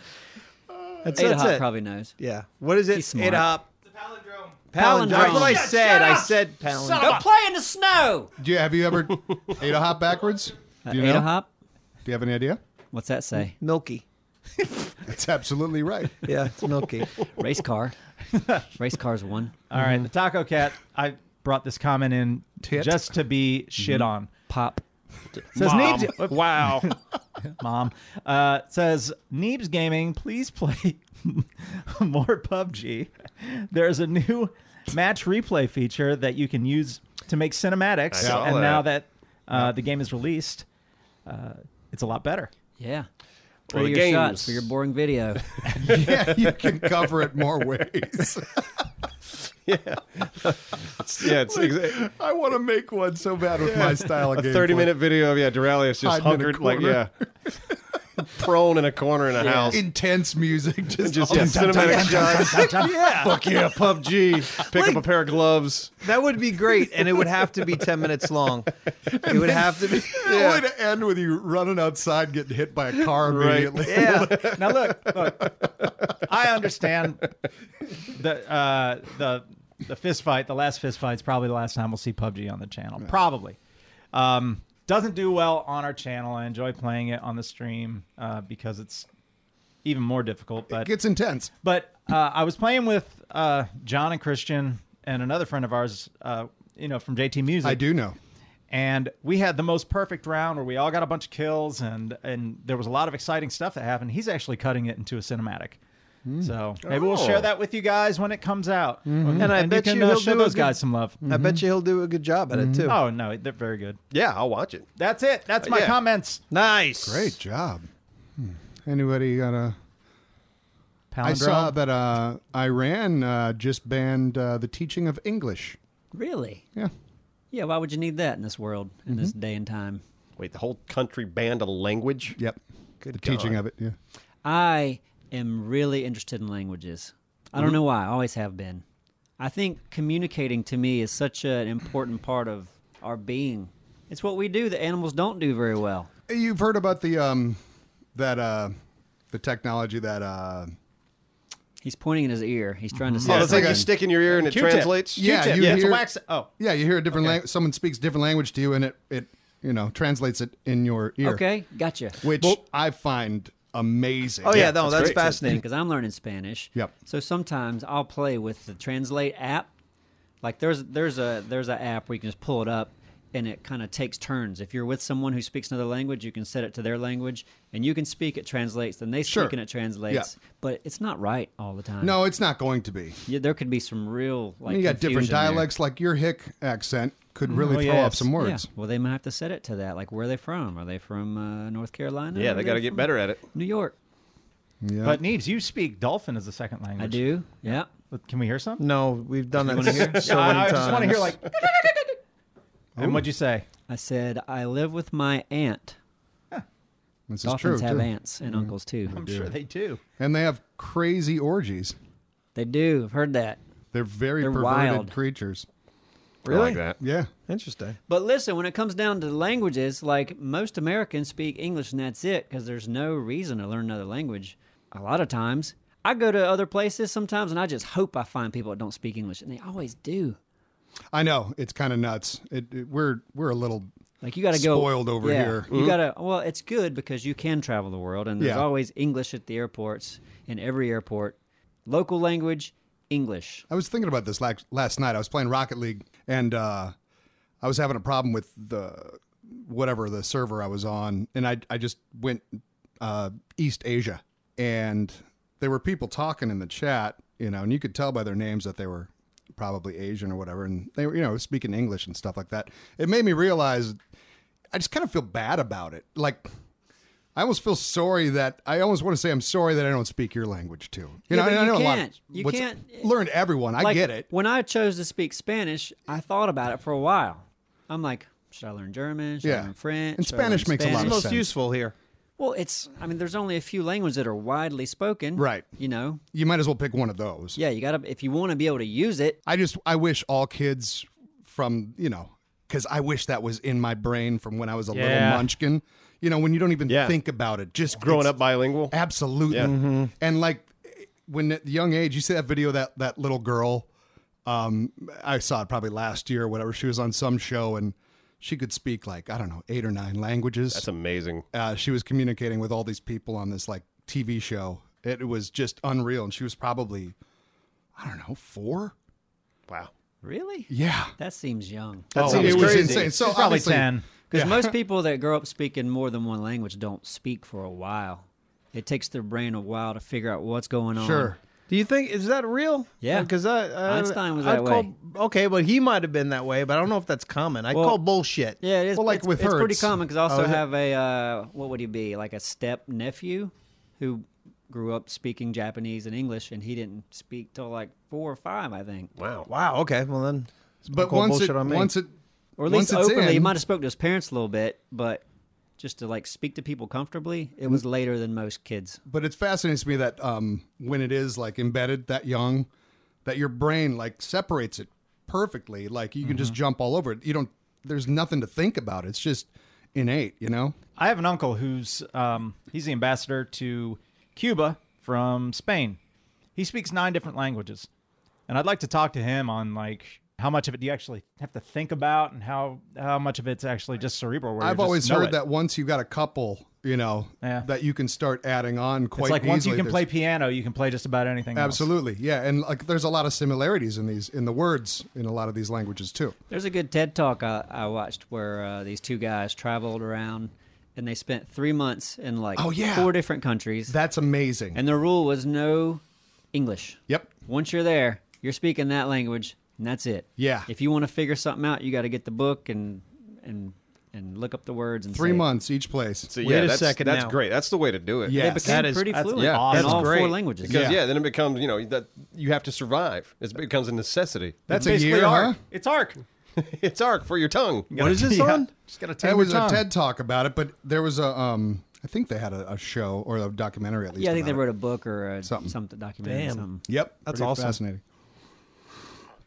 [SPEAKER 5] That's,
[SPEAKER 3] Ada
[SPEAKER 5] that's
[SPEAKER 3] Hop
[SPEAKER 5] it.
[SPEAKER 3] probably knows.
[SPEAKER 5] Yeah. What is it?
[SPEAKER 3] He's smart.
[SPEAKER 5] Ada Hop.
[SPEAKER 6] It's a palindrome.
[SPEAKER 5] Palindrome. That's what I
[SPEAKER 3] Shut-
[SPEAKER 5] said. I said palindrome.
[SPEAKER 3] Go play in the snow.
[SPEAKER 1] Do you, have you ever ate a hop backwards? Do you
[SPEAKER 3] Ada
[SPEAKER 1] know?
[SPEAKER 3] Uh, Hop.
[SPEAKER 1] Do you have any idea?
[SPEAKER 3] What's that say?
[SPEAKER 5] Milky.
[SPEAKER 1] That's absolutely right.
[SPEAKER 5] Yeah, it's milky.
[SPEAKER 3] Race car. Race car's one.
[SPEAKER 2] All right, the Taco Cat. I brought this comment in
[SPEAKER 1] Tit.
[SPEAKER 2] just to be shit on.
[SPEAKER 3] Pop.
[SPEAKER 2] Says Neebs, wow, mom uh, says Neebs Gaming, please play more PUBG. There's a new match replay feature that you can use to make cinematics,
[SPEAKER 4] saw
[SPEAKER 2] and
[SPEAKER 4] that.
[SPEAKER 2] now that uh, the game is released, uh, it's a lot better.
[SPEAKER 3] Yeah.
[SPEAKER 4] Well,
[SPEAKER 3] Throw
[SPEAKER 4] the
[SPEAKER 3] your
[SPEAKER 4] games.
[SPEAKER 3] shots for your boring video.
[SPEAKER 1] yeah, you can cover it more ways.
[SPEAKER 4] Yeah. It's exa-
[SPEAKER 1] I want to make one so bad with my style of
[SPEAKER 4] a
[SPEAKER 1] game.
[SPEAKER 4] thirty-minute video of yeah, Duralius just
[SPEAKER 1] Hiding in a
[SPEAKER 4] hunkered like yeah,
[SPEAKER 1] corner.
[SPEAKER 4] prone in a corner in a house.
[SPEAKER 1] intense music. Just,
[SPEAKER 4] Just
[SPEAKER 1] all
[SPEAKER 4] yeah,
[SPEAKER 1] the time.
[SPEAKER 4] cinematic shots.
[SPEAKER 5] yeah.
[SPEAKER 4] Fuck yeah, PUBG. Pick up a pair of gloves.
[SPEAKER 5] That would be great, and it would have to be ten minutes long. It would have to be.
[SPEAKER 1] It would end with you running outside, getting hit by a car
[SPEAKER 4] Right.
[SPEAKER 1] immediately.
[SPEAKER 5] Yeah.
[SPEAKER 2] Now look, look I understand the uh, the the fist fight. The last fist fight is probably the last time we'll see PUBG on the channel. Probably um, doesn't do well on our channel. I enjoy playing it on the stream uh, because it's even more difficult. But
[SPEAKER 1] It gets intense.
[SPEAKER 2] but uh, I was playing with uh, John and Christian and another friend of ours. Uh, you know, from JT Music
[SPEAKER 1] I do know.
[SPEAKER 2] and we had the most perfect round where we all got a bunch of kills and and there was a lot of exciting stuff that happened. He's actually cutting it into a cinematic.
[SPEAKER 1] Hmm.
[SPEAKER 2] So maybe we'll
[SPEAKER 4] Oh.
[SPEAKER 2] share that with you guys when it comes out,
[SPEAKER 1] Mm-hmm.
[SPEAKER 5] And I bet
[SPEAKER 2] you can
[SPEAKER 5] you
[SPEAKER 2] uh,
[SPEAKER 5] he'll
[SPEAKER 2] show
[SPEAKER 5] do a
[SPEAKER 2] those
[SPEAKER 5] good-
[SPEAKER 2] guys some love.
[SPEAKER 5] I bet you he'll do a good job at it too.
[SPEAKER 2] Oh no, they're very good.
[SPEAKER 4] Yeah, I'll watch it.
[SPEAKER 2] That's it. That's
[SPEAKER 1] Uh,
[SPEAKER 2] my
[SPEAKER 4] yeah.
[SPEAKER 2] comments.
[SPEAKER 5] Nice.
[SPEAKER 1] Great job. Hmm. Anybody got a?
[SPEAKER 2] Palindrome.
[SPEAKER 1] I saw that uh, Iran uh, just banned uh, the teaching of English.
[SPEAKER 3] really?
[SPEAKER 1] Yeah.
[SPEAKER 3] Yeah. Why would you need that in this world, in this day and time?
[SPEAKER 4] Wait, the whole country banned a language?
[SPEAKER 1] Yep. the teaching of it. Yeah.
[SPEAKER 3] I am really interested in languages. I don't know why. I always have been. I think communicating to me is such an important part of our being. It's what we do that animals don't do very well.
[SPEAKER 1] You've heard about the um, that uh, the technology that uh,
[SPEAKER 3] He's pointing in his ear. He's trying to say.
[SPEAKER 4] Oh, the thing
[SPEAKER 1] like
[SPEAKER 4] you
[SPEAKER 1] a-
[SPEAKER 4] stick in your ear and it
[SPEAKER 2] Q-tip.
[SPEAKER 4] translates?
[SPEAKER 1] Yeah,
[SPEAKER 2] Q-tip.
[SPEAKER 1] you
[SPEAKER 2] yeah, it's a
[SPEAKER 1] hear-
[SPEAKER 2] wax. Oh,
[SPEAKER 1] yeah you hear a different language. Someone speaks different language to you, and it it you know translates it in your ear.
[SPEAKER 3] Okay, gotcha.
[SPEAKER 1] Which I find amazing.
[SPEAKER 5] Oh yeah, no, that's,
[SPEAKER 4] great.
[SPEAKER 5] fascinating.
[SPEAKER 3] because I'm learning Spanish.
[SPEAKER 1] Yep.
[SPEAKER 3] So sometimes I'll play with the translate app. Like there's there's a there's an app where you can just pull it up and it kind of takes turns. If you're with someone who speaks another language, you can set it to their language and you can speak it translates, then they speak
[SPEAKER 1] Sure.
[SPEAKER 3] and it translates. But it's not right all the time.
[SPEAKER 1] No, it's not going to be.
[SPEAKER 3] Yeah, there could be some real like
[SPEAKER 1] you got different
[SPEAKER 3] confusion Mm, there.
[SPEAKER 1] dialects, like your hick accent could really
[SPEAKER 2] Oh,
[SPEAKER 1] throw
[SPEAKER 2] yes.
[SPEAKER 1] off some words.
[SPEAKER 3] Yeah. Well, they might have to set it to that. Like where are they from? Are they from uh, North Carolina?
[SPEAKER 4] Yeah,
[SPEAKER 3] Are
[SPEAKER 4] they got to get
[SPEAKER 3] from
[SPEAKER 4] better at it.
[SPEAKER 3] New York.
[SPEAKER 1] Yeah.
[SPEAKER 2] but Neves, you speak dolphin as a second language.
[SPEAKER 3] I do. Yeah.
[SPEAKER 2] Can we hear some?
[SPEAKER 5] No, we've done that
[SPEAKER 3] wanna hear?
[SPEAKER 5] so
[SPEAKER 2] I-
[SPEAKER 5] many
[SPEAKER 2] I,
[SPEAKER 5] times.
[SPEAKER 2] just want to hear like. and what'd you say?
[SPEAKER 3] I said I live with my aunt.
[SPEAKER 1] this is true.
[SPEAKER 3] Dolphins have
[SPEAKER 1] too.
[SPEAKER 3] aunts and uncles too.
[SPEAKER 2] I'm sure they do.
[SPEAKER 1] And they have crazy orgies.
[SPEAKER 3] They do. I've heard that.
[SPEAKER 1] They're very
[SPEAKER 3] They're
[SPEAKER 1] perverted
[SPEAKER 3] wild.
[SPEAKER 1] creatures.
[SPEAKER 5] Really?
[SPEAKER 4] like that.
[SPEAKER 1] Yeah.
[SPEAKER 5] Interesting.
[SPEAKER 3] But listen, when it comes down to languages, like most Americans speak English and that's it because there's no reason to learn another language. A lot of times, I go to other places sometimes and I just hope I find people that don't speak English, and they always do.
[SPEAKER 1] I know it's kind of nuts. It, it- we're we're a little
[SPEAKER 3] Like you got to go
[SPEAKER 1] Spoiled over
[SPEAKER 3] yeah,
[SPEAKER 1] here. Mm-hmm.
[SPEAKER 3] You got to well, it's good because you can travel the world, and there's
[SPEAKER 1] Yeah.
[SPEAKER 3] always English at the airports in every airport. Local language, English.
[SPEAKER 1] I was thinking about this la- last night. I was playing Rocket League and uh, I was having a problem with the whatever the server I was on, and I I just went uh, East Asia, and there were people talking in the chat, you know, and you could tell by their names that they were probably Asian or whatever, and they were you know speaking English and stuff like that. It made me realize I just kind of feel bad about it, like. I almost feel sorry that I almost want to say I'm sorry that I don't speak your language too. You
[SPEAKER 3] Yeah,
[SPEAKER 1] know,
[SPEAKER 3] but
[SPEAKER 1] and I
[SPEAKER 3] you
[SPEAKER 1] know a lot. of
[SPEAKER 3] can't. You
[SPEAKER 1] what's-
[SPEAKER 3] can't-
[SPEAKER 1] learned everyone. I
[SPEAKER 3] Like,
[SPEAKER 1] get it.
[SPEAKER 3] When I chose to speak Spanish, I thought about it for a while. I'm like, should I learn German? Should
[SPEAKER 1] Yeah.
[SPEAKER 3] I learn French?
[SPEAKER 1] And
[SPEAKER 3] Should I learn
[SPEAKER 1] Spanish makes a lot
[SPEAKER 5] It's
[SPEAKER 1] Makes
[SPEAKER 5] the
[SPEAKER 3] Spanish?
[SPEAKER 5] most
[SPEAKER 1] sense.
[SPEAKER 5] useful here.
[SPEAKER 3] Well, it's I mean, there's only a few languages that are widely spoken.
[SPEAKER 1] Right.
[SPEAKER 3] You know.
[SPEAKER 1] You might as well pick one of those.
[SPEAKER 3] Yeah, you gotta if you want to be able to use it.
[SPEAKER 1] I just I wish all kids from you know because I wish that was in my brain from when I was a
[SPEAKER 2] Yeah.
[SPEAKER 1] little munchkin. You know when you don't even
[SPEAKER 4] Yeah.
[SPEAKER 1] think about it, just
[SPEAKER 4] Growing
[SPEAKER 1] it's-
[SPEAKER 4] up bilingual.
[SPEAKER 1] Absolutely.
[SPEAKER 4] Yeah.
[SPEAKER 1] And like when at the young age, you see that video of that that little girl. Um, I saw it probably last year or whatever. She was on some show and she could speak like I don't know eight or nine languages.
[SPEAKER 4] That's amazing.
[SPEAKER 1] uh, she was communicating with all these people on this like TV show. It was just unreal, and she was probably, I don't know, four.
[SPEAKER 4] Wow.
[SPEAKER 3] Really?
[SPEAKER 1] Yeah,
[SPEAKER 3] That seems young.
[SPEAKER 1] oh,
[SPEAKER 4] seems
[SPEAKER 1] it was
[SPEAKER 4] crazy.
[SPEAKER 1] insane. So
[SPEAKER 2] She's probably
[SPEAKER 1] obviously,
[SPEAKER 2] ten.
[SPEAKER 3] Because most people that grow up speaking more than one language don't speak for a while. It takes their brain a while to figure out what's going on.
[SPEAKER 1] sure.
[SPEAKER 5] Do you think is that real?
[SPEAKER 3] Yeah.
[SPEAKER 5] because I, I
[SPEAKER 3] Einstein was that way.
[SPEAKER 5] okay, well, he might have been that way, but I don't know if that's common. I
[SPEAKER 3] Well-
[SPEAKER 5] call bullshit.
[SPEAKER 3] Yeah, it is.
[SPEAKER 1] Well, like
[SPEAKER 3] it's,
[SPEAKER 1] with
[SPEAKER 3] it's pretty
[SPEAKER 1] Hertz.
[SPEAKER 3] common because I
[SPEAKER 1] Oh,
[SPEAKER 3] also
[SPEAKER 1] is it?
[SPEAKER 3] have a uh, what would he be like a step nephew, who grew up speaking Japanese and English, and he didn't speak till like four or five, I think,
[SPEAKER 4] Wow.
[SPEAKER 5] Wow. Okay. Well then,
[SPEAKER 1] But
[SPEAKER 5] call
[SPEAKER 1] once it,
[SPEAKER 5] bullshit on me.
[SPEAKER 1] once it,
[SPEAKER 3] or at
[SPEAKER 1] once
[SPEAKER 3] least
[SPEAKER 1] it's
[SPEAKER 3] openly. He
[SPEAKER 1] in,
[SPEAKER 3] might have spoke to his parents a little bit, but just to like speak to people comfortably,
[SPEAKER 1] Mm-hmm.
[SPEAKER 3] it was later than most kids.
[SPEAKER 1] But it fascinates me that um, when it is like embedded that young, that your brain like separates it perfectly. Like you can
[SPEAKER 5] Mm-hmm.
[SPEAKER 1] just jump all over it. You don't. There's nothing to think about. It's just innate. You know.
[SPEAKER 2] I have an uncle who's um, he's the ambassador to Cuba from Spain. He speaks nine different languages, and I'd like to talk to him on like how much of it do you actually have to think about, and how how much of it's actually just cerebral. Where you
[SPEAKER 1] I've
[SPEAKER 2] just
[SPEAKER 1] always
[SPEAKER 2] know
[SPEAKER 1] heard
[SPEAKER 2] it.
[SPEAKER 1] that once you've got a couple, you know,
[SPEAKER 2] Yeah.
[SPEAKER 1] that you can start adding on quite.
[SPEAKER 2] it's like once you
[SPEAKER 1] easily.
[SPEAKER 2] can
[SPEAKER 1] There's-
[SPEAKER 2] play piano, you can play just about anything. else.
[SPEAKER 1] Absolutely, yeah, and like there's a lot of similarities in these in the words in a lot of these languages too.
[SPEAKER 3] There's a good TED talk I, I watched where uh, these two guys traveled around, and they spent three months in like
[SPEAKER 1] Oh, yeah.
[SPEAKER 3] four different countries.
[SPEAKER 1] That's amazing.
[SPEAKER 3] And the rule was no English.
[SPEAKER 1] yep,
[SPEAKER 3] Once you're there, you're speaking that language, and that's it.
[SPEAKER 1] Yeah.
[SPEAKER 3] If you want to figure something out, you got to get the book and and and look up the words. And
[SPEAKER 1] three
[SPEAKER 3] say it.
[SPEAKER 1] months each place.
[SPEAKER 4] So
[SPEAKER 5] Wait
[SPEAKER 4] yeah,
[SPEAKER 5] a
[SPEAKER 4] that's,
[SPEAKER 5] second
[SPEAKER 4] that's
[SPEAKER 5] now.
[SPEAKER 4] great. That's the way to do it.
[SPEAKER 1] Yeah.
[SPEAKER 3] They
[SPEAKER 1] Yes.
[SPEAKER 3] became
[SPEAKER 5] That is-
[SPEAKER 3] pretty
[SPEAKER 5] that's-
[SPEAKER 3] fluent
[SPEAKER 4] yeah,
[SPEAKER 3] in
[SPEAKER 4] that's
[SPEAKER 3] all
[SPEAKER 5] great.
[SPEAKER 3] four languages.
[SPEAKER 4] Because
[SPEAKER 1] Yeah.
[SPEAKER 4] yeah. then it becomes you know that you have to survive. It's- It becomes a necessity.
[SPEAKER 1] That's a
[SPEAKER 2] Basically,
[SPEAKER 1] year, huh?
[SPEAKER 2] arc. It's arc.
[SPEAKER 4] it's arc for your tongue.
[SPEAKER 5] what is this
[SPEAKER 2] Yeah.
[SPEAKER 5] on?
[SPEAKER 2] Just gotta tame
[SPEAKER 1] That
[SPEAKER 2] your
[SPEAKER 1] was a
[SPEAKER 2] tongue.
[SPEAKER 1] TED talk about it, but there was a um, I think they had a, a show or a documentary at least.
[SPEAKER 3] Yeah, I think
[SPEAKER 1] about
[SPEAKER 3] they
[SPEAKER 1] it.
[SPEAKER 3] wrote a book or a,
[SPEAKER 1] Something.
[SPEAKER 3] something. documentary.
[SPEAKER 5] Damn.
[SPEAKER 3] Or something.
[SPEAKER 1] Yep,
[SPEAKER 5] That's
[SPEAKER 1] pretty
[SPEAKER 5] awesome.
[SPEAKER 1] fascinating.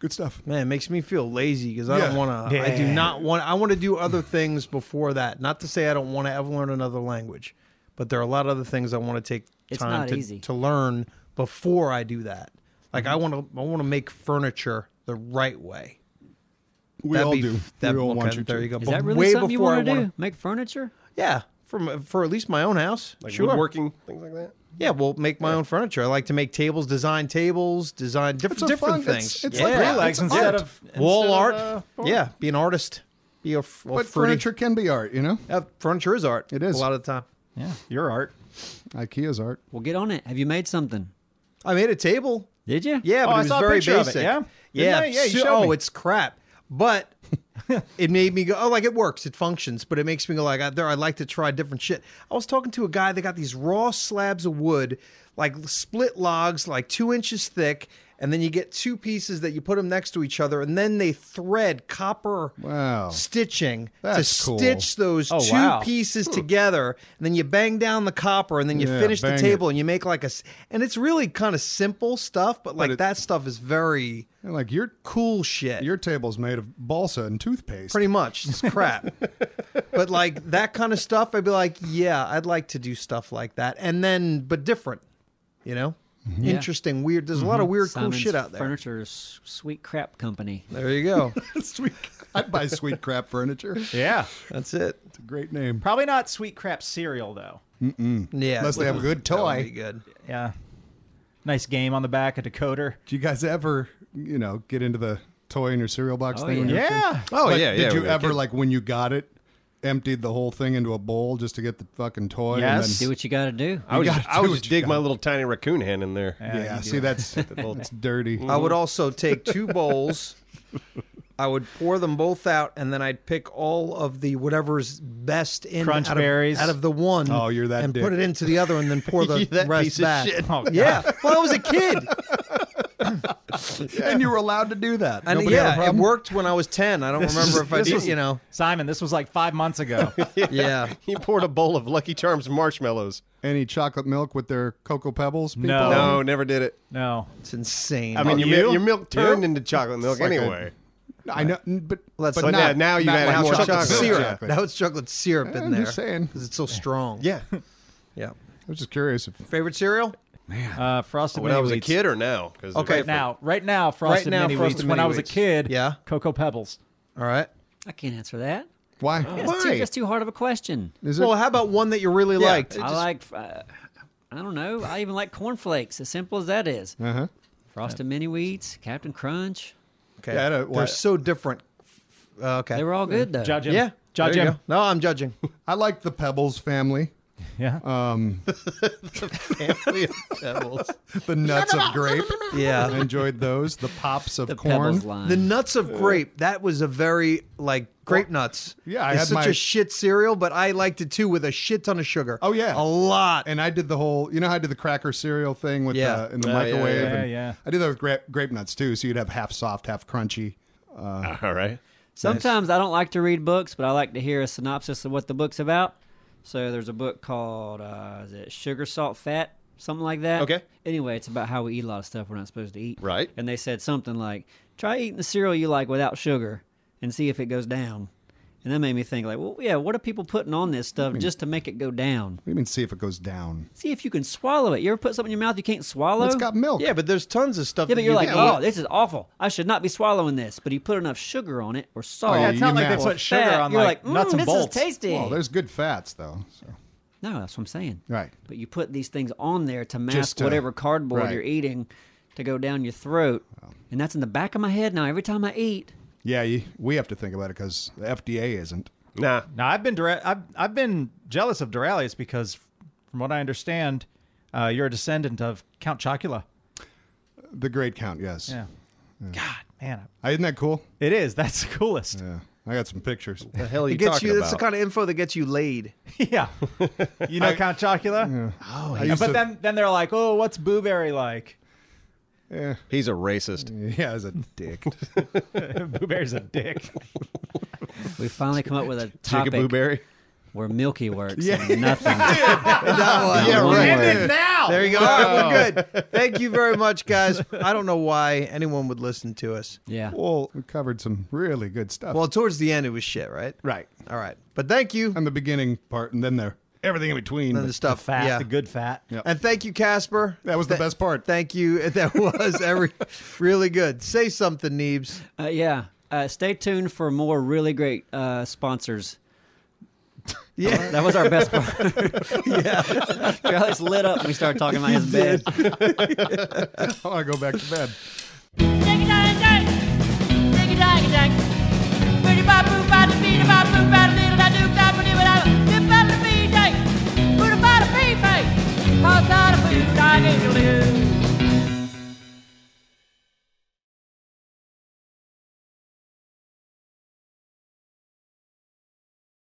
[SPEAKER 1] Good stuff.
[SPEAKER 5] Man, it makes me feel lazy because I
[SPEAKER 1] Yeah.
[SPEAKER 5] don't want to. I do
[SPEAKER 2] Yeah.
[SPEAKER 5] not want. I want to do other things before that. Not to say I don't want to ever learn another language, but there are a lot of other things I want to take
[SPEAKER 3] It's
[SPEAKER 5] time
[SPEAKER 3] not
[SPEAKER 5] to,
[SPEAKER 3] easy. Mm-hmm.
[SPEAKER 5] to learn before I do that. Like I want to. I want to make furniture the right way.
[SPEAKER 1] We
[SPEAKER 5] That'd
[SPEAKER 1] all
[SPEAKER 5] be-
[SPEAKER 1] do.
[SPEAKER 5] That,
[SPEAKER 1] we all
[SPEAKER 5] okay,
[SPEAKER 1] want you
[SPEAKER 5] there
[SPEAKER 1] to.
[SPEAKER 5] you go.
[SPEAKER 3] Is
[SPEAKER 5] But
[SPEAKER 3] that really
[SPEAKER 5] way
[SPEAKER 3] something you
[SPEAKER 5] before I
[SPEAKER 3] want to
[SPEAKER 5] wanna-
[SPEAKER 3] do? Make furniture?
[SPEAKER 5] Yeah, for for at least my own house.
[SPEAKER 4] Like
[SPEAKER 5] sure.
[SPEAKER 4] woodworking, things like that.
[SPEAKER 5] Yeah, we'll make my own furniture. I like to make tables, design tables, design
[SPEAKER 1] It's
[SPEAKER 5] different
[SPEAKER 1] a
[SPEAKER 5] different
[SPEAKER 1] fun- it's-
[SPEAKER 5] things.
[SPEAKER 1] it's
[SPEAKER 5] yeah.
[SPEAKER 1] like
[SPEAKER 2] Three
[SPEAKER 1] Yeah,
[SPEAKER 2] legs
[SPEAKER 1] it's
[SPEAKER 2] instead
[SPEAKER 1] art.
[SPEAKER 2] of
[SPEAKER 5] wall
[SPEAKER 2] instead
[SPEAKER 5] art.
[SPEAKER 2] of, uh, form.
[SPEAKER 5] yeah, be an artist. Be a, f- a
[SPEAKER 1] But
[SPEAKER 5] fruity-
[SPEAKER 1] furniture can be art, you know.
[SPEAKER 5] Yeah, furniture is art.
[SPEAKER 1] It is.
[SPEAKER 5] a lot of the time.
[SPEAKER 2] yeah, your art.
[SPEAKER 1] IKEA's art.
[SPEAKER 3] Well, get on it. Have you made something?
[SPEAKER 5] I made a table.
[SPEAKER 3] Did you?
[SPEAKER 5] Yeah,
[SPEAKER 2] Oh,
[SPEAKER 5] but
[SPEAKER 2] I
[SPEAKER 5] it was
[SPEAKER 2] saw a
[SPEAKER 5] very
[SPEAKER 2] picture of it,
[SPEAKER 5] basic.
[SPEAKER 2] yeah?
[SPEAKER 5] yeah,
[SPEAKER 2] Didn't I? Yeah, you
[SPEAKER 5] so-
[SPEAKER 2] showed
[SPEAKER 5] oh,
[SPEAKER 2] me.
[SPEAKER 5] it's crap, but it made me go. Oh, like it works, it functions, but it makes me go like I, there. I'd like to try different shit. I was talking to a guy that got these raw slabs of wood, like split logs, like two inches thick. and then you get two pieces that you put them next to each other, and then they thread copper
[SPEAKER 1] Wow.
[SPEAKER 5] stitching
[SPEAKER 1] That's
[SPEAKER 5] to
[SPEAKER 1] cool.
[SPEAKER 5] stitch those two
[SPEAKER 2] Oh, wow.
[SPEAKER 5] pieces together, and then you bang down the copper, and then you
[SPEAKER 1] Yeah,
[SPEAKER 5] finish the
[SPEAKER 1] bang
[SPEAKER 5] table, and you make like a. s- And it's really kind of simple stuff, but like
[SPEAKER 1] it-
[SPEAKER 5] that stuff is very
[SPEAKER 1] And, like your
[SPEAKER 5] cool shit.
[SPEAKER 1] your table's made of balsa and toothpaste.
[SPEAKER 5] pretty much it's crap but like that kind of stuff i'd be like yeah i'd like to do stuff like that and then but different you know
[SPEAKER 1] Mm-hmm.
[SPEAKER 5] interesting weird there's a lot of weird
[SPEAKER 3] Simon's
[SPEAKER 5] cool shit out there
[SPEAKER 3] Furniture's sweet crap company.
[SPEAKER 5] there you go
[SPEAKER 1] sweet. I'd buy sweet crap furniture.
[SPEAKER 2] Yeah.
[SPEAKER 5] that's it
[SPEAKER 1] It's a great name.
[SPEAKER 2] Probably not sweet crap cereal though.
[SPEAKER 5] yeah
[SPEAKER 1] Unless they have a good
[SPEAKER 5] that would
[SPEAKER 1] toy.
[SPEAKER 5] be good
[SPEAKER 2] Yeah. Nice game on the back, a decoder.
[SPEAKER 1] Do you guys ever, you know, get into the toy in your cereal box
[SPEAKER 3] Oh,
[SPEAKER 1] thing? when
[SPEAKER 3] yeah.
[SPEAKER 1] you're a kid?
[SPEAKER 4] Oh
[SPEAKER 1] Like,
[SPEAKER 4] yeah, yeah.
[SPEAKER 1] Did
[SPEAKER 4] we
[SPEAKER 1] you
[SPEAKER 4] were a
[SPEAKER 1] ever
[SPEAKER 4] kid.
[SPEAKER 1] like when you got it, emptied the whole thing into a bowl just to get the fucking toy?
[SPEAKER 2] Yes.
[SPEAKER 1] And
[SPEAKER 3] Do what you got to do.
[SPEAKER 4] I would,
[SPEAKER 1] gotta
[SPEAKER 4] I
[SPEAKER 1] do
[SPEAKER 4] would
[SPEAKER 1] what
[SPEAKER 4] just
[SPEAKER 1] you
[SPEAKER 4] dig my
[SPEAKER 1] gotta-
[SPEAKER 4] little tiny raccoon hand in there.
[SPEAKER 1] then, yeah. See, that's it's dirty.
[SPEAKER 5] i would also take two bowls i would pour them both out and then i'd pick all of the whatever's best in
[SPEAKER 2] Crunch
[SPEAKER 5] out,
[SPEAKER 2] berries.
[SPEAKER 5] Of, out of the one
[SPEAKER 1] Oh, you're that
[SPEAKER 5] and
[SPEAKER 1] dick.
[SPEAKER 5] put it into the other and then pour the
[SPEAKER 4] You that
[SPEAKER 5] rest
[SPEAKER 4] piece of
[SPEAKER 5] back
[SPEAKER 4] shit.
[SPEAKER 2] Oh, God.
[SPEAKER 5] yeah well i was a kid
[SPEAKER 1] And you were allowed to do that.
[SPEAKER 5] And
[SPEAKER 1] Nobody had a
[SPEAKER 5] yeah, it
[SPEAKER 1] problem?
[SPEAKER 5] worked when I was ten. I don't remember if I
[SPEAKER 4] this
[SPEAKER 5] did.
[SPEAKER 4] was-
[SPEAKER 5] you know,
[SPEAKER 2] Simon, this was like five months ago.
[SPEAKER 5] yeah.
[SPEAKER 4] He poured a bowl of Lucky Charms marshmallows.
[SPEAKER 1] Any chocolate milk with their cocoa pebbles? People?
[SPEAKER 2] No.
[SPEAKER 4] No, never did it.
[SPEAKER 2] No.
[SPEAKER 5] It's insane.
[SPEAKER 4] Um, I mean, your,
[SPEAKER 2] you?
[SPEAKER 4] mi- your milk turned into chocolate milk
[SPEAKER 1] like a-
[SPEAKER 4] anyway.
[SPEAKER 1] I know, but
[SPEAKER 5] That's-
[SPEAKER 1] but
[SPEAKER 5] But
[SPEAKER 1] not,
[SPEAKER 4] now- now you
[SPEAKER 1] not
[SPEAKER 4] add
[SPEAKER 1] like
[SPEAKER 4] more
[SPEAKER 1] chocolate,
[SPEAKER 4] chocolate.
[SPEAKER 1] syrup.
[SPEAKER 5] syrup.
[SPEAKER 1] Exactly.
[SPEAKER 5] Now it's chocolate syrup in
[SPEAKER 1] I'm
[SPEAKER 5] there.
[SPEAKER 1] just saying.
[SPEAKER 5] because it's so strong.
[SPEAKER 4] yeah.
[SPEAKER 5] yeah.
[SPEAKER 1] I was just curious. If,
[SPEAKER 5] Favorite cereal?
[SPEAKER 2] Uh, frosted
[SPEAKER 4] When
[SPEAKER 2] Mini
[SPEAKER 4] I was a
[SPEAKER 2] Wheats.
[SPEAKER 4] kid or now? 'Cause they're
[SPEAKER 5] Okay.
[SPEAKER 4] different.
[SPEAKER 2] Now, right now, frosted
[SPEAKER 5] now,
[SPEAKER 2] mini
[SPEAKER 5] Frosted
[SPEAKER 2] wheats.
[SPEAKER 5] Mini
[SPEAKER 2] when I was a
[SPEAKER 5] Wheats.
[SPEAKER 2] kid,
[SPEAKER 5] Yeah.
[SPEAKER 2] Cocoa Pebbles.
[SPEAKER 5] All right.
[SPEAKER 3] I can't answer that.
[SPEAKER 1] why?
[SPEAKER 3] That's too,
[SPEAKER 1] Why?
[SPEAKER 3] that's too hard of a question.
[SPEAKER 1] Is it?
[SPEAKER 5] Well, how about one that you really liked?
[SPEAKER 3] I like, uh, I don't know. I even like cornflakes, as simple as that is.
[SPEAKER 1] uh-huh.
[SPEAKER 3] Frosted Mini Wheats, Captain Crunch.
[SPEAKER 5] Okay.
[SPEAKER 1] Yeah, I don't- why-
[SPEAKER 5] They're so different. Uh, okay.
[SPEAKER 3] They were all good, though.
[SPEAKER 2] Judge him.
[SPEAKER 5] yeah.
[SPEAKER 2] Judge
[SPEAKER 5] there you
[SPEAKER 2] him.
[SPEAKER 5] go. No, I'm judging.
[SPEAKER 1] I like the Pebbles family.
[SPEAKER 2] Yeah.
[SPEAKER 4] Family of pebbles.
[SPEAKER 1] The nuts of grape. I
[SPEAKER 5] yeah.
[SPEAKER 1] enjoyed those. The pops of
[SPEAKER 3] the
[SPEAKER 1] corn.
[SPEAKER 3] Pebbles line.
[SPEAKER 5] The nuts of grape. That was a very like grape nuts.
[SPEAKER 1] Yeah, I
[SPEAKER 5] it's
[SPEAKER 1] had
[SPEAKER 5] such
[SPEAKER 1] my-
[SPEAKER 5] a shit cereal, but I liked it too with a shit ton of sugar.
[SPEAKER 1] Oh, yeah.
[SPEAKER 5] a lot.
[SPEAKER 1] And I did the whole, you know, how I did the cracker cereal thing with
[SPEAKER 5] Yeah.
[SPEAKER 1] the in the
[SPEAKER 4] Oh, yeah,
[SPEAKER 1] microwave.
[SPEAKER 4] yeah.
[SPEAKER 1] and
[SPEAKER 2] Yeah, yeah.
[SPEAKER 1] I did that with grape, grape nuts too, so you'd have half soft, half crunchy.
[SPEAKER 4] All right.
[SPEAKER 3] Sometimes I don't like to read books, but I like to hear a synopsis of what the book's about. So there's a book called uh, is it Sugar, Salt, Fat, something like that.
[SPEAKER 4] Okay.
[SPEAKER 3] Anyway, it's about how we eat a lot of stuff we're not supposed to eat.
[SPEAKER 4] Right.
[SPEAKER 3] And they said something like, "Try eating the cereal you like without sugar, and see if it goes down." And that made me think, like, well, yeah, what are people putting on this stuff just to make it go down?
[SPEAKER 1] What do you mean? See if it goes down.
[SPEAKER 3] See if you can swallow it. You ever put something in your mouth you can't swallow?
[SPEAKER 1] It's got milk.
[SPEAKER 5] Yeah, but there's tons of stuff.
[SPEAKER 3] yeah,
[SPEAKER 5] that
[SPEAKER 3] but you're
[SPEAKER 5] you
[SPEAKER 3] like,
[SPEAKER 5] can
[SPEAKER 3] oh,
[SPEAKER 5] eat.
[SPEAKER 3] this is awful. I should not be swallowing this. But you put enough sugar on it or salt.
[SPEAKER 1] Oh,
[SPEAKER 2] yeah,
[SPEAKER 1] you
[SPEAKER 2] it's not like
[SPEAKER 1] mad.
[SPEAKER 2] they
[SPEAKER 1] Well,
[SPEAKER 2] put sugar
[SPEAKER 3] fat,
[SPEAKER 2] on
[SPEAKER 3] you're
[SPEAKER 2] like,
[SPEAKER 3] like, mm,
[SPEAKER 2] nuts and
[SPEAKER 3] this
[SPEAKER 2] bolts.
[SPEAKER 3] is tasty.
[SPEAKER 1] Well, there's good fats though. So.
[SPEAKER 3] No, that's what I'm saying.
[SPEAKER 1] Right.
[SPEAKER 3] But you put these things on there to mask
[SPEAKER 1] Just to-
[SPEAKER 3] whatever cardboard
[SPEAKER 1] right.
[SPEAKER 3] you're eating to go down your throat. And that's in the back of my head now. Every time I eat,
[SPEAKER 1] Yeah, you, we have to think about it because the FDA isn't.
[SPEAKER 4] Nah.
[SPEAKER 2] Now I've been direct, I've I've been jealous of Duralius because, from what I understand, uh, you're a descendant of Count Chocula.
[SPEAKER 1] The great count, yes.
[SPEAKER 2] Yeah. God, man,
[SPEAKER 1] Uh, Isn't that cool?
[SPEAKER 2] it is. That's the coolest.
[SPEAKER 1] Yeah. I got some pictures.
[SPEAKER 4] The hell are you
[SPEAKER 5] it gets
[SPEAKER 4] talking
[SPEAKER 5] you.
[SPEAKER 4] about?
[SPEAKER 5] That's the kind of info that gets you laid.
[SPEAKER 2] Yeah. You know Count Chocula.
[SPEAKER 1] Oh,
[SPEAKER 2] Yeah, but then then they're like, oh, what's Booberry like?
[SPEAKER 1] yeah,
[SPEAKER 4] He's a racist.
[SPEAKER 1] yeah, as a dick.
[SPEAKER 2] Booberry's a dick.
[SPEAKER 3] we finally come up with a
[SPEAKER 4] Jacob
[SPEAKER 3] topic
[SPEAKER 4] Blueberry.
[SPEAKER 3] where Milky works and nothing.
[SPEAKER 1] yeah,
[SPEAKER 3] one
[SPEAKER 1] right.
[SPEAKER 3] word.
[SPEAKER 2] now.
[SPEAKER 5] There you go. All right, we're good. Thank you very much, guys. I don't know why anyone would listen to us.
[SPEAKER 3] Yeah.
[SPEAKER 1] Well, we covered some really good stuff.
[SPEAKER 5] Well, towards the end, it was shit, right?
[SPEAKER 1] right.
[SPEAKER 5] All right. But thank you.
[SPEAKER 1] And the beginning part, and then there, everything in between.
[SPEAKER 5] And the
[SPEAKER 1] but
[SPEAKER 5] stuff.
[SPEAKER 2] Fat,
[SPEAKER 5] yeah.
[SPEAKER 2] the good fat.
[SPEAKER 1] Yep.
[SPEAKER 5] And thank you, Casper.
[SPEAKER 1] that was the
[SPEAKER 5] Th-
[SPEAKER 1] best part.
[SPEAKER 5] Thank you. That was every really good. Say something, Neebs.
[SPEAKER 3] Uh, yeah. Uh, stay tuned for more really great uh, sponsors.
[SPEAKER 5] Yeah.
[SPEAKER 3] That was our best part. yeah. Charlie's lit up when we started talking about his bed.
[SPEAKER 1] I want to go back to bed.
[SPEAKER 7] Dig a dang dang, dig a dang dang. Booty bop boo bop da bee da bop boo bop da diddle da doo da ba dee ba da. Dip ba da bee dang, boo da ba da bee bang. Cause I da boo da diddle doo.